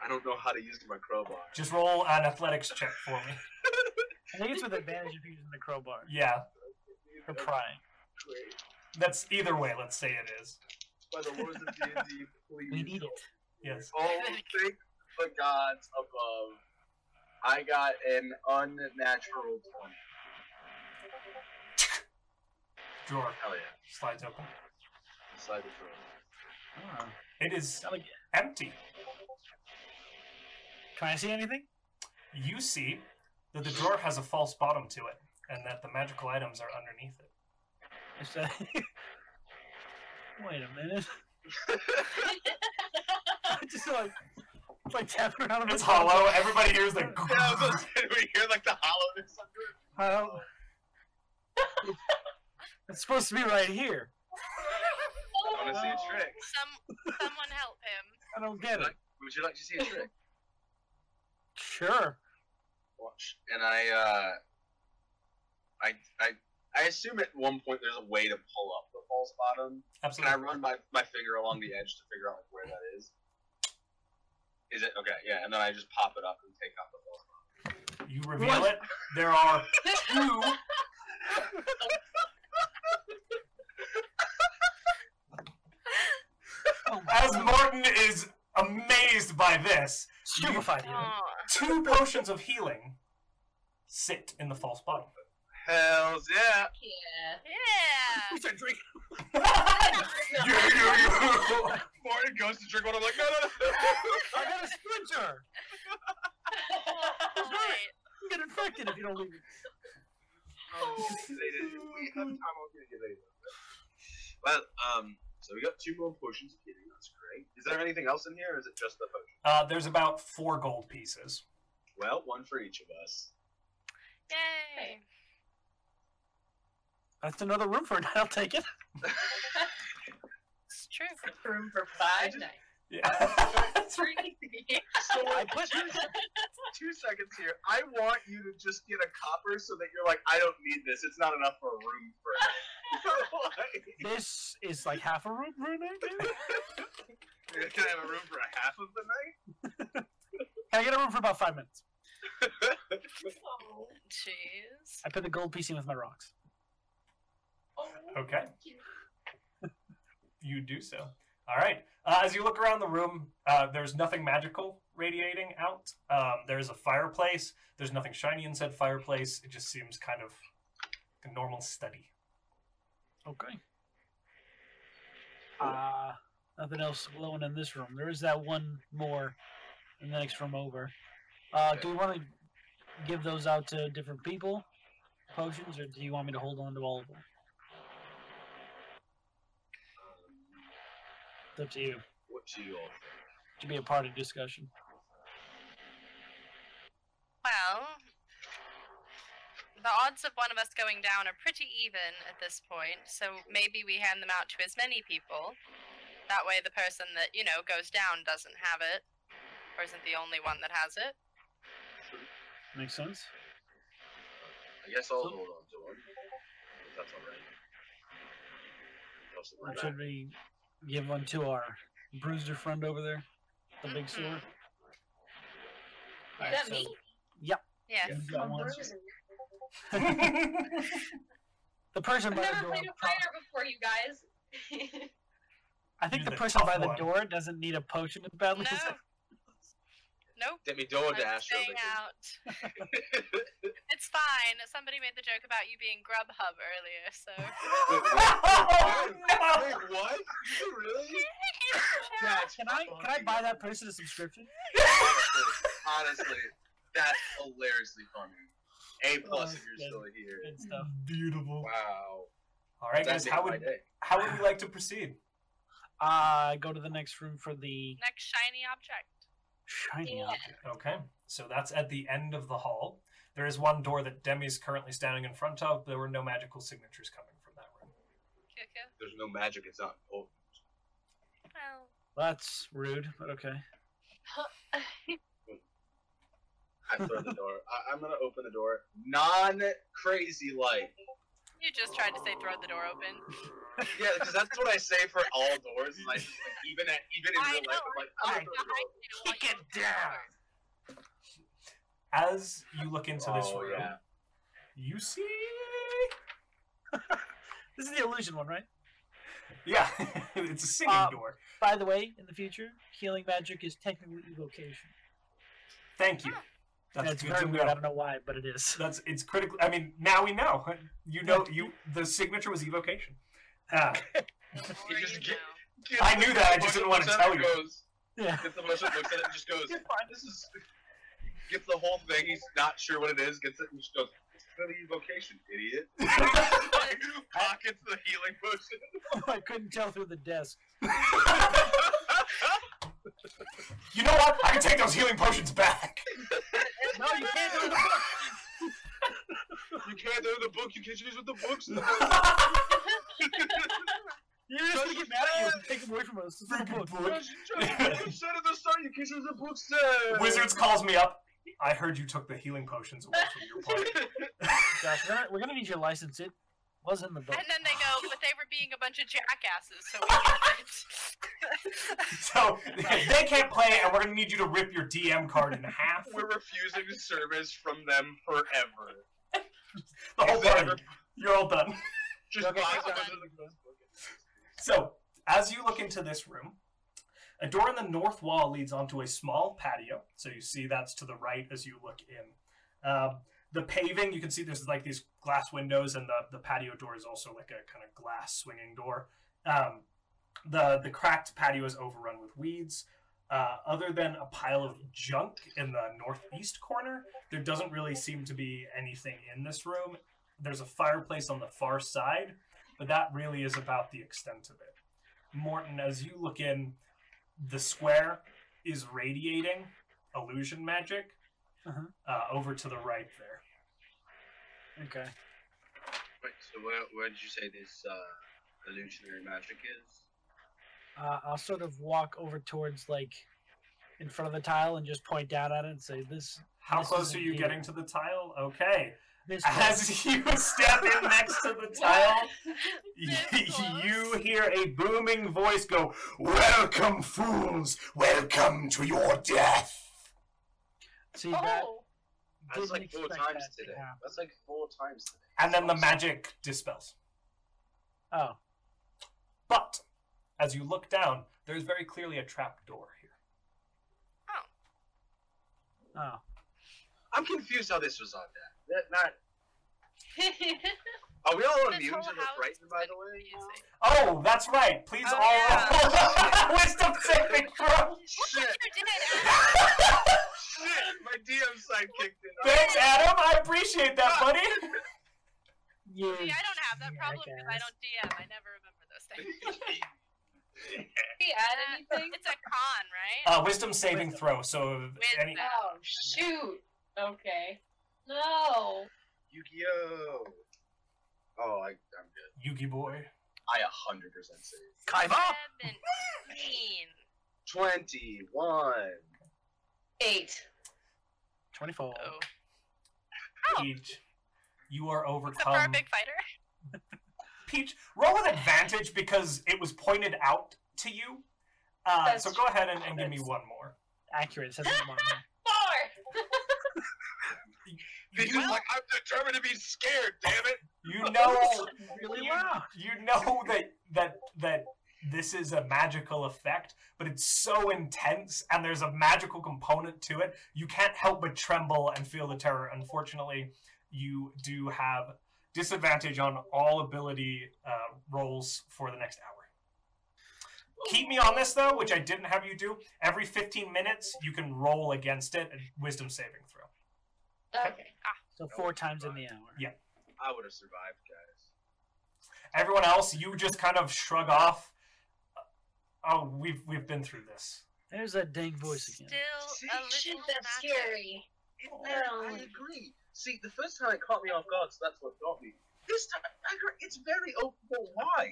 I don't know how to use my crowbar.
Just roll an athletics check for me.
I think it's with advantage if you're using the crowbar.
Yeah,
For prying.
Great.
that's either way. Let's say it is.
By the lords
[laughs]
of D&D, please.
We need it.
Yes.
Oh, thank the gods above. I got an unnatural 20.
Drawer
Hell yeah.
slides open.
Slide the drawer.
Ah.
It is
Like,
empty.
Can I see anything?
You see that the drawer has a false bottom to it, and that the magical items are underneath it.
I said, [laughs] Wait a
[laughs]
minute. [laughs] I just like, like tapping around. on
It's
the
hollow. Everybody hears the.
[laughs] Yeah,
[laughs]
I was gonna say, we hear like the hollowness under it.
I don't- it's supposed to be right here.
I want to see a
Oh,
trick.
Some someone help him.
I don't get it.
Would you like to see a trick?
Sure.
Watch. And I, uh, I, I, I assume at one point there's a way to pull up the false bottom. Can I
Absolutely.
run my, my finger along the edge to figure out like, where that is? Is it okay? Yeah, and then I just pop it up and take out the false bottom.
You reveal it. There are two
Oh my
As
God.
Martin is amazed by this,
Stupefied. even.
Aw.
two potions of healing sit in the false bottom. [laughs]
Hell's yeah! [laughs]
Yeah.
Yeah.
We start drinking.
You, you, you.
Martin goes to drink one. I'm like, no, no, no.
I got a splinter.
All right.
You get infected if you don't leave. it.
Um, they did. We have time. I'll give you later. Well, um, so we got two more potions of healing. That's great. Is there anything else in here, or is it just the potion?
Uh, there's about four gold pieces.
Well, one for each of us.
Yay.
That's another room for it. [laughs] I'll take it.
It's true.
Room for five nights.
Yeah.
[laughs] So
I
like,
put.
two seconds here. I want you to just get a copper so that you're like, I don't need this. It's not enough for a room for a night. [laughs]
This is like half a room, room I guess.
Like, Can I have a room for a half of the night?
Can I get a room for about five minutes?
[laughs]
Jeez.
I put the gold piece in with my rocks.
Okay. You do so. All right. Uh, as you look around the room, uh, there's nothing magical radiating out. Um, there's a fireplace. There's nothing shiny in said fireplace. It just seems kind of a normal study. [laughs]
Okay. Uh, nothing else glowing in this room. There is that one more in the next room over. Uh, do we want to give those out to different people, potions, or do you want me to hold on to all of them? It's up to you.
Um, What do you all
To be a part of discussion.
Well, the odds of one of us going down are pretty even at this point, so maybe we hand them out to as many people. That way, the person that, you know, goes down doesn't have it, or isn't the only one that has it.
Makes sense.
I guess I'll
So-
hold on to one. If that's alright. Toss it
Or
right
should
back.
we give one to our bruiser friend over there, the big
Mhm.
sword?
Is Mm-hmm. that me?
Yes.
You got
I'm
one.
bruising.
The person
I've
by the
never
door.
played a
pro-
fighter before, you guys.
I think
You're
the
the
person
tough
by the
one.
door doesn't need a potion as badly. as
No. Nope.
Get me
I'm
DoorDash
staying out. It's fine. Somebody made the joke about you being Grubhub earlier, [laughs] so.
[laughs] Wait, what? Really?
[laughs]
That's
Can I can I
fucking
buy that person a subscription?
honestly, honestly, that's hilariously funny. A plus if you're still here.
Good stuff.
Beautiful.
Wow.
All right,
That
guys.
made
How
my
would
day.
how would you like to proceed?
Uh, go to the next room for the
Next shiny object.
Shiny object.
Okay, so that's at the end of the hall. There is one door that Demi is currently standing in front of. There were no magical signatures coming from that room.
Kyoko?
There's no magic. It's not. Oh,
Well,
That's rude, but okay.
I throw the door. I, I'm gonna open the door. Non crazy like.
you just tried to say throw the door open.
Yeah, because that's what I say for all doors. Like, like even at even in
I
real life, I'm like, I'm gonna throw the door.
Oh. Kick it down.
As you look into this
Oh,
room,
yeah.
you see.
This is the illusion one, right?
Yeah, [laughs] it's a singing
Um,
door.
By the way, in the future, healing magic is technically evocation.
Thank you. That's,
That's
good
very
to
weird. I
know.
don't know why, but it is. [laughs]
That's it's critical. I mean, now we know. [laughs] You know, you the signature was evocation. Ah,
You
Or
just
you
get-
know.
I knew that, I just
Gets the
didn't wanna
motion,
tell
looks
you.
at it, Goes,
Yeah. [laughs]
gets the motion, looks at it, and just goes. This is. Gets the whole thing. He's not sure what it is. Gets it and just goes. It's an evocation, idiot.
[laughs]
Like, Pockets the healing potion.
I couldn't tell through the desk.
you know what? I can take those healing potions back. [laughs]
No, you can't do it.
you can't do the book. You can't use with the books.
[laughs]
You're just gonna get mad at you and take them away from us. This is the
Freaking
book.
book.
You said at the start you can't use the books. uh, [laughs]
Wizards calls me up. I heard you took the healing potions away from your party.
[laughs]
Josh, we're gonna, we're gonna need your license. It was in the book.
And then they go, but they were being a bunch of jackasses, so we did it.
So they can't play, and we're gonna need you to rip your DM card in half.
We're refusing service from them forever.
The whole
Is that
party.
ever-
You're all done.
Just
Okay,
buy
it's
a bunch
fine.
of the ghost book.
So, as you look into this room, a door in the north wall leads onto a small patio. So you see that's to the right as you look in. Um, the paving, you can see there's like these glass windows, and the, the patio door is also like a kind of glass swinging door. Um, the the cracked patio is overrun with weeds. Uh, other than a pile of junk in the northeast corner, there doesn't really seem to be anything in this room. There's a fireplace on the far side, but that really is about the extent of it. Morton, as you look in, the square is radiating illusion magic
Uh-huh.
uh, over to the right there.
Okay.
Wait, so where, where did you say this uh, illusionary magic is?
Uh, I'll sort of walk over towards like in front of the tile and just point down at it and say, "This,
How
This
close
is
are
in
you
here.
getting to the tile? Okay.
this."
[laughs] As you step in next to the
[laughs]
tile, [laughs]
This close.
you hear a booming voice go, Welcome, fools! Welcome to your death!
see that?
Oh.
That's
didn't
like four
expect
times
that to
today.
happen.
That's like four times today.
And then the magic dispels.
Oh,
But as you look down, there's very clearly a trap door here.
oh.
I'm confused how this was on that. that not,
[laughs]
are we all
This
immune to
whole
the
house
frightened,
is
by
like
the way?
confusing.
Oh, that's right. Please
Oh,
all
yeah.
roll [laughs] wisdom saving
[laughs]
throw.
Shit!
You did it!
Shit! My DM side kicked in.
Thanks, Adam. I appreciate
Oh.
that, buddy.
Yeah.
See, I don't have that
Yeah,
problem because I
guess.
don't DM. I never remember those [laughs] things.
He add
[laughs]
anything?
it's a con, right?
Uh, wisdom saving throw. So any,
Wisdom.
Oh shoot. Okay. No.
Yu-Gi-Oh! Oh, I, I'm good.
Yugi boy.
I 100% save.
Kaiba?
Seventeen.
21.
Eight.
24.
Oh. Oh.
Peach, you are
Except for our
overcome.
big fighter.
Peach, roll with advantage because it was pointed out to you. Uh,
That's
so go ahead and, and give me
That's-
one more.
Accurate. Says it's mine.
[laughs]
Four.
He's
You,
just like, I'm determined to be scared, damn it!
you
[laughs]
know
really
you, you know [laughs] that that that this is a magical effect, but it's so intense and there's a magical component to it. You can't help but tremble and feel the terror. Unfortunately, you do have disadvantage on all ability uh, rolls for the next hour. Keep me on this though, which I didn't have you do. Every 15 minutes, you can roll against it and wisdom saving throw.
Okay.
So four times in the hour.
Yeah.
I would have survived, guys.
Everyone else, you just kind of shrug off. Oh, we've we've Uh, been through this.
There's that dang voice again.
Still a
Shit,
little
that's
matter.
scary.
Isn't that- I
Wow.
agree. See, the first time it caught me off guard, so that's what got me. This time, I agree. It's very open. Well, why?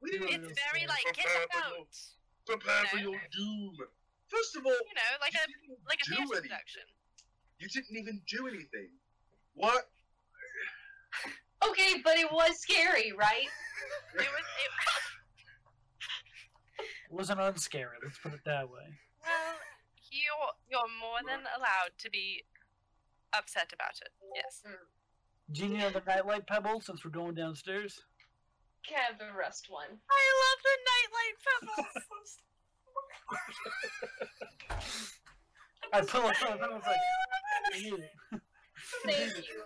We didn't
It's
even
very like get
prepare for
out.
your- prepare for
you know?
your doom. First of all,
You know, like
you
a
didn't
like a
do
theater
anything.
production.
You didn't even do anything. What?
Okay, but it was scary, right?
It was it,
It wasn't unscary. Let's put it that way.
well, you're you're more than allowed to be upset about it. Yes.
Do you need another nightlight pebble since we're going downstairs?
Can I have the rust one?
I love the nightlight pebbles.
I pull it up and I was like, "Ew." [laughs]
Thank you.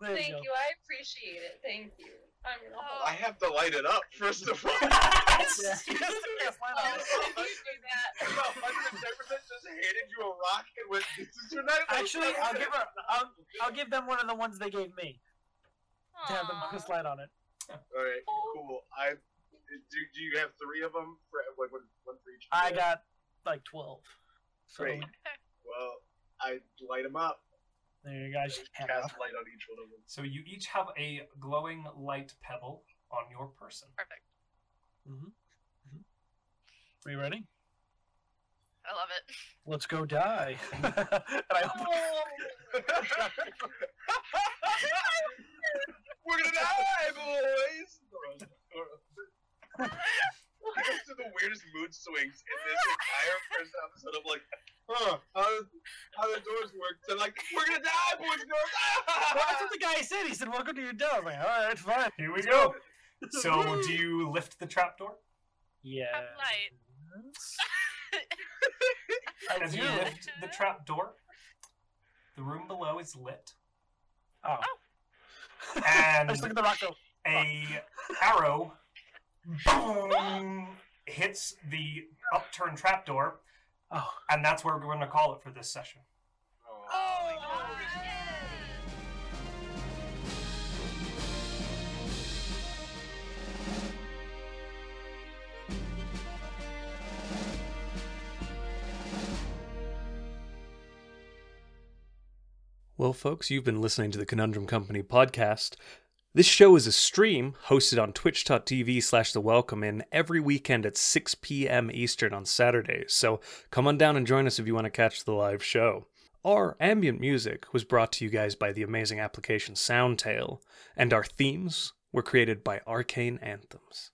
there
Thank
you go.
you. I appreciate it. Thank you. I'm gonna hold [laughs]
Oh.
I have to light it up, first of all. [laughs] no,
[laughs]
Yeah.
Oh,
[laughs]
on. If you do that,
110% just handed you a rock and went, this is your night.
Actually, I'll give her. I'll, I'll give them one of the ones they gave me to have the
Aw.
focus light on it.
Alright, cool. I, do, do you have three of them? For, like, one, one for each?
I got like twelve. So
Great. Well, I light them up.
there you guys have it.
Cast light on each one of them.
So you each have a glowing light pebble on your person.
Perfect.
Are you ready?
I love it.
Let's go
[laughs]
die. and I open
Oh.
We're gonna die, boys! I go through the weirdest mood swings in this entire first episode of like, huh, how, how the doors work. So like, we're gonna die, boys and girls!
[laughs] well, that's
Ah!
what the guy said. He said, "Welcome to your death." I'm like, all right, fine.
Here we go. So do you lift the trapdoor?
Yeah.
light.
I
As
do.
you lift the trapdoor, the room below is lit,
Oh. I Oh.
and
just look at the rock. Go,
a arrow boom, hits the upturned trapdoor,
oh,
and that's where we're going to call it for this session.
Oh,
Well, folks, you've been listening to the Conundrum Company podcast. This show is a stream hosted on twitch.tv slash the welcome in every weekend at 6 p.m. Eastern on Saturdays, so come on down and join us if you want to catch the live show. Our ambient music was brought to you guys by the amazing application Soundtail, and our themes were created by Arcane Anthems.